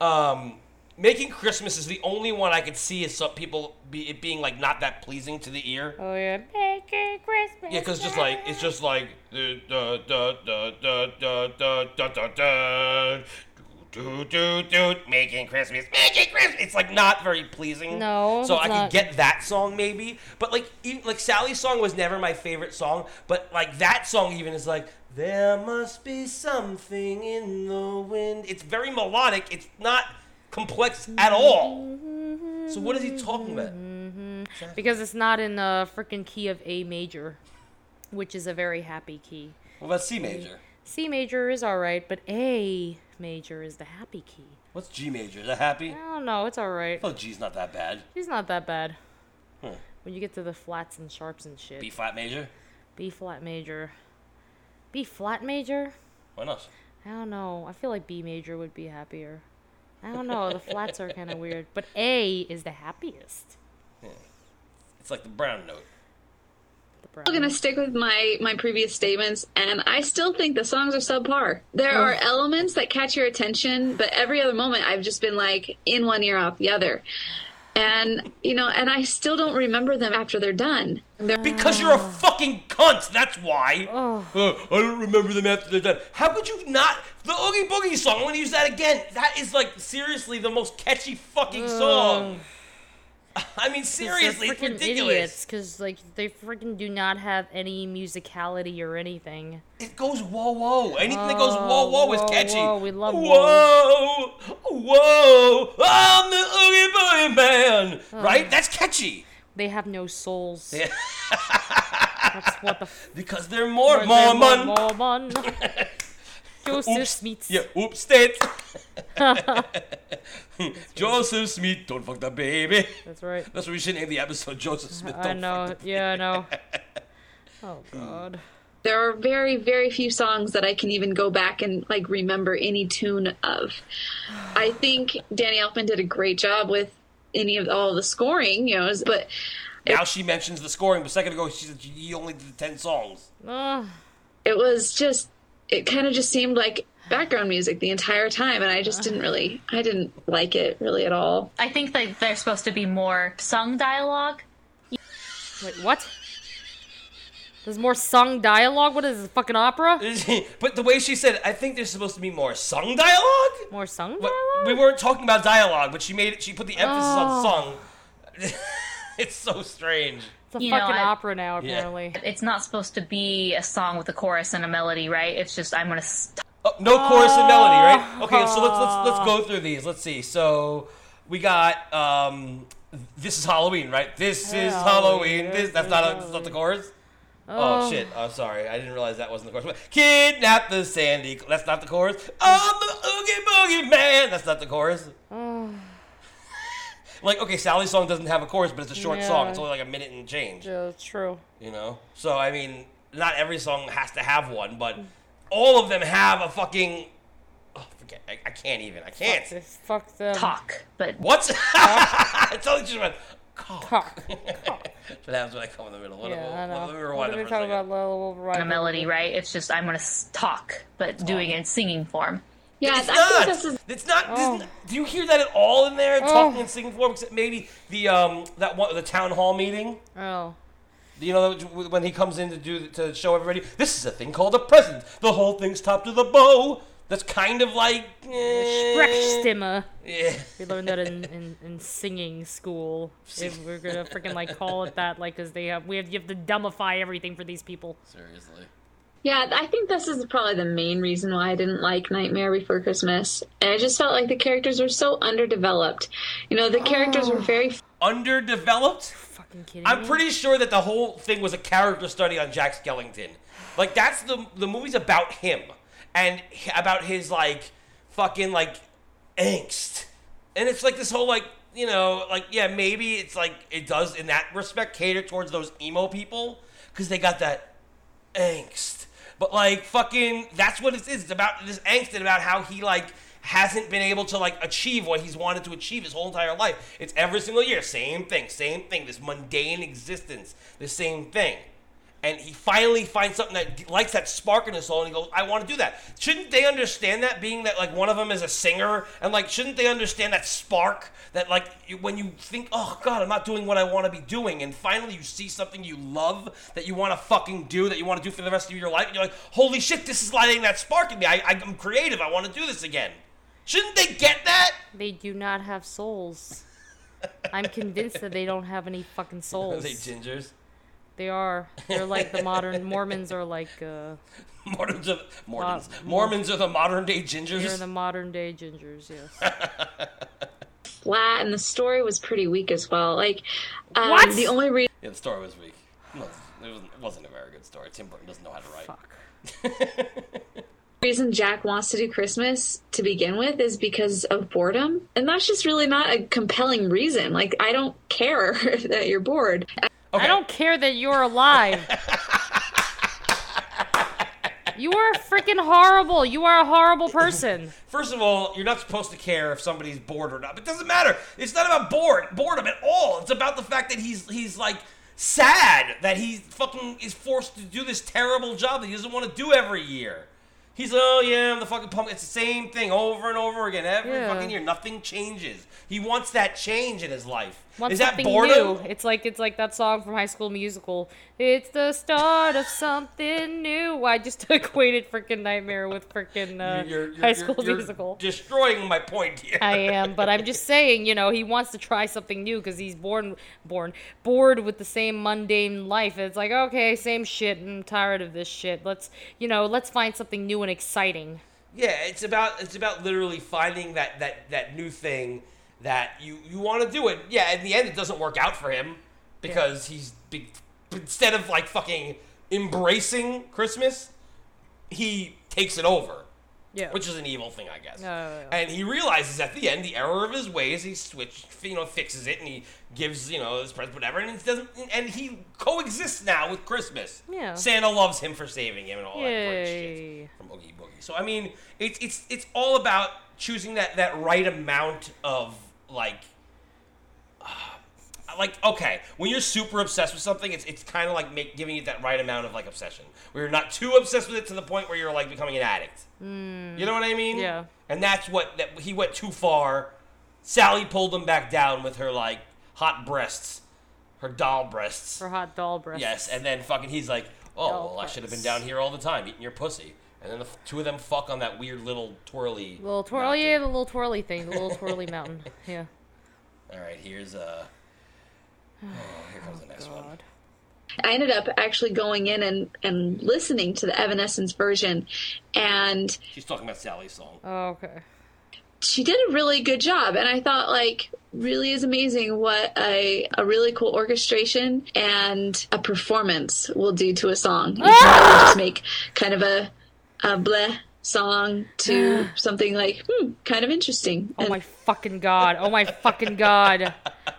A: um, making Christmas is the only one I could see is some people be, it being like not that pleasing to the ear.
C: Oh yeah. Make it Christmas.
A: Yeah, because just like it's just like da da da da da da da da da da do do do making Christmas, making Christmas. It's like not very pleasing.
C: No,
A: So
C: it's
A: I
C: not.
A: could get that song maybe, but like even, like Sally's song was never my favorite song, but like that song even is like there must be something in the wind. It's very melodic. It's not complex at all. So what is he talking about?
C: Mm-hmm. because it's not in the freaking key of A major, which is a very happy key.
K: What about C major?
C: C major is all right, but A major is the happy key.
K: What's G major? Is that happy?
C: I don't know. It's all right.
K: Oh, G's not that bad.
C: It's not that bad.
A: Hmm.
K: Huh.
C: When you get to the flats and sharps and shit.
K: B flat major?
C: B flat major. B flat major?
K: Why not?
C: I don't know. I feel like B major would be happier. I don't know. The flats are kind of weird, but A is the happiest.
A: It's like the brown note.
C: The brown.
J: I'm gonna stick with my my previous statements, and I still think the songs are subpar. There
C: Oh.
J: are elements that catch your attention, but every other moment I've just been like in one ear off the other, and you know, and I still don't remember them after they're done. They're-
A: Because you're a fucking cunt. That's why. Uh, I don't remember them after they're done. How could you not? The Oogie Boogie song. I'm gonna use that again. That is like seriously the most catchy fucking song. I mean, seriously, it's ridiculous.
C: because like they freaking do not have any musicality or anything.
A: It goes whoa whoa. Anything that goes whoa Oh, whoa, is
C: whoa,
A: catchy.
C: whoa, we love
A: whoa whoa. I'm the Oogie Boogie man. Right? That's catchy.
C: They have no souls. That's what the f-
A: Because they're more
C: Mormon.
A: Mormon.
C: Mormon. Joseph
A: Oops.
C: Smith.
A: Yeah, oops, state. Joseph Smith, don't fuck the baby.
C: That's right.
A: That's what we should name the episode. Joseph Smith, don't
C: I know.
A: fuck the
C: Yeah, I know. Oh god.
J: There are very very few songs that I can even go back and like remember any tune of. I think Danny Elfman did a great job with any of all the scoring, you know, but
A: Now she mentions the scoring, but a second ago she said you only did ten songs.
C: Ugh.
J: it was just it kind of just seemed like background music the entire time and i just didn't really i didn't like it really at all
I: I think that there's supposed to be more sung dialogue.
C: Wait, what? There's more sung dialogue? What is this, a fucking opera?
A: but the way she said, it, I think there's supposed to be more sung dialogue.
C: More sung
A: But
C: dialogue?
A: we weren't talking about dialogue, but she made it. She put the emphasis on
C: Oh.
A: sung. it's so strange.
C: it's a
I: You know,
C: fucking
I: I-
C: opera now, apparently.
I: It's not supposed to be a song with a chorus and a melody, right? It's just I'm gonna. St-
A: Oh, no chorus and melody, right? Okay, so let's let's let's go through these. Let's see. So we got um, this is Halloween, right? This is Halloween. This that's not a, that's not the chorus. Oh, shit! I'm sorry. I didn't realize that wasn't the chorus. Kidnap the Sandy. That's not the chorus. I'm the Oogie Boogie Man. That's not the chorus.
C: Oh,
A: like okay, Sally's song doesn't have a chorus, but it's a short
C: Yeah.
A: song. It's only like a minute and change.
C: Yeah, that's true.
A: You know. So I mean, not every song has to have one, but all of them have a fucking. Oh, forget. I, I can't even. I can't.
C: Fuck, this- fuck them.
I: Cock, but
A: What? I totally just went. Cock. That's what happens when I come in the middle. What
C: Yeah, I know.
A: what- let me
C: What
A: rewind
C: did we
A: that for a
C: talk
A: second.
C: about Lil Wolf Rider?
I: a melody, right? It's just I'm gonna s- talk, but doing it in singing form.
J: Yeah,
A: It's
J: I
A: not.
J: think this is
A: It's not. this is
C: Oh.
A: not- do you hear that at all in there?
C: Oh.
A: Talking and singing form, except maybe the um that one the town hall meeting.
C: Oh.
A: You know when he comes in to do to show everybody this is a thing called a present. The whole thing's topped with a bow. That's kind of like. Eh,
C: Sprechstimme.
A: yeah.
C: We learned that in, in, in singing school. If we're gonna freaking like call it that, like, cause they have we have you have to dumbify everything for these people.
K: Seriously.
J: yeah, I think this is probably the main reason why I didn't like Nightmare Before Christmas. And I just felt like the characters were so underdeveloped. You know, the characters were very
A: Underdeveloped.
C: Fucking kidding
A: I'm
C: me?
A: pretty sure that the whole thing was a character study on Jack Skellington. Like that's the the movie's about him and h- about his like fucking like angst. And it's like this whole like, you know, like yeah, maybe it's like it does in that respect cater towards those emo people cuz they got that angst. But like fucking that's what it is. It's about this angst and about how he like hasn't been able to like achieve what he's wanted to achieve his whole entire life. It's every single year, same thing, same thing, this mundane existence, the same thing. And he finally finds something that lights that spark in his soul, and he goes, "I want to do that." Shouldn't they understand that? Being that like one of them is a singer, and like shouldn't they understand that spark that like you- when you think, "Oh God, I'm not doing what I want to be doing," and finally you see something you love that you want to fucking do, that you want to do for the rest of your life, and you're like, "Holy shit, this is lighting that spark in me. I, I'm creative. I want to do this again." Shouldn't they get that?
C: They do not have souls. I'm convinced that they don't have any fucking
A: Are
C: souls.
A: they gingers?
C: They are. They're like the modern Mormons are like uh
A: Mormons are Mormons. Mormons are the modern day gingers.
C: they're the modern day gingers, yes.
J: flat, and the story was pretty weak as well. Like, um,
C: What?
J: the only reason.
A: Yeah, the story was weak. It wasn't, it wasn't, it wasn't a very good story. Tim Burton doesn't know how to write.
C: Fuck.
J: reason Jack wants to do Christmas to begin with is because of boredom. And that's just really not a compelling reason. Like, I don't care that you're bored.
C: I don't care that you're alive. you are freaking horrible. You are a horrible person.
A: First of all, you're not supposed to care if somebody's bored or not. But it doesn't matter. It's not about bored boredom at all. It's about the fact that he's he's like sad that he fucking is forced to do this terrible job that he doesn't want to do every year. He's like, oh yeah, I'm the fucking pumpkin. It's the same thing over and over again every
C: Yeah.
A: fucking year. Nothing changes. He wants that change in his life.
C: Want
A: is that
C: something
A: boredom?
C: new. It's like it's like that song from High School Musical. It's the start of something new. I just equated freaking Nightmare with freaking uh,
A: You're- you're-
C: High
A: you're-
C: School
A: you're
C: Musical.
A: Destroying my point here.
C: I am, but I'm just saying, you know, he wants to try something new because he's born, born, bored with the same mundane life. It's like, okay, same shit. I'm tired of this shit. Let's, you know, let's find something new and exciting.
A: Yeah, it's about it's about literally finding that that that new thing that you you want to do it. Yeah, in the end, it doesn't work out for him because he's be, instead of like fucking embracing Christmas, he takes it over,
C: Yeah.
A: which is an evil thing, I guess.
C: No.
A: And he realizes at the end the error of his ways. He switch, you know, fixes it, and he gives you know his present whatever, and it doesn't. And he coexists now with Christmas.
C: Yeah.
A: Santa loves him for saving him and all that great shit
C: Yay.
A: from Oogie Boogie. So I mean, it's it's it's all about choosing that that right amount of like, uh, like okay, when you're super obsessed with something, it's it's kind of like make, giving it that right amount of like obsession, where you're not too obsessed with it to the point where you're like becoming an addict. You know what I mean?
C: Hmm. Yeah.
A: And that's what that he went too far. Sally pulled him back down with her like hot breasts, her doll breasts.
C: For hot doll breasts.
A: Yes, and then fucking he's like, oh,
C: Doll
A: well, I should have been
C: farts.
A: down here all the time eating your pussy. And then the f- two of them fuck on that weird little twirly.
C: Little twirl, yeah, the little twirly thing, the little twirly mountain. Yeah.
A: All right, here's uh. Oh, here comes the next one.
C: God.
J: I ended up actually going in and, and listening to the Evanescence version. And
A: She's talking about Sally's song.
C: Oh, okay.
J: she did a really good job. And I thought, like, really is amazing what a, a really cool orchestration and a performance will do to a song. You
C: Ah!
J: can really just make kind of a, a bleh song to something like, hmm, kind of interesting.
C: Oh
J: And
C: my fucking god. Oh my fucking god.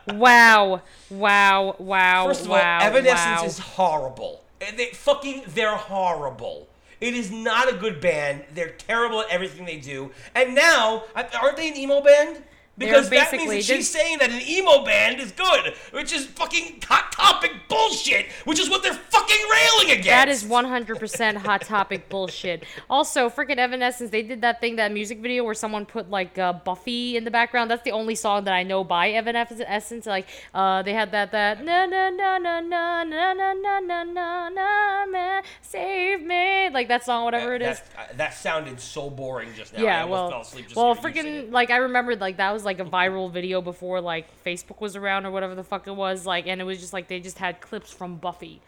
C: Wow. Wow. Wow.
A: First of
C: wow.
A: all, Evanescence
C: wow.
A: is horrible. Eh, They fucking they're horrible. It is not a good band. They're terrible at everything they do. And now, aren't they an emo band?
C: They're
A: Because that means
C: basically
A: that she's
C: just-
A: saying that an emo band is good, which is fucking hot topic bullshit, which is what they're fucking railing against.
C: That is 100% hot topic bullshit. Also, freaking Evanescence, they did that thing, that music video where someone put like uh, Buffy in the background. That's the only song that I know by Evanescence. Like, uh, they had that, that, na na na na na na na na na na na man, save me. Like that song, whatever it is.
A: That's- uh, that sounded so boring just now. I
C: Yeah,
A: almost
C: well,
A: fell asleep just
C: well,
A: hearing you sing it.
C: freaking like I remembered like that was like a viral video before like Facebook was around or whatever the fuck it was like, and it was just like they just had clips from Buffy,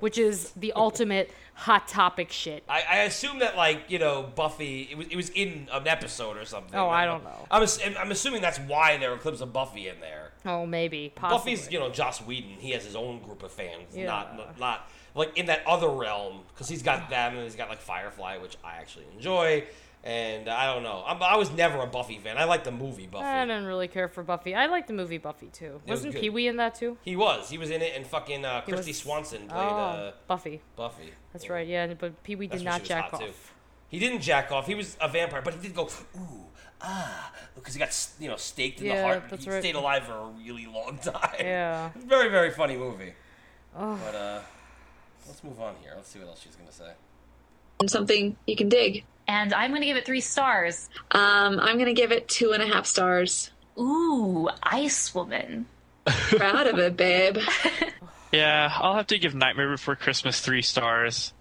C: which is the ultimate hot topic shit.
A: I, I assume that like you know Buffy, it was it was in an episode or something.
C: Oh, I don't know.
A: I'm ass- I'm assuming that's why there were clips of Buffy in there.
C: Oh, maybe possibly.
A: Buffy's you know Joss Whedon. He has his own group of fans.
C: Yeah.
A: Not not- not like in that other realm because he's got them and he's got like Firefly, which I actually enjoy. And uh, I don't know. I'm, I was never a Buffy fan. I like the movie Buffy.
C: I didn't really care for Buffy. I liked the movie Buffy too.
A: was
C: Wasn't
A: good.
C: Pee Wee in that too?
A: He was. He was in it, and fucking uh,
C: He was-
A: Christy Swanson played
C: Oh,
A: uh,
C: Buffy.
A: Buffy.
C: That's right. Yeah, and- but Pee Wee
A: That's
C: did
A: when
C: not
A: she was
C: jack
A: hot,
C: off.
A: too. He didn't jack off. He was a vampire, but he did go ooh ah because he got s- you know staked in the
C: Yeah,
A: heart.
C: that's
A: he
C: right.
A: stayed alive for a really long time.
C: Yeah.
A: very very funny movie.
C: Ugh.
A: But uh, let's move on here. Let's see what else she's gonna say.
J: And something you can dig.
I: And I'm going to give it three stars.
J: Um, I'm gonna give it two and a half stars.
I: Ooh, Ice Woman.
J: Proud of it, babe.
H: Yeah, I'll have to give Nightmare Before Christmas three stars.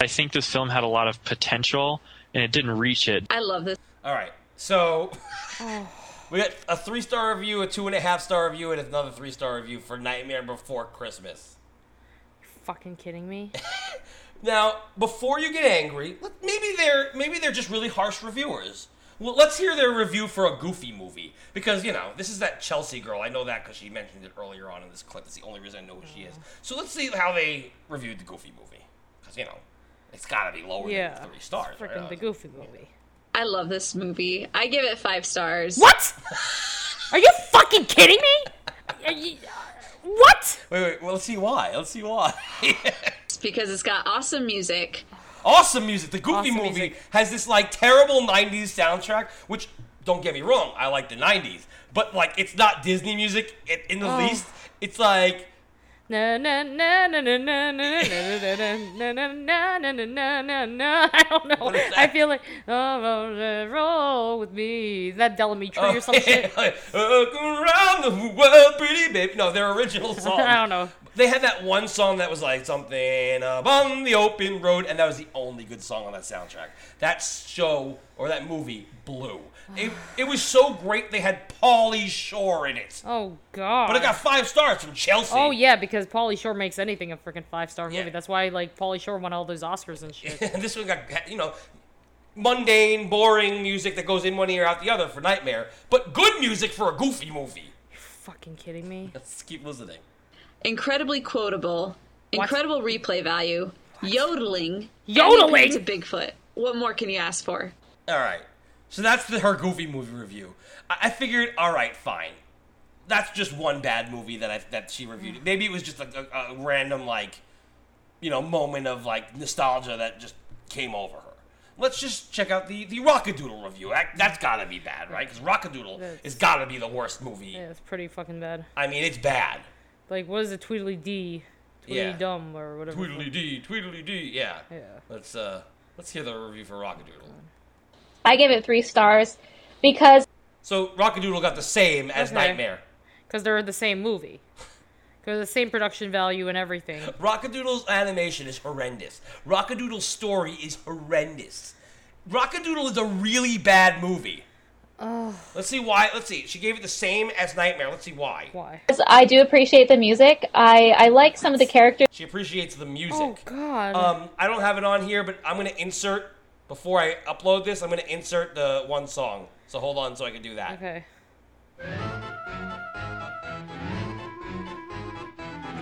H: I think this film had a lot of potential, and it didn't reach it.
J: I love this.
A: All right, so we got a three star review, a two and a half star review, and another three star review for Nightmare Before Christmas.
C: Fucking kidding me?
A: Now, before you get angry, let- maybe they're maybe they're just really harsh reviewers. Well, let's hear their review for a goofy movie because you know this is that Chelsea girl. I know that because she mentioned it earlier on in this clip. That's the only reason I know who she is.
C: Mm.
A: So let's see how they reviewed the Goofy movie because you know it's got to be lower
C: yeah.
A: than three stars.
C: It's
A: right?
C: Freaking the Goofy movie.
J: I love this movie. I give it five stars.
C: What? Are you fucking kidding me? Are you- What?
A: Wait, wait. Well, let's see why. Let's see why.
J: It's because it's got awesome music.
A: awesome music. The Goofy
C: Awesome
A: movie
C: music.
A: has this like terrible '90s soundtrack, which don't get me wrong, I like the '90s, but like it's not Disney music in, in the
C: Oh.
A: least. It's like
C: Na na na na na na na na na na na na na na na na na na. I don't know.
A: What is
C: I
A: that?
C: feel like oh, roll, roll with me. Is that Delamitri
A: Oh,
C: or some shit?
A: Look Uh, around the world, pretty baby. No, their original song.
C: I don't know.
A: They had that one song that was like something up on the open road, and that was the only good song on that soundtrack. That show or that movie blew. It, it was so great they had Pauly Shore in it.
C: Oh god.
A: But it got five stars from Chelsea.
C: Oh yeah, because Pauly Shore makes anything a freaking five star
A: Yeah.
C: movie. That's why like Pauly Shore won all those Oscars and shit.
A: And this one got you know mundane, boring music that goes in one ear out the other for Nightmare, but good music for a goofy movie.
C: fucking kidding me?
A: Let's keep listening.
J: Incredibly quotable. Incredible replay value. Yodeling.
C: Yodeling?
J: To Bigfoot. What more can you ask for?
A: All right. So that's the her goofy movie review. I, I figured, all right, fine. That's just one bad movie that I that she
C: Mm.
A: reviewed. Maybe it was just like a, a random like, you know, moment of like nostalgia that just came over her. Let's just check out the the Rockadoodle review. That, that's gotta be bad, right? Because Rockadoodle has gotta be the worst movie.
C: Yeah, it's pretty fucking bad.
A: I mean, it's bad.
C: Like what is it, Tweedly D, Tweedly
A: Yeah.
C: Dumb or whatever.
A: Tweedly dee, tweedly dee. Yeah.
C: Yeah.
A: Let's uh, let's hear the review for Rockadoodle.
I: I give it three stars because
A: So Rockadoodle got the same as
C: Okay.
A: Nightmare.
C: Because they're the same movie. Because the same production value and everything.
A: Rockadoodle's animation is horrendous. Rockadoodle's story is horrendous. Rockadoodle is a really bad movie. Let's see why. Let's see. She gave it the same as Nightmare. Let's see why.
C: Why?
I: I do appreciate the music. I, I like some of the characters.
A: She appreciates the
C: Oh
A: music.
C: god.
A: um, I don't have it on here, but I'm gonna insert before I upload this. I'm gonna insert the one song. So hold on, so I can do that.
C: okay.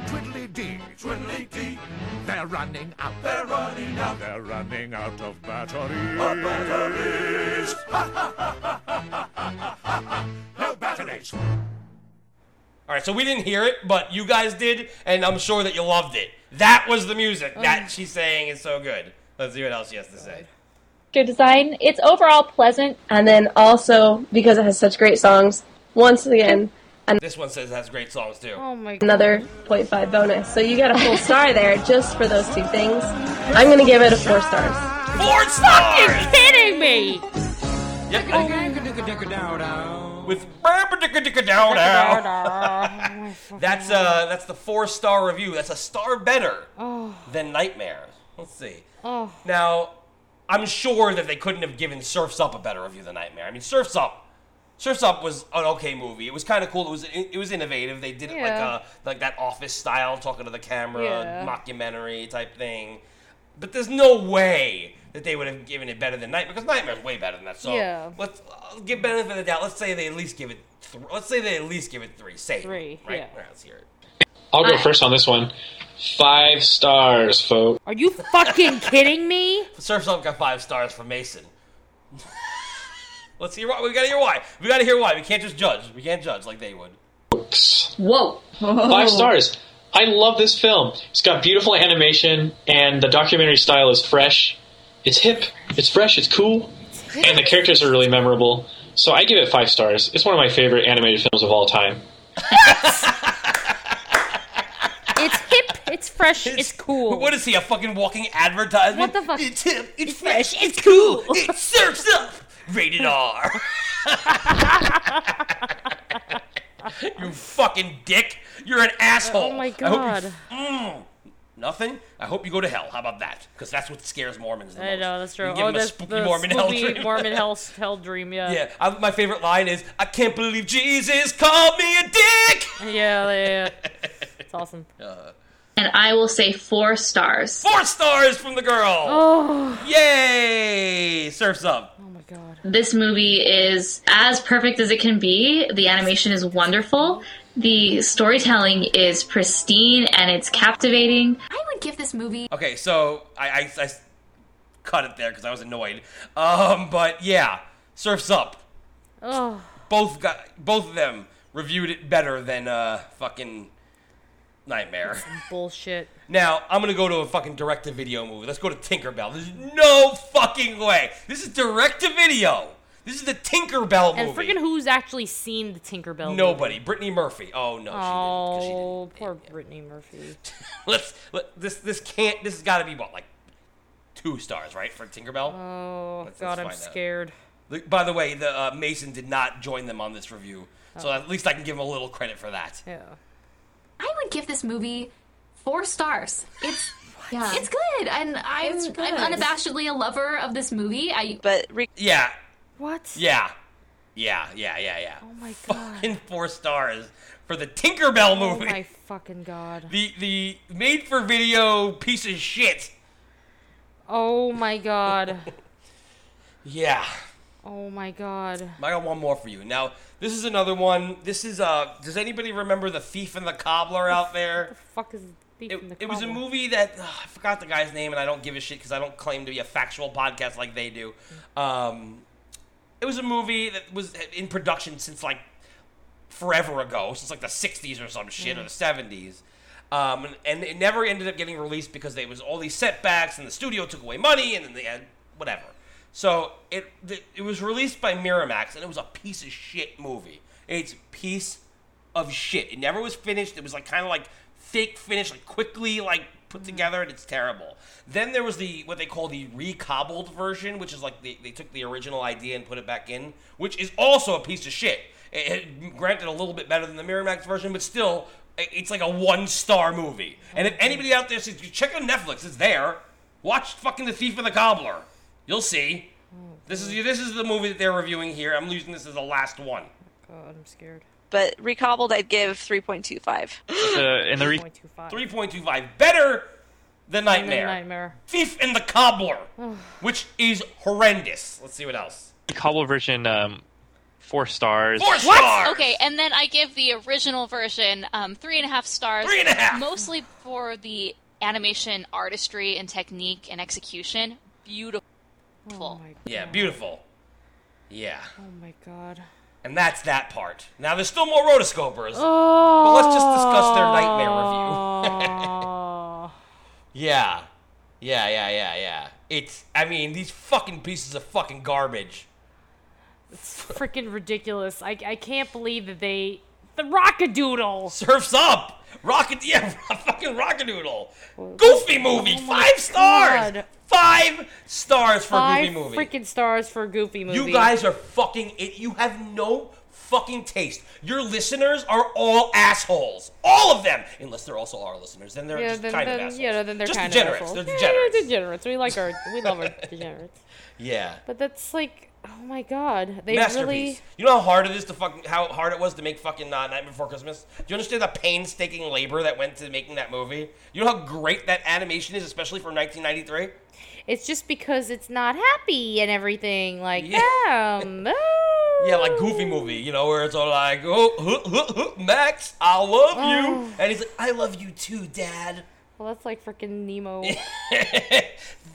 F: Twiddly dee, twiddly dee. They're running out. They're running out. They're running out of batteries. Of batteries. no batteries.
A: All right, so we didn't hear it, but you guys did, and I'm sure that you loved it. That was the music that she's saying is so good. Let's see what else she has to say.
I: Your design, it's overall pleasant.
L: And then also because it has such great songs, once again, an-
A: This one says it has great songs too.
C: Oh my
L: another 0.5 bonus. So you got a full star there just for those two things. I'm gonna give it a four stars.
A: Four stars!
C: kidding me!
A: Yep. With that's uh that's the four star review. That's a star better
C: Oh,
A: than Nightmare. Let's see.
C: oh.
A: Now, I'm sure that they couldn't have given Surfs Up a better review than Nightmare. I mean, Surfs Up, Surfs Up was an okay movie. It was kind of cool. It was it was innovative. They did it like
C: Yeah.
A: a like that office style, talking to the camera,
C: Yeah.
A: mockumentary type thing. But there's no way that they would have given it better than Nightmare because Nightmare's way better than that. So
C: Yeah.
A: let's uh, give benefit of the doubt. Let's say they at least give it. Th- let's say they at least give it three. Say
C: Three,
A: Right.
C: yeah.
A: All right, let's hear it.
H: I'll go first on this one. Five stars, folks.
C: Are you fucking kidding me?
A: Surf's Up got five stars from Mason. Let's hear why. We gotta hear why. We gotta hear why. We can't just judge. We can't judge like they would.
L: Whoa.
H: Five stars. I love this film. It's got beautiful animation, and the documentary style is fresh. It's hip. It's fresh. It's cool, and the characters are really memorable. So I give it five stars. It's one of my favorite animated films of all time.
C: It's hip, it's fresh, it's, cool.
A: What is he? A fucking walking advertisement?
C: What the fuck?
A: It's hip. It's, fresh. It's cool. it surfs up. Rated R. you fucking dick. You're an
C: Oh
A: asshole.
C: my
A: I hope you
C: god.
A: Nothing. I hope you go to hell. How about that? Because that's what scares Mormons the
C: I,
A: most.
C: know, that's
A: You
C: true.
A: give
C: oh,
A: them a
C: that's
A: spooky
C: the
A: Mormon hell
C: spooky
A: dream.
C: Mormon hell, hell dream, yeah.
A: Yeah, I, my favorite line is, "I can't believe Jesus called me a dick."
C: Yeah, uh, yeah, yeah. It's awesome.
I: And I will say four stars.
A: Four stars from the girl.
C: Oh,
A: Yay! Surfs up.
C: oh my god.
I: This movie is as perfect as it can be. The animation is wonderful. The storytelling is pristine and it's captivating.
M: I would give this movie
A: Okay, so I, I, I s- cut it there because I was annoyed. Um, but yeah, surfs up.
C: Oh,
A: Both got both of them reviewed it better than uh fucking nightmare.
C: bullshit.
A: Now, I'm gonna go to a fucking direct to video movie. Let's go to Tinkerbell. There's no fucking way. This is direct to video. This is the Tinkerbell
C: And
A: movie.
C: freaking who's actually seen the Tinkerbell? movie?
A: Nobody. Brittany Murphy. Oh no, she didn't. 'cause
C: Oh, poor Brittany Murphy. Oh
A: She didn't. Let's let this this can't this has gotta be what, like two stars, right? For Tinkerbell?
C: Oh
A: Let's-
C: god,
A: let's
C: I'm
A: find out.
C: scared.
A: The- By the way, the uh, Mason did not join them on this review.
C: Oh.
A: So at least I can give him a little credit for that.
C: Yeah.
M: I would give this movie four stars. It's
L: Yeah.
M: it's good, and I'm
L: It's good.
M: I'm unabashedly a lover of this movie. I
L: But re-
A: Yeah,
C: What?
A: yeah. Yeah, yeah, yeah, yeah.
C: Oh my god.
A: Fucking four stars for the Tinkerbell
C: Oh
A: movie.
C: my fucking god.
A: the the made for video piece of shit.
C: Oh my god.
A: Yeah.
C: Oh my god.
A: I got one more for you. Now, this is another one. This is uh does anybody remember the thief and the cobbler out there?
C: Fuck is Thief
A: It,
C: in the
A: it was a
C: Cobble?
A: movie that ugh, I forgot the guy's name and I don't give a shit cuz I don't claim to be a factual podcast like they do.
C: Mm.
A: Um it was a movie that was in production since like forever ago, since like the 60s or some shit, or
C: Mm.
A: the 70s. Um, and, and it never ended up getting released because there was all these setbacks, and the studio took away money, and then they had whatever. So it th- it was released by Miramax, and it was a piece of shit movie. It's a piece of shit. It never was finished. It was like kind of like fake finished, like quickly like put together, and it's terrible. Then there was the what they call the recobbled version, which is like they, they took the original idea and put it back in, which is also a piece of shit. It, it- granted, a little bit better than the Miramax version, but still, i- it's like a one-star movie. And if anybody out there says, check on Netflix, it's there. Watch fucking The Thief and the Cobbler. You'll see. This is this is the movie that they're reviewing here. I'm using this as the last one.
C: God, I'm scared.
L: but recobbled I'd give three point two five.
H: Uh, and the re-
C: 0.25.
A: 3.25 better than
C: And then
A: Nightmare.
C: Nightmare.
A: Thief and the Cobbler, which is horrendous. Let's see what else.
H: Cobble version, um, four stars.
A: Four stars.
M: okay, and then I give the original version um, three and a half stars.
A: Three and a half.
M: mostly for the animation artistry and technique and execution. Beautiful.
C: Oh my god.
A: Yeah, beautiful. Yeah.
C: Oh my god.
A: And that's that part. Now there's still more rotoscopers.
C: Oh.
A: But let's just discuss their nightmare review. yeah. Yeah, yeah, yeah, yeah. It's I mean, these fucking pieces of fucking garbage.
C: It's freaking ridiculous. I, I can't believe that they. The Rockadoodle!
A: Surf's up! Rocket yeah, fucking Rockadoodle. Goofy movie, five stars!
C: oh God.
A: Five stars for a
C: Five
A: goofy movie.
C: freaking stars for a goofy movie.
A: You guys are fucking it. You have no fucking taste. Your listeners are all assholes. All of them, unless they're also our listeners. Then they're just
C: then,
A: kind
C: then,
A: of assholes.
C: Yeah, no, then they're
A: just
C: kind
A: degenerates.
C: of
A: They're
C: assholes. Yeah,
A: degenerates.
C: they're degenerates. We like our, we love our degenerates.
A: Yeah.
C: But that's like, oh my god, they
A: Masterpiece.
C: really.
A: You know how hard it is to fucking how hard it was to make fucking uh, Night Before Christmas. Do you understand the painstaking labor that went to making that movie? You know how great that animation is, especially for 1993.
C: It's just because it's not happy and everything. Like,
A: Yeah.
C: damn. oh.
A: Yeah, like Goofy movie, you know, where it's all like, oh, huh, huh, huh, Max, I love
C: Oh.
A: you, and he's like, I love you too, Dad.
C: Well, that's like freaking Nemo.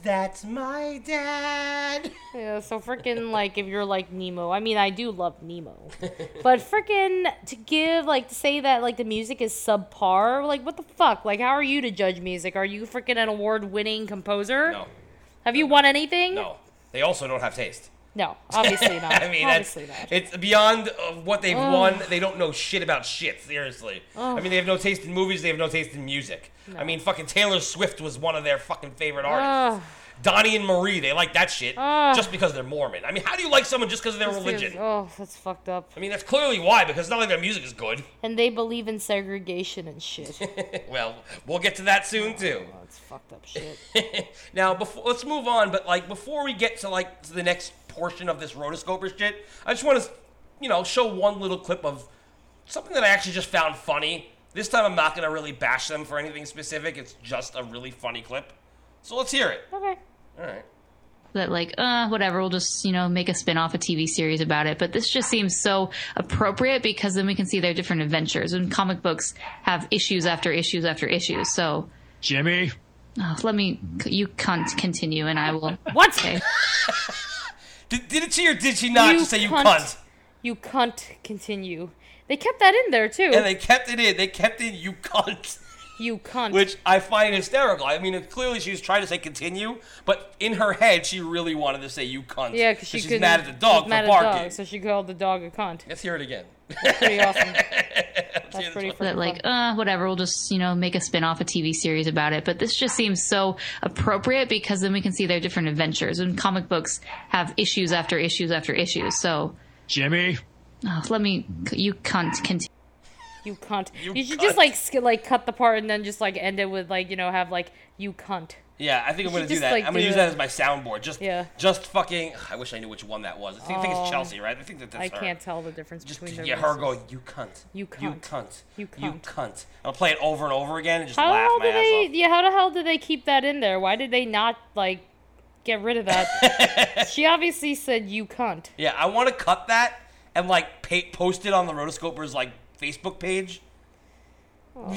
A: That's my dad.
C: Yeah, so freaking like if you're like Nemo, I mean I do love Nemo, but freaking to give like to say that like the music is subpar, like what the fuck? Like how are you to judge music? Are you freaking an award-winning composer?
A: No.
C: Have you won anything?
A: No. They also don't have taste.
C: No, obviously not.
A: I mean,
C: obviously
A: that's,
C: not.
A: it's beyond uh, what they've
C: Ugh.
A: won. They don't know shit about shit, seriously. I
C: Ugh.
A: mean, they have no taste in movies, they have no taste in music. I
C: No.
A: mean, fucking Taylor Swift was one of their fucking favorite artists.
C: Ugh.
A: Donnie and Marie, they like that shit
C: Ugh.
A: just because they're Mormon. I mean, how do you like someone just because of their
C: Just because-
A: religion?
C: Oh, that's fucked up.
A: I mean, that's clearly why, because it's not like their music is good.
C: And they believe in segregation and shit.
A: well, we'll get to that soon too.
C: Oh, It's fucked up shit.
A: now, before let's move on, but like before we get to like to the next portion of this rotoscoper shit, I just want to, you know, show one little clip of something that I actually just found funny. This time, I'm not gonna really bash them for anything specific. It's just a really funny clip. So let's hear it.
C: Okay.
A: All right.
N: that like uh whatever we'll just you know make a spin-off a tv series about it but this just seems so appropriate because then we can see their different adventures and comic books have issues after issues after issues so
H: Jimmy.
N: uh, let me you cunt continue and i will
C: what
A: Did, did it she or did she not just say you cunt?
C: You cunt. Continue. They kept that in there too.
A: And they kept it in. They kept in you cunt.
C: You cunt.
A: Which I find hysterical. I mean, clearly she was trying to say continue, but in her head she really wanted to say you cunt.
C: Yeah, because she
A: she's
C: couldn't-
A: mad at the dog
C: she's mad
A: for
C: at the
A: barking.
C: dog, so she called the dog a cunt.
A: Let's hear it again.
C: That's pretty awesome. That's pretty
N: that
C: freaking
N: like
C: fun.
N: uh whatever we'll just you know make a spin-off a tv series about it but this just seems so appropriate because then we can see their different adventures and comic books have issues after issues after issues so
H: Jimmy.
N: uh, let me you cunt continue
C: You cunt. You,
N: You
C: should
N: cunt.
C: just like sk- like cut the part and then just like end it with like you know have like you cunt.
A: Yeah, I think I'm
C: You
A: gonna
C: should
A: do
C: just,
A: that.
C: like,
A: I'm gonna
C: do
A: use
C: that.
A: that as my soundboard. Just,
C: Yeah.
A: just fucking. I wish I knew which one that was. I think, I think it's
C: Oh.
A: Chelsea, right? I think that that's
C: I
A: her.
C: can't tell the difference between their
A: Yeah, her
C: voices.
A: going, you cunt.
C: You
A: You
C: cunt.
A: cunt.
C: You
A: You
C: cunt."
A: cunt. I'll play it over and over again and just
C: How the
A: laugh
C: hell
A: my
C: do
A: ass
C: they?
A: off.
C: Yeah, how the hell did they keep that in there? Why did they not like get rid of that? she obviously said you cunt.
A: Yeah, I want to cut that and like pa post it on the Rotoscoper's like Facebook page.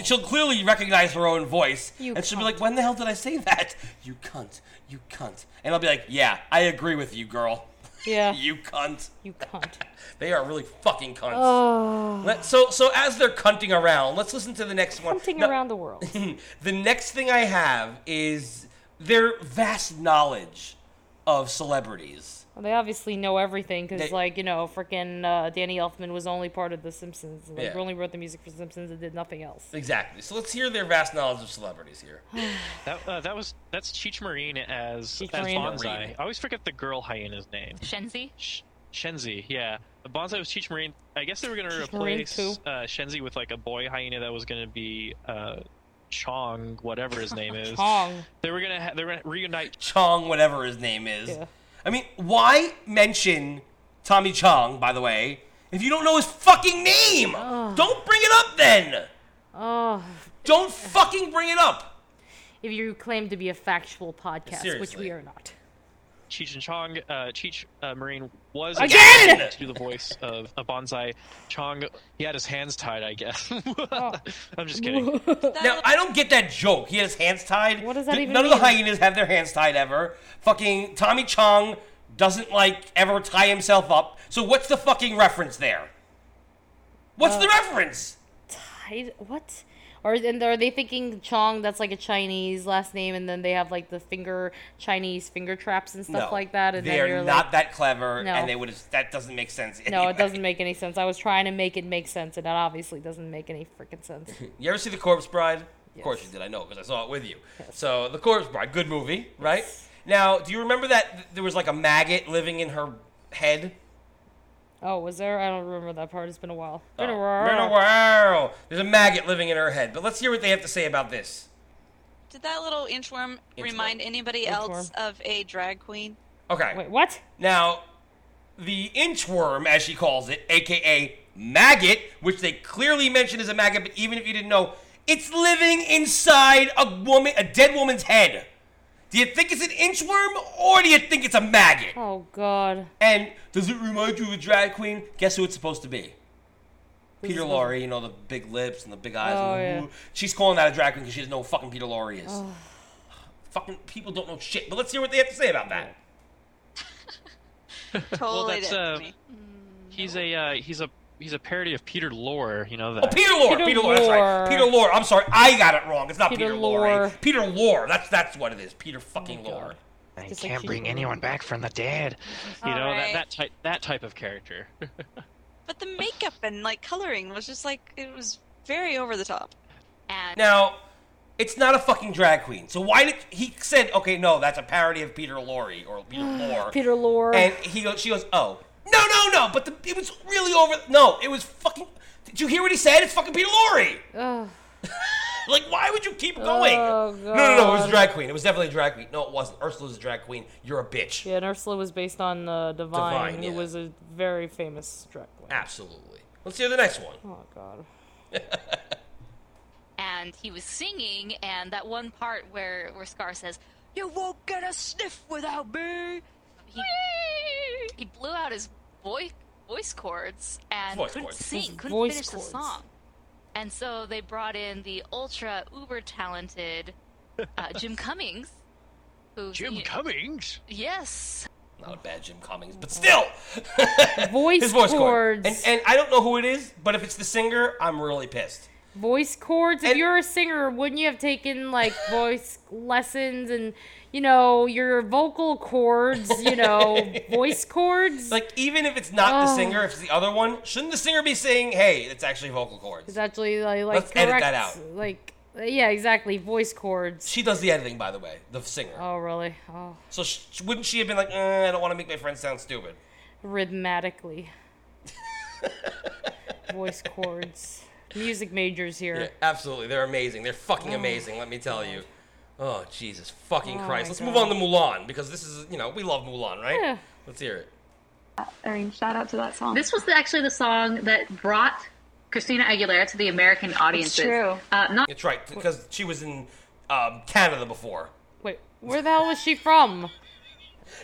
A: She'll clearly recognize her own voice,
K: You
A: and she'll be like, "When the hell did I say that? You cunt! You cunt!" And I'll be like, "Yeah, I agree with you, girl.
C: Yeah.
A: you cunt.
C: You cunt.
A: they are really fucking cunts."
C: Oh.
A: Let- so, so as they're cunting around, let's listen to the next one.
C: Hunting
A: Now-
C: around the world.
A: the next thing I have is their vast knowledge of celebrities.
C: Well, they obviously know everything because,
A: They-
C: like, you know, freaking uh, Danny Elfman was only part of The Simpsons. Like,
A: Yeah.
C: only wrote the music for The Simpsons and did nothing else.
A: Exactly. So let's hear their vast knowledge of celebrities here.
H: That uh, that was that's Cheech Marine as,
C: Cheech
H: as
C: Marin.
H: Bonsai. I always forget the girl hyena's name.
M: Shenzi?
H: Shenzi, yeah. Bonsai was Cheech Marine. I guess they were going to
M: Cheech Marin
H: replace
M: too.
H: uh, Shenzi with like a boy hyena that was going to be uh, Chong, whatever his name is.
A: Chong.
H: They were going to ha- they were going to reunite
A: Chong, whatever his name is. I mean, why mention Tommy Chong, by the way, if you don't know his fucking name? Don't bring it up then!
C: Oh.
A: Don't fucking bring it up!
C: If you claim to be a factual podcast, which
H: Seriously.
C: we are not.
H: Cheech and Chong. Uh, Cheech uh, Marine was
C: Again!
H: originally to do the voice of a Bonsai. Chong, he had his hands tied, I guess.
A: Oh.
H: I'm just kidding.
A: now, I don't get that joke. He had his hands tied. What does
H: that even
A: None of the
H: mean?
A: hyenas have their hands tied ever. Fucking Tommy Chong doesn't like ever tie himself up. So what's the fucking reference there? What's
C: Uh,
A: the reference?
C: I, what? Or and are they thinking Chong? That's like a Chinese last name, and then they have like the finger Chinese finger traps and stuff
A: No.
C: like that. And
A: they
C: then
A: are
C: you're
A: not
C: like,
A: that clever,
C: No.
A: and they would have. That doesn't make sense.
C: No,
A: anyway.
C: it doesn't make any sense. I was trying to make it make sense, and that obviously doesn't make any freaking sense.
A: You ever see The Corpse Bride? Of course you did. I know because I saw it with you. So The Corpse Bride, good movie, right? Now, do you remember that th- there was like a maggot living in her head?
C: Oh, was there? I don't remember that part. It's been a while. Been a
A: Wow.
C: while.
A: There's a maggot living in her head. But let's hear what they have to say about this.
O: Did that little inchworm, remind anybody else of a drag queen?
A: Okay.
C: Wait, what?
A: Now, the inchworm, as she calls it, aka maggot, which they clearly mentioned as a maggot, but even if you didn't know, it's living inside a woman, a dead woman's head. Do you think it's an inchworm or do you think it's a maggot?
C: Oh God.
A: And does it remind you of a drag queen? Guess who it's supposed to be?
C: Who's it
A: Peter
C: supposed-
A: Lorre, you know the big lips and the big eyes.
C: Oh,
A: and
C: yeah. Oh.
A: the, She's calling that a drag queen because she doesn't know who fucking Peter Lorre is.
C: Ugh.
A: Fucking people don't know shit. But let's hear what they have to say about that.
H: well, that's uh, he's a uh, he's a he's a parody of Peter Lore. You know that.
A: Oh, Peter Lore. Peter, Lore. That's right. Peter Lore. I'm sorry, I got it wrong. It's not Peter,
H: Peter
A: Lore.
H: Lore.
A: Peter Lore. That's that's what it is. Peter fucking Lore.
H: I
A: Oh Just like
H: can't
A: Peter
H: bring
A: Lorre.
H: anyone back from the dead. You know
O: Alright.
H: that that type that type of character.
O: But the makeup and like coloring was just like it was very over the top. And
A: Now, it's not a fucking drag queen. So why did he said? Okay, no, that's a parody of Peter Lorre or Peter Lore.
C: Peter Lore.
A: And he goes, she goes, oh, no, no, no. But the, it was really over. No, it was fucking. Did you hear what he said? It's fucking Peter Lorre.
C: Ugh.
A: Like, why would you keep going?
C: Oh,
A: No, no, no. It was a
C: God.
A: drag queen. It was definitely a drag queen. No, it wasn't. Ursula's a drag queen. You're a bitch.
C: Yeah, and Ursula was based on uh, Divine,
A: Divine,
C: who
A: yeah.
C: was a very famous drag queen.
A: Absolutely. Let's hear the next one.
C: Oh God.
I: and he was singing, and that one part where where Scar says, "You won't get a sniff without me." He, he blew out his voice voice cords and
M: Voice
I: couldn't
M: cords.
I: sing,
M: His
I: couldn't
M: voice
I: finish
M: cords.
I: the song. And so they brought in the ultra uber talented uh, Jim Cummings. Who, Jim
H: Cummings.
I: Yes.
A: Not a bad Jim Cummings, but still.
C: voice,
A: His voice chord.
C: chords.
A: And, and I don't know who it is, but if it's the singer, I'm really pissed.
C: Voice chords. If you're a singer, wouldn't you have taken like voice lessons and you know your vocal chords? You know voice chords.
A: Like, even if it's not the
C: Oh.
A: singer, if it's the other one, shouldn't the singer be saying, hey, it's actually vocal cords?
C: It's actually like, like
A: Let's
C: correct.
A: edit that out.
C: Like yeah, exactly. Voice chords.
A: She does the editing, by the way, the singer.
C: Oh really? Oh,
A: So sh- wouldn't she have been like, eh, I don't want to make my friend sound stupid?
C: rhythmatically. voice chords. Music majors here.
A: Yeah, absolutely. They're amazing. They're fucking
C: Oh,
A: amazing, let me tell you. Oh, Jesus fucking
P: Oh,
A: Christ.
P: my
A: Let's move on
P: God.
A: to Mulan, because this is, you know, we love Mulan, right?
N: Yeah.
A: Let's hear it.
N: I mean, shout out to that song.
I: This was
N: the, actually the song that brought Christina Aguilera to the American audiences.
C: true.
N: Uh, not
A: That's right, because she was in um, Canada before.
C: Wait, where the hell was she from?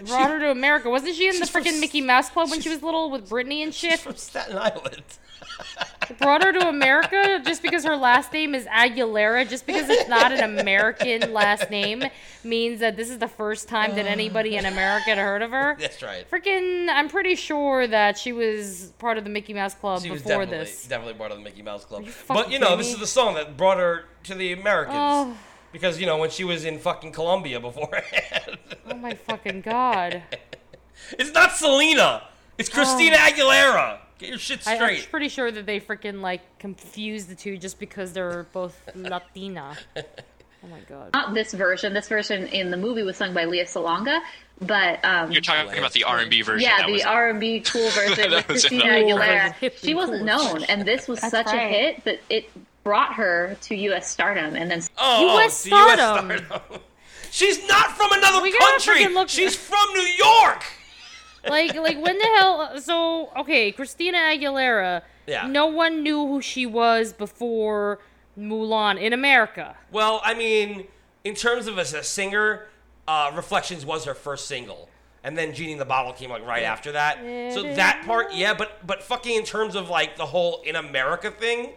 C: Brought her to America. Wasn't she in the freaking Mickey Mouse Club when she was little with Britney and shit?
A: from Staten Island.
C: Brought her to America just because her last name is Aguilera, just because it's not an American last name, means that this is the first time that anybody in America had heard of her.
A: That's right.
C: Freaking, I'm pretty sure that she was part of the Mickey Mouse Club
A: She was
C: before
A: definitely,
C: this.
A: definitely part of the Mickey Mouse Club. but
C: fucking
A: you know,
C: kidding
A: this
C: me?
A: is the song that brought her to the Americans.
C: Oh.
A: Because you know, when she was in fucking Colombia before,
C: Oh my fucking god.
A: it's not Selena, it's Christina
C: Oh.
A: Aguilera. Get your shit
C: I, I'm
A: straight.
C: pretty sure that they freaking like confuse the two just because they're both Latina. Oh my god.
N: not this version. This version in the movie was sung by Leah Salonga, but um,
H: You're talking about the R and B version.
N: yeah,
H: that
N: the
H: was-
N: R and B cool version
H: That
N: with
H: was it.
N: Christina
H: Cool
N: Aguilera.
H: version.
N: She wasn't known, and this was
I: That's
N: such a
I: right.
N: hit that it brought her to U.S. stardom, and then
A: Oh, US to US stardom. She's not from another country. She's from New York.
C: like like when the hell so okay christina aguilera
A: Yeah.
C: no one knew who she was before mulan in america
A: Well, I mean, in terms of as a singer, uh, Reflections was her first single. And then Genie in the Bottle came like right after that. So that part, yeah, but but fucking in terms of like the whole in America thing,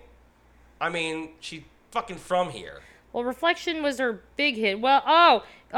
A: I mean, she fucking from here.
C: well reflection was her big hit well oh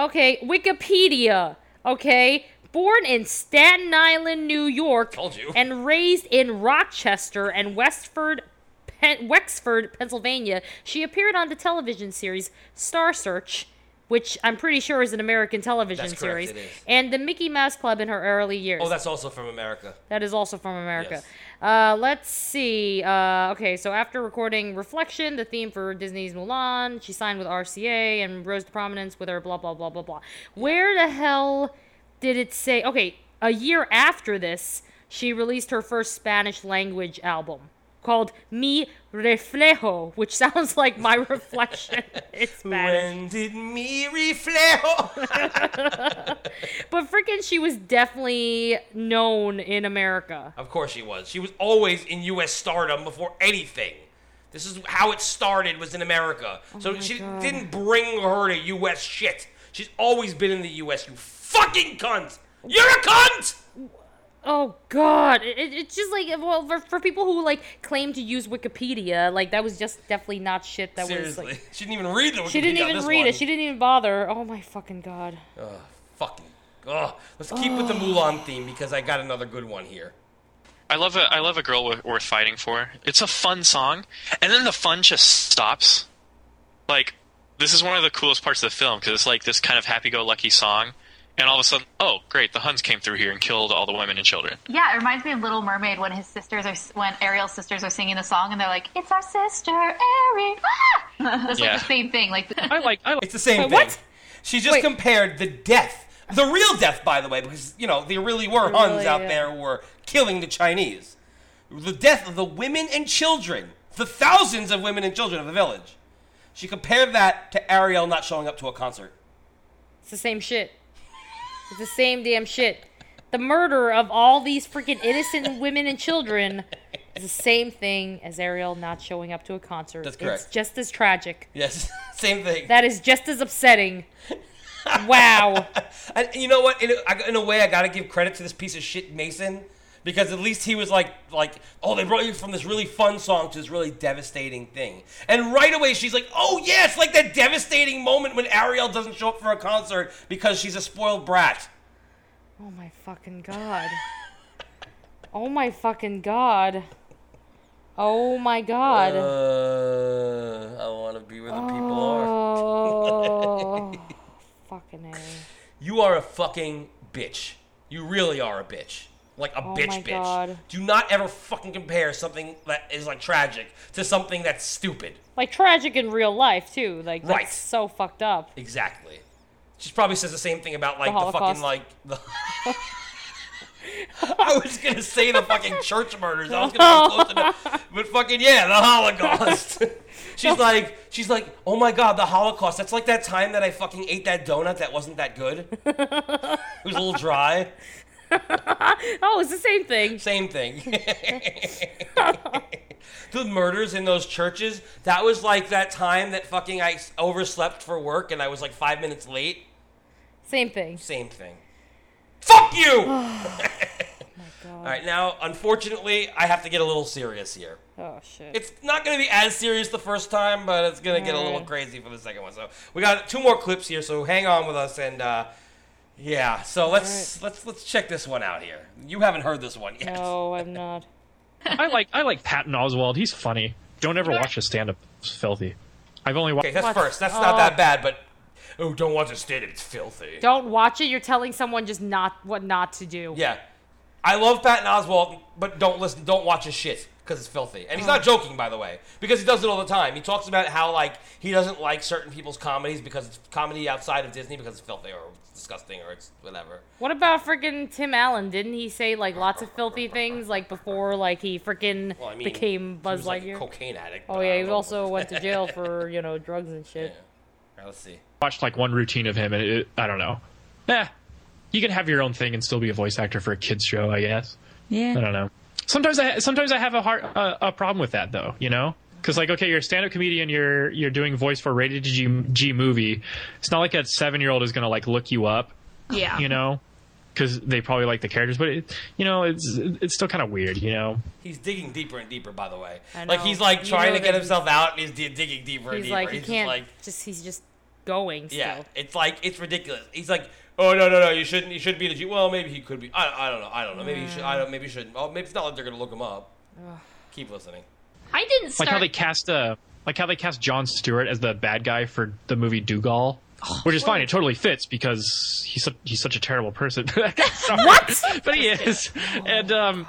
C: okay wikipedia okay born in Staten Island, New York,
A: Told you.
C: and raised in Rochester and Westford, Pen- Wexford, Pennsylvania, she appeared on the television series Star Search, which I'm pretty sure is an American television
A: correct,
C: series,
A: it is.
C: and the Mickey Mouse Club in her early years.
A: Oh, that's also from America.
C: That is also from America.
A: Yes.
C: Uh, let's see. Uh, okay, so after recording Reflection, the theme for Disney's Mulan, she signed with RCA and rose to prominence with her blah, blah, blah, blah, blah. Where the hell did it say? Okay, a year after this, she released her first Spanish language album called Mi Reflejo, which sounds like My Reflection in Spanish.
A: When did me reflejo?
C: But freaking, she was definitely known in America.
A: Of course she was. She was always in U.S. stardom before anything. This is how it started. Was in America. so
C: Oh my
A: she
C: God.
A: didn't bring her to U.S. shit. She's always been in the U.S. You fucking cunt. You're a cunt.
C: Oh God! It, it- it's just like well, for, for people who like claim to use Wikipedia, like that was just definitely not shit. That
A: Seriously,
C: was like
A: she didn't even read the.
C: she didn't
A: Wikipedia on
C: even
A: this
C: read
A: one.
C: it. She didn't even bother. Oh my fucking God!
A: Ugh, fucking. Ugh. Let's keep with the Mulan theme because I got another good one here.
H: I love a I love a girl wo- worth fighting for. It's a fun song, and then the fun just stops. Like this is one of the coolest parts of the film because it's like this kind of happy-go-lucky song, and all of a sudden, oh great, the Huns came through here and killed all the women and children.
N: Yeah, it reminds me of Little Mermaid when his sisters are when Ariel's sisters are singing the song and they're like, "It's our sister Ariel." Ah! That's
A: Yeah.
N: like the same thing. Like
H: I like I like
A: It's the same thing. What? She just compared the death, the real death, by the way, because you know there really were
H: There
A: Huns
H: really,
A: out
H: yeah.
A: there who were killing the Chinese. The death of the women and children, the thousands of women and children of the village. She compared that to Ariel not showing up to a concert.
C: It's the same shit. It's the same damn shit. The murder of all these freaking innocent women and children is the same thing as Ariel not showing up to a concert.
A: That's
C: It's
A: correct.
C: just as tragic.
A: Yes, same thing.
C: That is just as upsetting. Wow.
A: And you know what? In a, I- in a way, I gotta give credit to this piece of shit Mason because at least he was like, like, oh, they brought you from this really fun song to this really devastating thing. And right away, she's like, oh yeah, it's like that devastating moment when Ariel doesn't show up for a concert because she's a spoiled brat.
C: Oh my fucking god. oh my fucking god. Oh my god.
A: Uh, I want to be where the people
C: oh. fucking A.
A: You are a fucking bitch. You really are a bitch. Like a
C: Oh
A: bitch
C: my
A: bitch.
C: God.
A: Do not ever fucking compare something that is like tragic to something that's stupid.
C: Like tragic in real life too. Like that's
A: Right.
C: so fucked up.
A: Exactly. She probably says the same thing about like
C: The
A: the, fucking
C: Holocaust.
A: like the I was gonna say the fucking church murders. I was gonna go close enough. But fucking yeah, the Holocaust. she's like she's like, oh my god, the Holocaust. That's like that time that I fucking ate that donut that wasn't that good. It was a little dry.
C: oh, it's the same thing.
A: Same thing. the murders in those churches, that was like that time that fucking I s- overslept for work and I was like five minutes late.
C: Same thing.
A: Same thing. Fuck you!
C: Oh.
A: All right, now, unfortunately, I have to get a little serious here.
C: Oh shit.
A: It's not going to be as serious the first time, but it's going to get a little
C: Alright.
A: crazy for the second one. So we got two more clips here, so hang on with us and. uh yeah, so let's let's let's check this one out here. You haven't heard this one yet.
C: No, I'm not.
H: I like I like Patton Oswald. He's funny. Don't ever watch his stand-up. It's filthy. I've only watched.
A: Okay, that's first. That's not that bad, but oh, don't watch it stand. It's filthy.
C: Don't watch it. You're telling someone just not what not to do.
A: Yeah, I love Patton Oswalt, but don't listen. Don't watch his shit because it's filthy. And he's
C: Oh.
A: not joking, by the way, because he does it all the time. He talks about how like he doesn't like certain people's comedies because it's comedy outside of Disney because it's filthy or it's disgusting or it's whatever.
C: What about freaking Tim Allen? Didn't he say like lots of filthy things like before like he freaking
A: Well, I mean,
C: became Buzz
A: he was, like, a
C: Lightyear?
A: cocaine addict. uh,
C: Oh
A: but I
C: yeah,
A: don't
C: he
A: know.
C: also went to jail for you know drugs and shit.
A: All right, let's see.
H: watched like one routine of him, and it, I don't know. Eh, you can have your own thing and still be a voice actor for a kids show, I guess.
N: Yeah.
H: I don't know. Sometimes I sometimes I have a hard uh, a problem with that though, you know, because like okay, you're a stand up comedian, you're you're doing voice for a rated G, G movie. It's not like a seven year old is gonna like look you up,
N: Yeah.
H: you know, because they probably like the characters, but it, you know, it's it's still kind of weird, you know.
A: He's digging deeper and deeper, by the way.
C: I
A: Like
C: know.
A: he's like
C: You
A: trying
C: know
A: to get
C: that
A: himself out, and he's d- digging deeper and
C: He's
A: deeper.
C: like he
A: he's
C: can't
A: just like
C: just he's just going still.
A: Yeah, it's like it's ridiculous. He's like, oh no no no, you shouldn't you shouldn't be the G. Well, maybe he could be. I, I don't know. I don't know. Maybe he should. I don't. Maybe he shouldn't. Oh, maybe it's not like they're gonna look him up.
C: Ugh.
A: Keep listening.
I: I didn't
H: like
I: start.
H: how they cast uh like how they cast John Stewart as the bad guy for the movie Dougal, which is fine. It totally fits because he's su- he's such a terrible person. what? But he is, and um,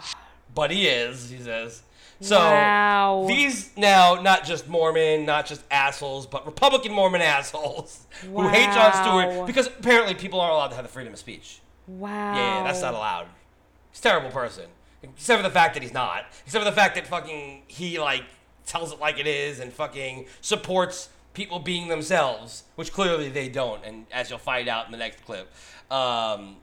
A: but he is. He says. So
H: Wow.
A: these now not just Mormon, not just assholes, but Republican Mormon assholes who hate John
C: Wow.
A: Stewart because apparently people aren't allowed to have the freedom of speech.
C: Wow.
A: Yeah, yeah, that's not allowed. He's a terrible person. Except for the fact that he's not. Except for the fact that fucking he like tells it like it is and fucking supports people being themselves, which clearly they don't. And as you'll find out in the next clip, um,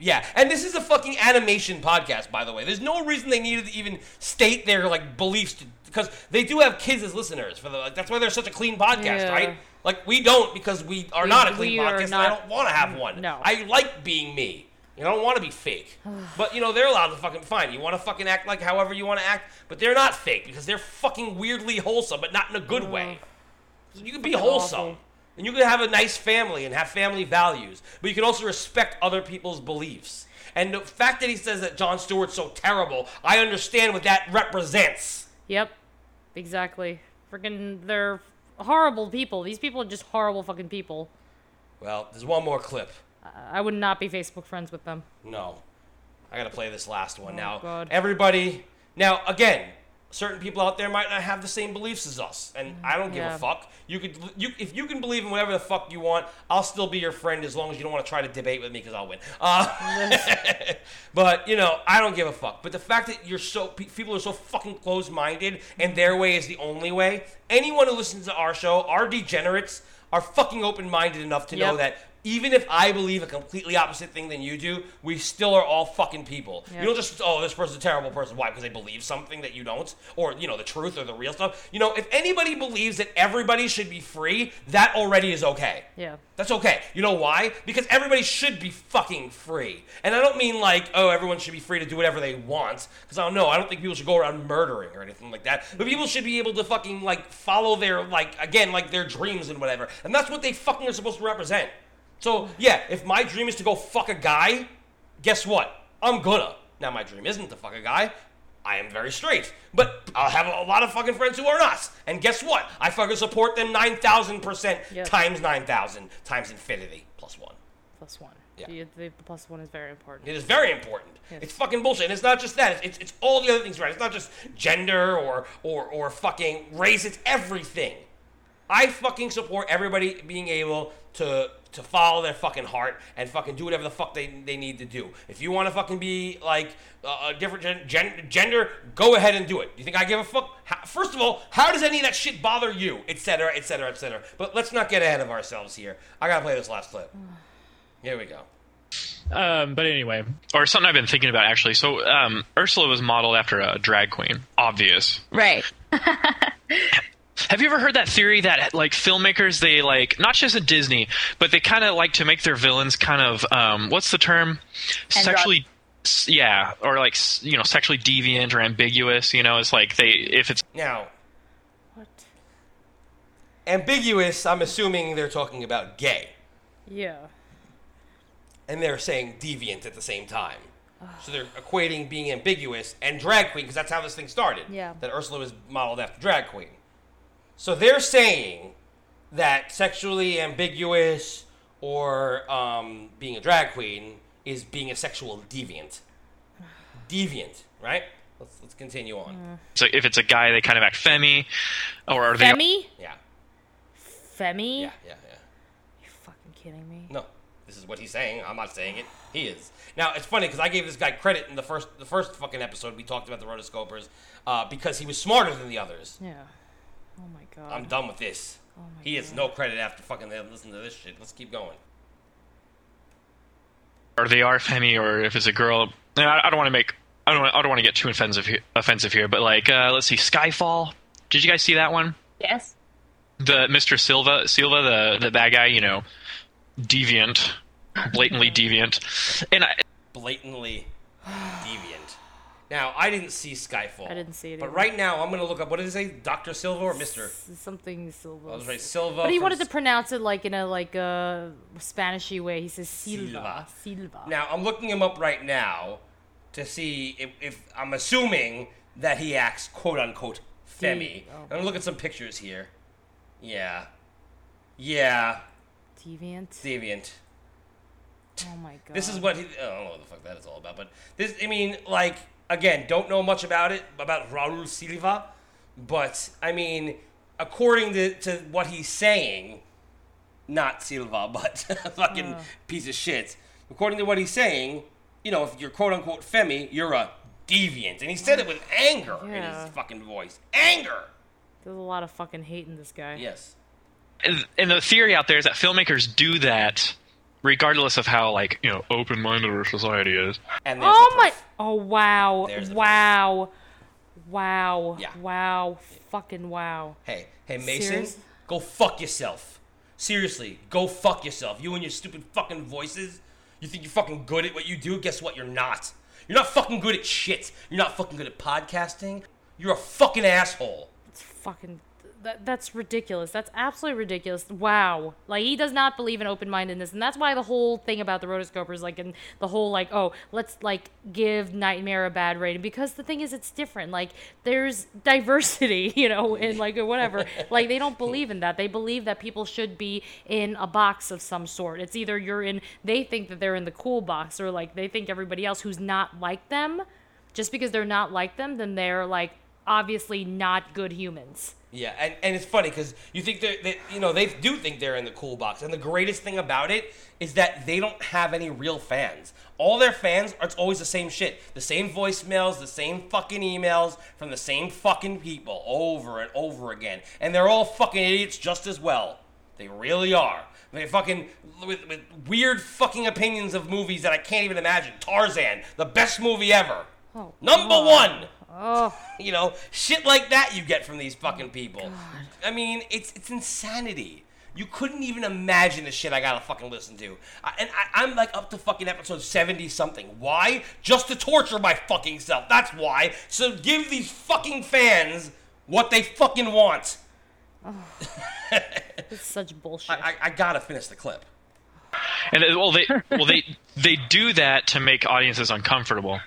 A: yeah. And this is a fucking animation podcast, by the way. There's no reason they needed to even state their like beliefs to, because they do have kids as listeners. For the like, that's why they're such a clean podcast,
G: Yeah.
A: right? Like we don't because we are
G: We-
A: not a clean
G: we are
A: podcast. and I
G: not-
A: don't want to have one. No. I like being me. You know, I don't want to be fake. but you know, they're allowed to fucking fine. You want to fucking act like however you want to act, but they're not fake because they're fucking weirdly wholesome, but not in a good way. You can be
G: Fucking
A: wholesome.
G: awful.
A: And you can have a nice family and have family values, but you can also respect other people's beliefs. And the fact that he says that John Stewart's so terrible, I understand what that represents.
C: Yep, exactly. Freaking, they're horrible people. These people are just horrible fucking people.
A: Well, there's one more clip.
C: I I would not be Facebook friends with them.
A: No. I gotta play this last one
C: Oh,
A: now.
C: God.
A: Everybody, now again, certain people out there might not have the same beliefs as us, and I don't give
G: yeah.
A: a fuck. You could, you if you can believe in whatever the fuck you want, I'll still be your friend as long as you don't want to try to debate with me because I'll win. Uh, but you know, I don't give a fuck. But the fact that you're so pe- people are so fucking closed-minded, and their way is the only way. Anyone who listens to our show, our degenerates, are fucking open-minded enough to know
G: Yep.
A: that even if I believe a completely opposite thing than you do, we still are all fucking people.
G: Yeah.
A: You don't just oh this person's a terrible person. Why? Because they believe something that you don't, or you know the truth or the real stuff. You know if anybody believes that everybody should be free, that already is okay.
C: Yeah.
A: That's okay. You know why? Because everybody should be fucking free. And I don't mean like, oh, everyone should be free to do whatever they want. Because I don't know. I don't think people should go around murdering or anything like that. But people should be able to fucking like follow their like again like their dreams and whatever. And that's what they fucking are supposed to represent. So yeah, if my dream is to go fuck a guy, guess what? I'm gonna. Now my dream isn't to fuck a guy. I am very straight, but I'll have a lot of fucking friends who are not. And guess what? I fucking support them nine thousand percent
C: Yep.
A: times nine thousand times infinity plus one.
C: Plus one.
A: Yeah.
C: The, the, the plus one is very important.
A: It is very important. It's fucking bullshit. And it's not just that. It's, it's, it's all the other things, right? It's not just gender or, or, or fucking race. It's everything. I fucking support everybody being able to to follow their fucking heart and fucking do whatever the fuck they, they need to do. If you want to fucking be like uh, a different gen- gen- gender, go ahead and do it. You think I give a fuck? How, first of all, how does any of that shit bother you? Et cetera, et cetera, et cetera. But let's not get ahead of ourselves here. I gotta play this last clip. Here we go.
H: Um, but anyway, or something I've been thinking about actually. So um, Ursula was modeled after a drag queen. Obvious.
I: Right.
H: Have you ever heard that theory that like filmmakers they like not just at Disney, but they kind of like to make their villains kind of um, what's the term? Sexually, s- yeah, or like s- you know sexually deviant or ambiguous. You know, it's like they if it's
A: Now, what? Ambiguous. I'm assuming they're talking about gay,
C: Yeah.
A: and they're saying deviant at the same time. So they're equating being ambiguous and drag queen because that's how this thing started.
G: Yeah.
A: That Ursula was modeled after drag queen. So they're saying that sexually ambiguous or um, being a drag queen is being a sexual deviant. Deviant, right? Let's let's continue on.
H: so if it's a guy they kind of act femmy, or are they
C: Femi?
A: Yeah.
C: Femi? Yeah,
A: yeah, yeah.
C: Fucking kidding me.
A: No, this is what he's saying. I'm not saying it. He is. Now it's funny because I gave this guy credit in the first the first fucking episode we talked about the rotoscopers uh, because he was smarter than the others.
C: Yeah. Oh my god. Oh
A: I'm done with this. he has no credit after fucking listening to this shit. Let's keep going.
H: or they are femmy, or if it's a girl? And I, I don't want to make I don't wanna- I don't want to get too offensive here, offensive here, but like uh, let's see, Skyfall. Did you guys see that one?
I: Yes.
H: the Mr. Silva Silva the the bad guy, you know, deviant, blatantly deviant, and I,
A: Blatantly deviant. Now, I didn't see Skyfall.
C: I didn't see it
A: But
C: either.
A: right now, I'm going to look up what did it say? Dr. Silva or Mr.?
C: Something Silva.
A: I was right, Silva.
C: But he
A: from
C: wanted to pronounce it like in a like a Spanishy way. He says Silva.
A: Silva.
C: Silva.
A: Now I'm looking him up right now to see if, if I'm assuming that he acts quote unquote femi.
C: Oh.
A: I'm gonna look at some pictures here. Yeah, yeah,
C: Deviant.
A: deviant.
C: Oh my god.
A: This is what he. I don't know what the fuck that is all about, but this. I mean, like again, don't know much about it about Raul Silva, but I mean, according to, to what he's saying, not Silva, but a fucking
K: Ugh.
A: piece of shit. According to what he's saying, you know, if you're quote unquote femi, you're a deviant, and he said it with anger in
C: Yeah.
A: his fucking voice. Anger.
C: There's a lot of fucking hate in this guy. Oh
A: Yes.
H: and and the theory out there is that filmmakers do that regardless of how like you know open-minded our society is
A: And
C: Oh my! Oh wow!
H: There's the
C: Wow! Wow! Wow! Fucking wow!
A: Hey, hey, Mason,
C: Serious-
A: go fuck yourself. Seriously, go fuck yourself. You and your stupid fucking voices. You think you're fucking good at what you do? Guess what? You're not. You're not fucking good at shit. You're not fucking good at podcasting. You're a fucking asshole.
C: Fucking. That, that's ridiculous. That's absolutely ridiculous. Wow. Like he does not believe in open mindedness, and that's why the whole thing about the rotoscopers, like, and the whole like, oh, let's like give Nightmare a bad rating because the thing is, it's different. Like there's diversity, you know, in like or whatever. like they don't believe in that. They believe that people should be in a box of some sort. It's either you're in. They think that they're in the cool box, or like they think everybody else who's not like them, just because they're not like them, then they're like obviously not good humans.
A: Yeah, and, and it's funny because you think they're, they, you know, they do think they're in the cool box. And the greatest thing about it is that they don't have any real fans. All their fans are it's always the same shit. The same voicemails, the same fucking emails from the same fucking people over and over again. And they're all fucking idiots just as well. They really are. They fucking with, with weird fucking opinions of movies that I can't even imagine. Tarzan, the best movie ever.
C: Oh,
A: Number one.
C: Oh.
A: you know, shit like that you get from these fucking people. I mean, it's it's insanity. You couldn't even imagine the shit I gotta fucking listen to. I, and I, I'm like up to fucking episode 70 something. Why? Just to torture my fucking self. That's why. So give these fucking fans what they fucking want.
C: it's such bullshit.
A: I, I, I gotta finish the clip.
H: and uh, well they well they they do that to make audiences uncomfortable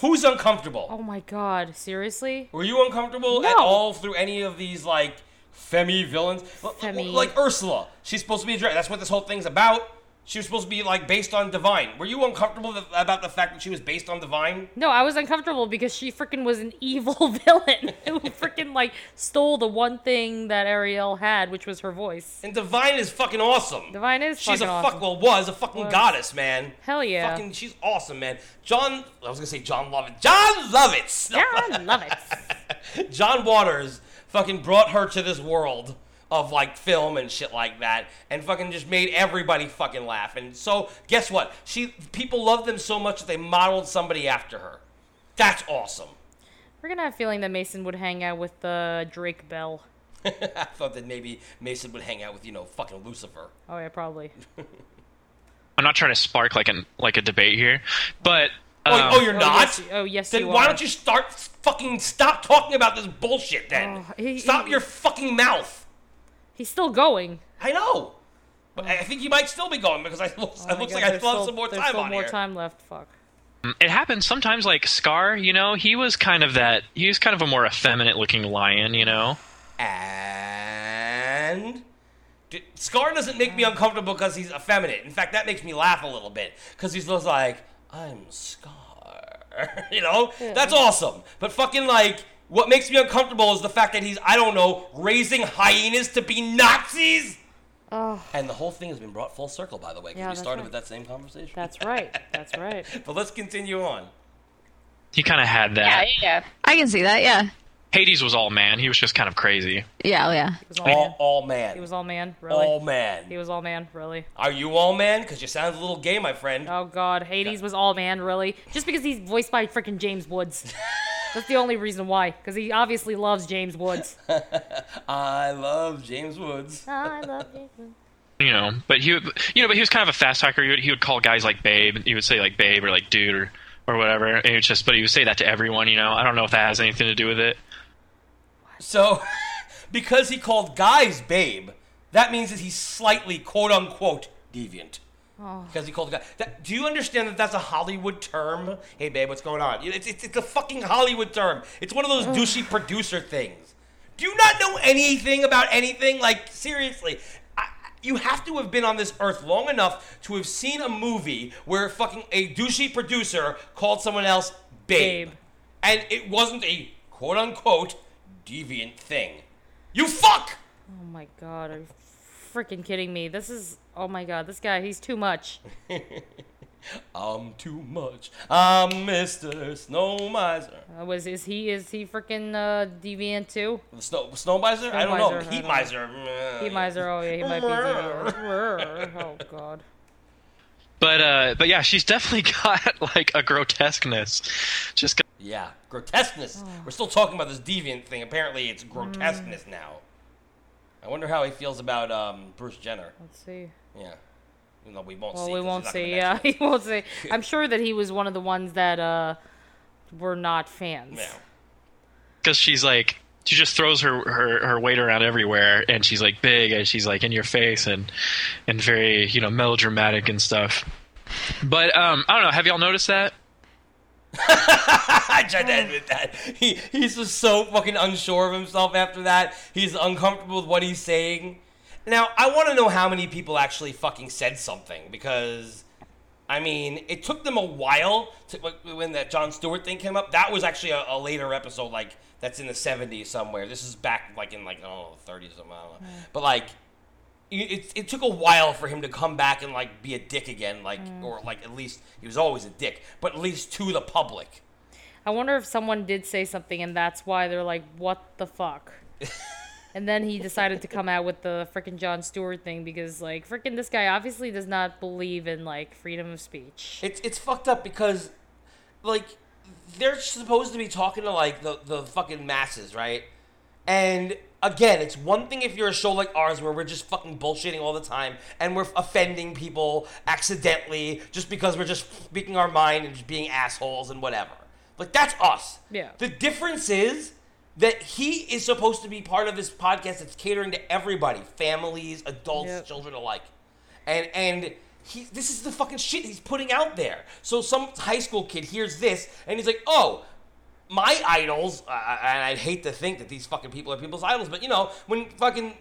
A: who's uncomfortable
C: Oh my god, seriously?
A: Were you uncomfortable at all through any of these like femi villains? L- l-
C: Femi.
A: Like Ursula, she's supposed to be a dragon. That's what this whole thing's about. She was supposed to be like based on Divine. Were you uncomfortable th- about the fact that she was based on Divine?
C: No, I was uncomfortable because she freaking was an evil villain who freaking like stole the one thing that Ariel had, which was her voice.
A: And Divine is fucking awesome.
C: Divine is
A: She's a
C: fucking
A: fuck.
C: awesome.
A: Well, was a fucking
C: Was.
A: goddess, man.
C: Hell yeah.
A: Fucking, she's awesome, man. John, I was gonna say John Lovett. John Lovett.
C: John Lovett.
A: John Waters fucking brought her to this world of like film and shit like that and fucking just made everybody fucking laugh. And so guess what? She people loved them so much that they modeled somebody after her. That's awesome.
C: We're gonna have a feeling that Mason would hang out with uh, Drake Bell.
A: I thought that maybe Mason would hang out with, you know, fucking Lucifer.
C: Oh yeah, probably.
H: i'm not trying to spark like an like a debate here but
A: Oh,
H: um,
A: oh, you're not?
C: yes, you- oh, yes,
A: Then
C: you
A: why
C: are.
A: don't you start fucking stop talking about this bullshit then?
C: Oh,
A: stop your fucking mouth.
C: He's still going.
A: I know. But I I think he might still be going because I looks,
C: Oh
A: it
C: my
A: looks
C: God,
A: like I
C: there's
A: still have
C: still-
A: some more
C: there's
A: time
C: still
A: on
C: more
A: here.
C: time left. Fuck.
H: it happens sometimes like scar you know he was kind of that he was kind of a more effeminate looking lion you know
A: And D- Scar doesn't make me uncomfortable because he's effeminate. In fact, that makes me laugh a little bit because he's just like, I'm Scar. you know, that's awesome. But fucking like, what makes me uncomfortable is the fact that he's, I don't know, raising hyenas to be Nazis.
C: Oh,
A: And the whole thing has been brought full circle, by the way, because
C: Yeah,
A: we
C: that's
A: started
C: right.
A: with that same conversation.
C: that's right. That's right.
A: but let's continue on.
H: he kind of had that
I: yeah.
N: I can see that. Yeah.
H: hades was all man he was just kind of crazy
N: Yeah. oh, Yeah.
A: All, all man.
C: He was all man, really.
A: All man.
C: He was all man, really.
A: Are you all man? Because you sound a little gay, my friend.
C: Oh God, Hades was all man, really. Just because he's voiced by freaking James Woods. That's the only reason why, because he obviously loves James Woods.
A: I love James Woods.
C: I love James Woods.
H: you know but he would you know but he was kind of a fast talker he would, he would call guys like babe he would say like babe or like dude or or whatever. And it's just, but he would say that to everyone, you know. I don't know if that has anything to do with it.
A: So, because he called guys babe, that means that he's slightly quote unquote deviant.
C: Oh.
A: Because he called the guy. That, do you understand that that's a Hollywood term? Hey, babe, what's going on? It's, it's, it's a fucking Hollywood term. It's one of those douchey producer things. Do you not know anything about anything? Like, seriously. I- You have to have been on this earth long enough to have seen a movie where fucking a douchey producer called someone else babe. And it wasn't a quote unquote deviant thing. You fuck!
C: Oh my god, are you freaking kidding me? This is oh my god, this guy, he's too much. Uh,
A: I'm too much. I'm Mr. Snow Miser.
C: Uh, was is he is he freaking uh, deviant too?
A: Snow, snow miser? I don't know. Heat miser. Mm.
C: Heat miser. Oh yeah, he might be. deviant. oh god.
H: But uh, but yeah, she's definitely got like a grotesqueness. Just got-
A: Yeah, grotesqueness.
C: Oh.
A: We're still talking about this deviant thing. Apparently, it's grotesqueness
C: Mm.
A: now. I wonder how he feels about um, Bruce Jenner.
C: Let's see.
A: Yeah. Even though we won't
C: Well,
A: see.
C: we
A: 'cause
C: won't
A: he's not gonna
C: see. Yeah,
A: mention
C: he won't see. I'm sure that he was one of the ones that uh, were not fans.
H: because she's like she just throws her, her her weight around everywhere and she's like big and she's like in your face and and very you know melodramatic and stuff but um i don't know have y'all noticed that
A: I tried to end with that. He, he's just so fucking unsure of himself after that. He's uncomfortable with what he's saying. Now, I want to know how many people actually fucking said something because, I mean, it took them a while to wh- when that John Stewart thing came up. That was actually a, a later episode, like that's in the '70s somewhere. This is back like in like I don't know the '30s or something. I don't know. But like, it, it, it took a while for him to come back and like be a dick again, like
C: Mm.
A: or like at least he was always a dick, but at least to the public.
C: I wonder if someone did say something and that's why they're like, what the fuck? and then he decided to come out with the freaking John Stewart thing because, like, freaking this guy obviously does not believe in, like, freedom of speech.
A: It's it's fucked up because, like, they're supposed to be talking to like the the fucking masses, right? And again, it's one thing if you're a show like ours where we're just fucking bullshitting all the time and we're offending people accidentally just because we're just speaking our mind and just being assholes and whatever. Like that's us.
C: Yeah.
A: The difference is that he is supposed to be part of this podcast that's catering to everybody, families, adults,
G: Yep.
A: children alike. And and he this is the fucking shit he's putting out there. So some high school kid hears this and he's like, "Oh, my idols, uh, and I'd hate to think that these fucking people are people's idols, but you know, when fucking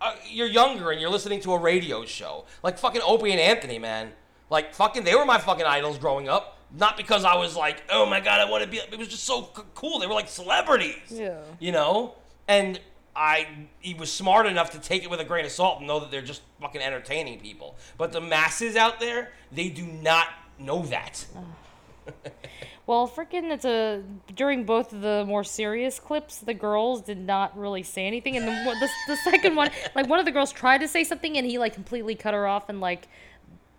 A: uh, you're younger and you're listening to a radio show, like fucking Opie and Anthony, man, like fucking they were my fucking idols growing up. Not because I was like, oh my god, I want to be. It was just so c- cool. They were like celebrities
C: Yeah.
A: you know and i he was smart enough to take it with a grain of salt and know that they're just fucking entertaining people but the masses out there they do not know that
C: Well, freaking, it's a. During both of the more serious clips, the girls did not really say anything. And the, one- the, the second one, like, one of the girls tried to say something and he, like, completely cut her off and, like,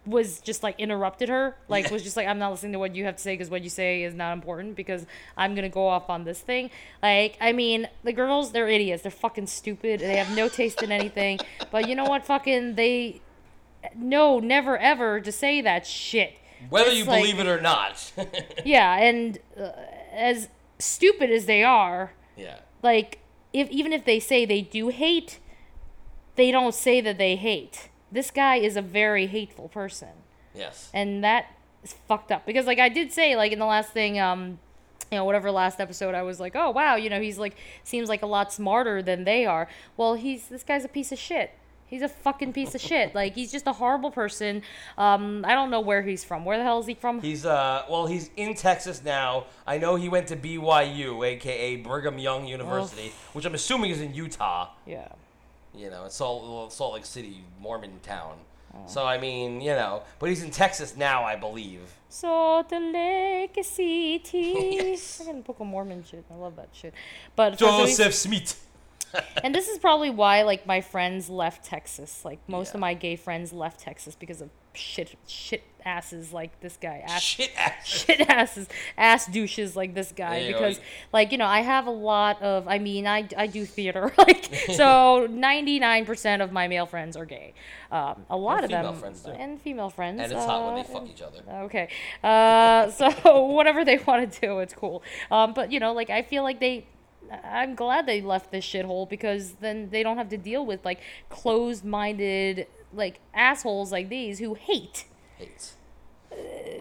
C: was just like interrupted her like
M: Yeah.
C: was just like i'm not listening to what you have to say because what you say is not important because i'm gonna go off on this thing like i mean the girls they're idiots they're fucking stupid they have no taste in anything but you know what fucking they no never ever to say that shit
A: whether
C: It's
A: you
C: like-
A: believe it or not
C: yeah and uh, as stupid as they are
A: yeah
C: like if even if they say they do hate they don't say that they hate this guy is a very hateful person
A: yes
C: and that is fucked up because like i did say like in the last thing um you know whatever last episode i was like oh wow you know he's like seems like a lot smarter than they are well he's this guy's a piece of shit he's a fucking piece of shit like he's just a horrible person um i don't know where he's from where the hell is he from
A: he's uh well he's in texas now i know he went to byu aka brigham young university which i'm assuming is in utah
C: yeah
A: you know, it's Salt, little Salt Lake City Mormon town.
C: Oh.
A: So I mean, you know, but he's in Texas now, I believe.
C: Salt Lake City. Freaking Book of Mormon shit. I love that shit. But so he's-
A: Joseph Smith.
C: and this is probably why like my friends left Texas. Like most of my gay friends left Texas because of shit shit asses like this guy. Ass,
A: shit asses.
C: Shit asses. Ass douches like this guy
A: Yeah,
C: because
A: like-
C: like you know, I have a lot of I mean, I I do theater like so 99% of my male friends are gay. Um, a lot
A: And
C: of them
A: female friends, too.
C: and female friends.
A: And it's hot when
C: uh,
A: they fuck each other.
C: Okay. Uh, so whatever they want to do, it's cool. Um, but you know, like I feel like they. I'm glad they left this shithole because then they don't have to deal with like closed-minded like assholes like these who hate.
A: Hate.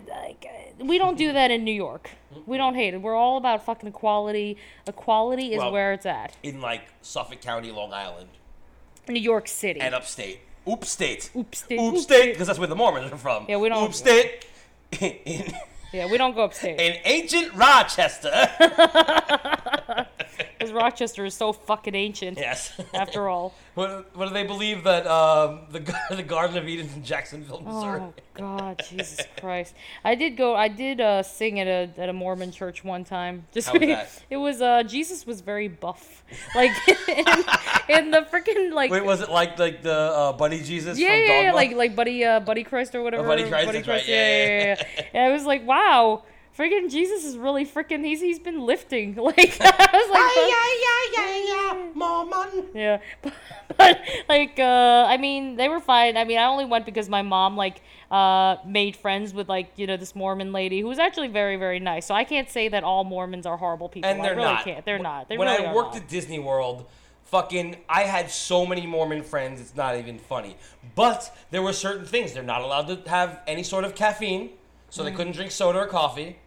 C: Like uh, we don't do that in New York. We don't hate it. We're all about fucking equality. Equality is
A: Well-
C: where it's at.
A: in like Suffolk County, Long Island,
C: New York City.
A: and upstate. Oop state.
C: Oop state.
A: Oop state, because that's where the Mormons are from.
C: Yeah, we don't.
A: Oop state. in,
C: Yeah, we don't go upstate.
A: in ancient Rochester.
C: Because Rochester is so fucking ancient.
A: Yes.
C: After all.
A: What, what do they believe that um, the gar- the Garden of Eden in Jacksonville, Missouri?
C: Oh God, Jesus Christ! I did go. I did uh, sing at a at a Mormon church one time. Just
A: How was
C: because-
A: that?
C: It was uh, Jesus was very buff, like in, in the freaking like.
A: Wait, was it like like the uh, Bunny Jesus?
C: yeah,
A: from
C: yeah, yeah,
A: Dogma?
C: like like Buddy uh, Buddy Christ or whatever.
A: Buddy Christ, that's right, yeah, yeah,
C: yeah, yeah. And I was like, wow. Freaking Jesus is really freaking. He's he's been lifting. Like I was like, Yeah, but, like uh, I mean, they were fine. I mean, I only went because my mom like uh, made friends with like you know this Mormon lady who was actually very very nice. So I can't say that all Mormons are horrible people.
A: And they're
C: I really
A: not.
C: can't. They're not. They
A: when
C: really
A: I
C: are
A: worked
C: not.
A: at Disney World, fucking, I had so many Mormon friends, it's not even funny. But there were certain things. They're not allowed to have any sort of caffeine, so they
G: Mm.
A: couldn't drink soda or coffee.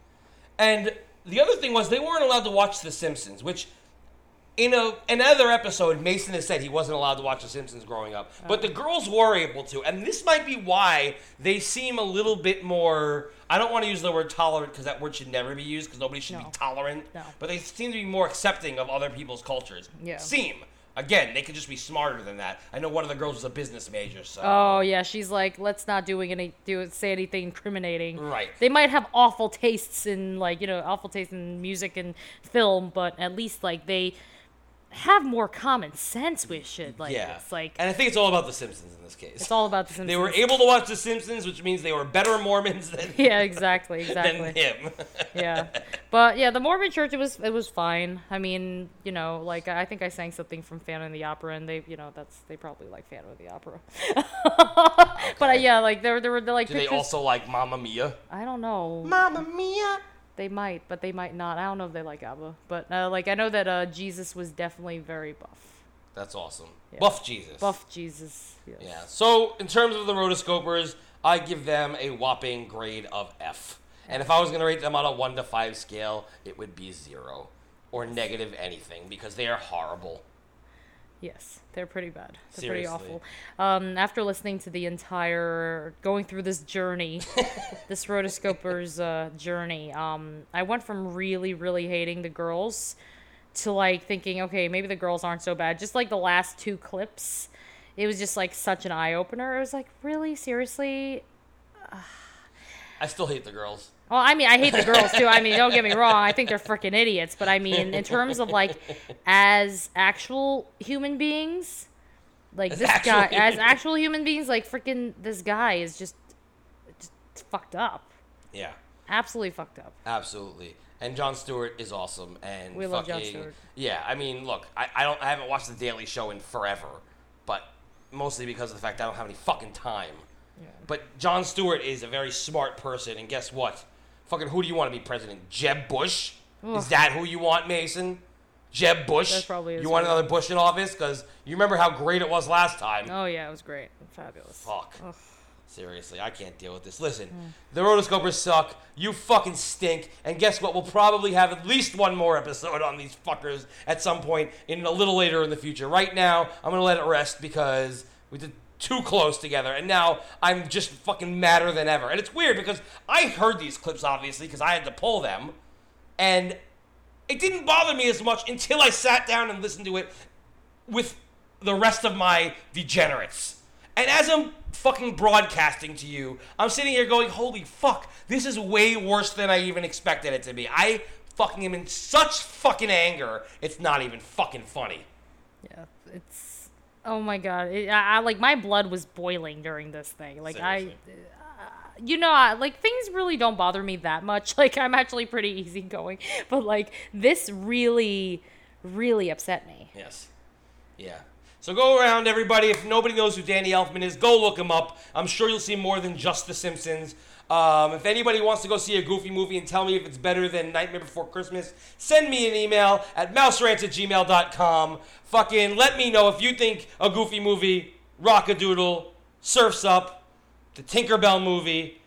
A: And the other thing was they weren't allowed to watch The Simpsons, which. In a, another episode, Mason has said he wasn't allowed to watch The Simpsons growing up, but
C: Oh.
A: the girls were able to, and this might be why they seem a little bit more. I don't want to use the word tolerant because that word should never be used because nobody should be tolerant but they seem to be more accepting of other people's cultures.
C: Yeah.
A: Seem. Again, they could just be smarter than that. I know one of the girls was a business major, so.
C: Oh yeah, she's like, let's not doing any do say anything incriminating.
A: Right.
C: They might have awful tastes in like you know awful tastes in music and film, but at least like they have more common sense with shit. Like
A: yeah.
C: it's like
A: and I think it's all about The Simpsons in this case.
C: it's all about the Simpsons.
A: They were able to watch The Simpsons, which means they were better Mormons than,
C: Yeah, exactly,
A: than
C: exactly.
A: him.
C: yeah. But yeah, the Mormon church it was it was fine. I mean, you know, like I think I sang something from Phantom of the Opera and they, you know, that's they probably like Phantom of the Opera. But uh, yeah, like there there were the, like
A: Do they
C: pictures-
A: also like Mamma Mia?
C: I don't know.
A: Mamma Mia.
C: They might, but they might not. I don't know if they like ABBA, but uh, like I know that uh, Jesus was definitely very buff.
A: That's awesome.
C: Yeah.
A: Buff Jesus.
C: Buff Jesus. Yes.
A: Yeah. So in terms of the rotoscopers, I give them a whopping grade of F. And if I was going to rate them on a one to five scale, it would be zero or negative anything because they are horrible.
C: Yes, they're pretty bad. They're
A: Seriously.
C: pretty awful. Um, after listening to the entire going through this journey, this rotoscoper's uh, journey, um, I went from really, really hating the girls to like thinking, okay, maybe the girls aren't so bad. Just like the last two clips, it was just like such an eye opener. It was like, really, seriously,
A: I still hate the girls.
C: Well, I mean, I hate the girls too. I mean, don't get me wrong. I think they're freaking idiots. But I mean, in terms of like, as actual human beings, like
A: As
C: this
A: actual
C: guy,
A: human
C: as actual human beings, like freaking this guy is just, just fucked up.
A: Yeah,
C: Absolutely fucked up.
A: absolutely. And Jon Stewart is awesome. And
C: We
A: fucking,
C: love Jon Stewart.
A: Yeah, I mean, look, I, I don't, I haven't watched The Daily Show in forever, but mostly because of the fact I don't have any fucking time. But Jon Stewart is a very smart person, and guess what? Fucking who do you want to be president? Jeb Bush?
G: Ugh.
A: Is that who you want, Mason? Jeb Bush?
C: That probably is
A: you want
C: who I
A: another Bush in office? Because you remember how great it was last time.
C: Oh yeah, it was great, fabulous.
A: Fuck.
C: Ugh.
A: Seriously, I can't deal with this. Listen,
C: Mm.
A: the rotoscopers suck. You fucking stink. And guess what? We'll probably have at least one more episode on these fuckers at some point in a little later in the future. Right now, I'm gonna let it rest because we did too close together, and now I'm just fucking madder than ever. And it's weird because I heard these clips obviously because I had to pull them, and it didn't bother me as much until I sat down and listened to it with the rest of my degenerates. And as I'm fucking broadcasting to you, I'm sitting here going, holy fuck, this is way worse than I even expected it to be. I fucking am in such fucking anger, it's not even fucking funny.
C: Yeah, it's oh my god! It, I, I like my blood was boiling during this thing. Like I, uh, you know, I, like things really don't bother me that much. Like I'm actually pretty easygoing, but like this really, really upset me.
A: Yes. Yeah. So go around, everybody. If nobody knows who Danny Elfman is, go look him up. I'm sure you'll see more than just The Simpsons. Um, if anybody wants to go see a goofy movie and tell me if it's better than Nightmare Before Christmas, send me an email at mouserant at gmail.com. Fucking let me know if you think a goofy movie, Rockadoodle, Surf's Up, the Tinkerbell movie,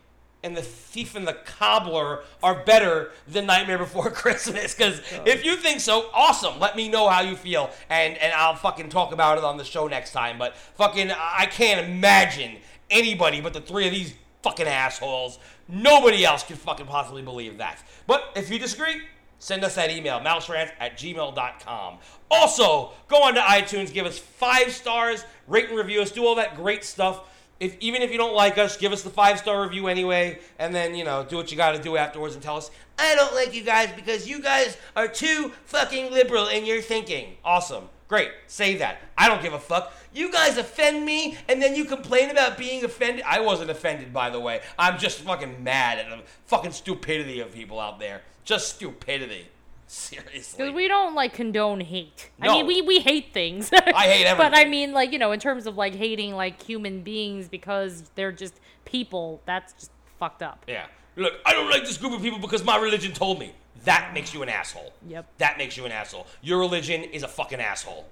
A: and the Thief and the Cobbler are better than Nightmare Before Christmas. Because if you think so, awesome. Let me know how you feel, and and I'll fucking talk about it on the show next time. But fucking, I I can't imagine anybody but the three of these fucking assholes. Nobody else could fucking possibly believe that. But if you disagree, send us that email, mouserant at gmail.com. Also, go on to iTunes, give us five stars, rate and review us, do all that great stuff. If, even if you don't like us, give us the five star review anyway, and then, you know, do what you gotta do afterwards and tell us, I don't like you guys because you guys are too fucking liberal in your thinking. Awesome. Great. Say that. I don't give a fuck. You guys offend me, and then you complain about being offended. I wasn't offended, by the way. I'm just fucking mad at the fucking stupidity of people out there. Just stupidity. Seriously.
C: Because we don't like condone hate.
A: No.
C: I mean, we, we hate things.
A: I hate
C: But I
A: everything.
C: mean, like you know, in terms of like hating like human beings because they're just people. That's just fucked up.
A: Yeah. Look, I don't like this group of people because my religion told me. That makes you an asshole.
C: Yep.
A: That makes you an asshole. Your religion is a fucking asshole.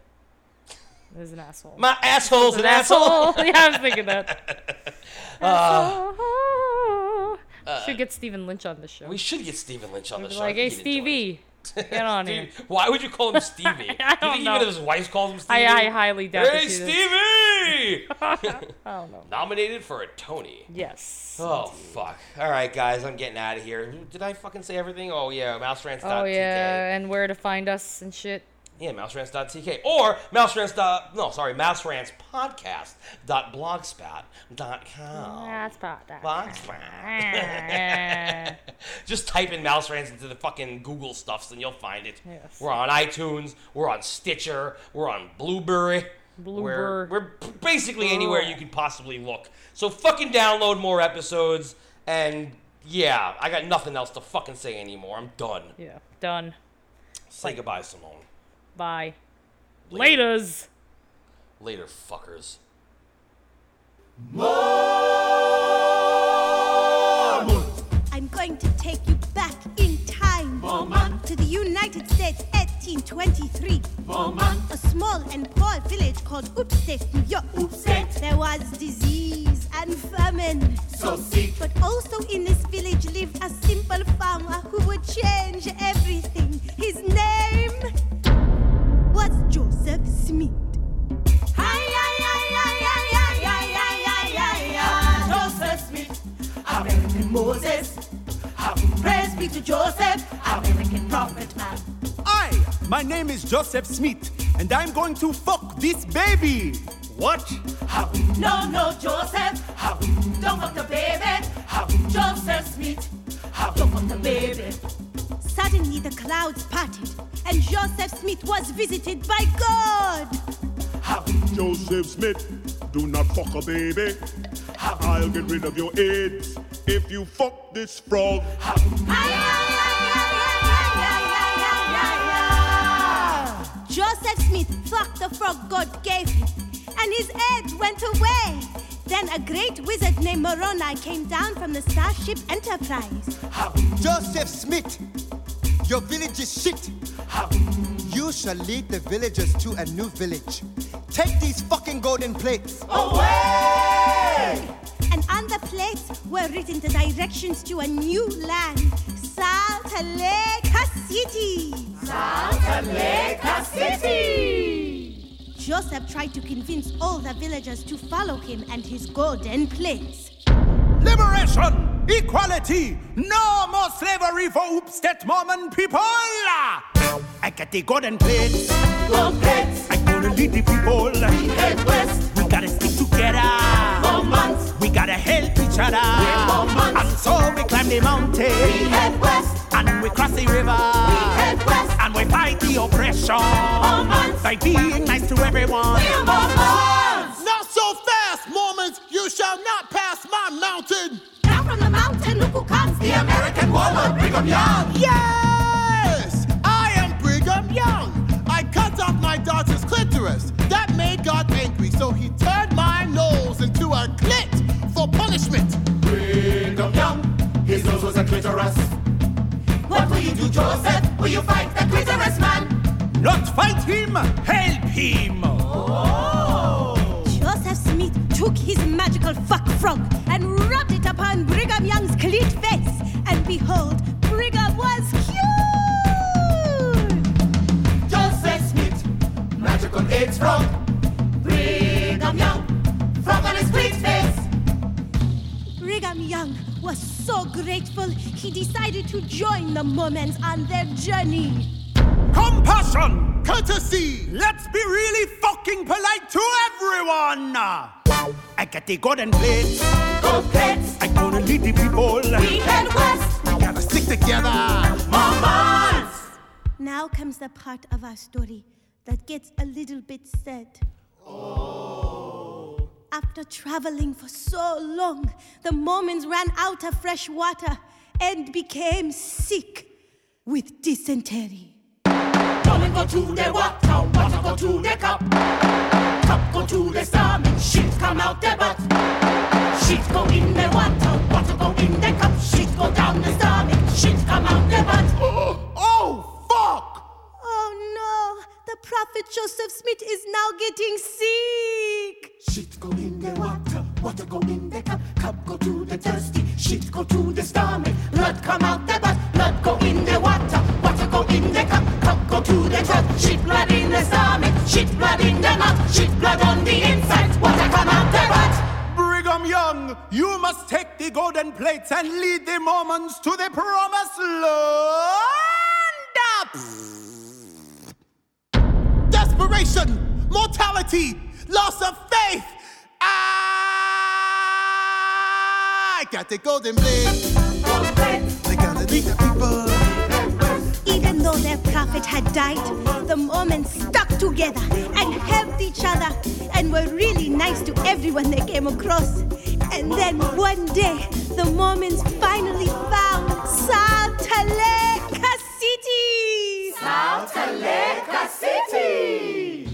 C: There's an asshole.
A: My asshole's an,
C: An
A: asshole.
C: asshole. Yeah, I was thinking that.
A: Uh, uh,
C: should get Stephen Lynch on the show.
A: we should get Stephen Lynch on the
C: Be
A: show.
C: like,
A: I
C: hey
A: think he'd enjoy
C: Stevie, get on here.
A: it. Why would you call him Stevie? I
C: don't
A: you think
C: know.
A: even his wife calls him Stevie?
C: I, I highly doubt
A: Hey,
C: that she does.
A: Stevie!
C: I don't know.
A: Nominated for a Tony.
C: Yes.
A: Oh fuck! All right, guys, I'm getting out of here. Did I fucking say everything? Oh yeah, mouserants.tk.
C: Oh yeah, and where to find us and shit.
A: Yeah, mouserants.tk or mouserants. dot- No, sorry, mouserantspodcast.blogspot.com.
C: That's about that.
A: Blogspot. Just type in Mouse Rants into the fucking Google stuffs and you'll find it.
C: Yes.
A: We're on iTunes. We're on Stitcher. We're on Blueberry. We're,
C: Blueberry.
A: we're basically anywhere you could possibly look. So fucking download more episodes and yeah, I got nothing else to fucking say anymore. I'm done.
C: Yeah. Done.
A: Say goodbye, Simone.
C: Bye.
A: Later.
C: Laters.
A: Later, fuckers.
P: I'm going to take you back in time. To the United States, 1823. A small and poor village called Upstate, New York. There was disease and famine.
B: So sick.
P: But also in this village lived a simple farmer who would change everything. His name was Joseph Smith.
B: Joseph Smith, American Moses, American Presby to Joseph, American prophet man.
Q: Hi, my name is Joseph Smith, and I'm going to fuck this baby. What? How?
B: No, no, Joseph, how don't fuck the baby, how Joseph Smith, how don't fuck the baby.
P: Suddenly the clouds parted, and Joseph Smith was visited by God.
R: Joseph Smith, do not fuck a baby. I'll get rid of your AIDS if you fuck this frog.
P: Joseph Smith fucked the frog God gave him, and his head went away. Then a great wizard named Moroni came down from the Starship Enterprise.
S: Joseph Smith, your village is shit. You shall lead the villagers to a new village. Take these fucking golden plates. Away!
P: And on the plates were written the directions to a new land, Salt Lake City. Salt
B: Lake
P: City. Joseph tried to convince all the villagers to follow him and his golden plates.
Q: Liberation! Equality! No more slavery for Oopstead Mormon people! I got the golden plates. Gold plates. I'm gonna lead the people. We head west. We gotta stick together. For months. We gotta help each other. And so we climb the mountain. We head west. And we cross the river. We head west. And we fight the oppression. By being nice to everyone.
T: Not so fast, Mormons! You shall not pass my mountain!
P: Down from the mountain, look who comes, the American warlord, Brigham Young.
T: Yes! I am Brigham Young! I cut off my daughter's clitoris. That made God angry, so he turned my nose into a clit for punishment. Brigham Young, his nose was a clitoris.
B: What will you do, Joseph? Will you fight the clitoris man?
Q: Not fight him, help him.
P: Oh! Joseph Smith took his magical fuck frog and rubbed it upon Brigham Young's cleat face. And behold, Brigham was cute!
B: Joseph Smith, magical AIDS frog. Brigham Young, frog on his cleat face.
P: Brigham Young was so grateful, he decided to join the Mormons on their journey.
Q: Compassion!
T: Courtesy!
Q: Let's be really fucking polite to everyone! I got the golden plates. Gold plates! I'm gonna lead the people.
B: We head west.
Q: We gotta stick together.
B: Mormons!
P: Now comes the part of our story that gets a little bit sad.
B: Oh.
P: After traveling for so long, the Mormons ran out of fresh water and became sick with dysentery.
B: Woman go to the water, water go to the cup. Cup go to the stomach, shit come out the butt. Shit go in the water, water go in the cup. Shit go down the stomach, shit come out the butt. Oh, fuck!
P: Oh no, the prophet Joseph Smith is now getting sick.
B: Shit go in the water, water go in the cup. Cup go to the thirsty, shit go to the stomach. Blood come out the butt, blood go in the water, water go in the cup. Cup go to the throat, shit blood in the stomach, shit blood in the mouth, shit blood on the inside, water come out the butt.
Q: Brigham Young, you must take the golden plates and lead the Mormons to the promised land.
T: Up! Desperation! Mortality! Loss of faith! I got the golden blade. They gotta lead the people.
P: Even though their prophet had died, the Mormons stuck together and helped each other and were really nice to everyone they came across. And then one day, the Mormons finally found Saltaleka City!
B: Saltaleka City!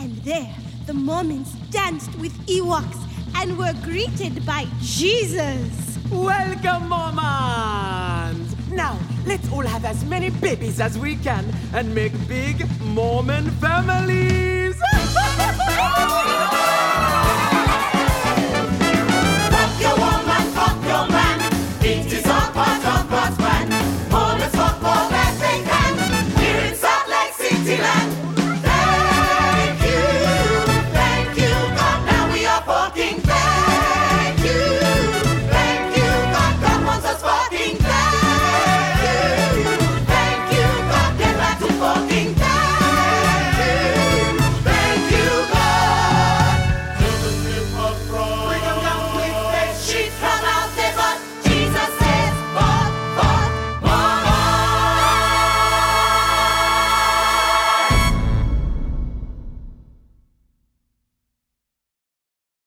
P: And there, the Mormons danced with Ewoks and were greeted by Jesus.
U: Welcome, Mormons! Now, let's all have as many babies as we can and make big Mormon families!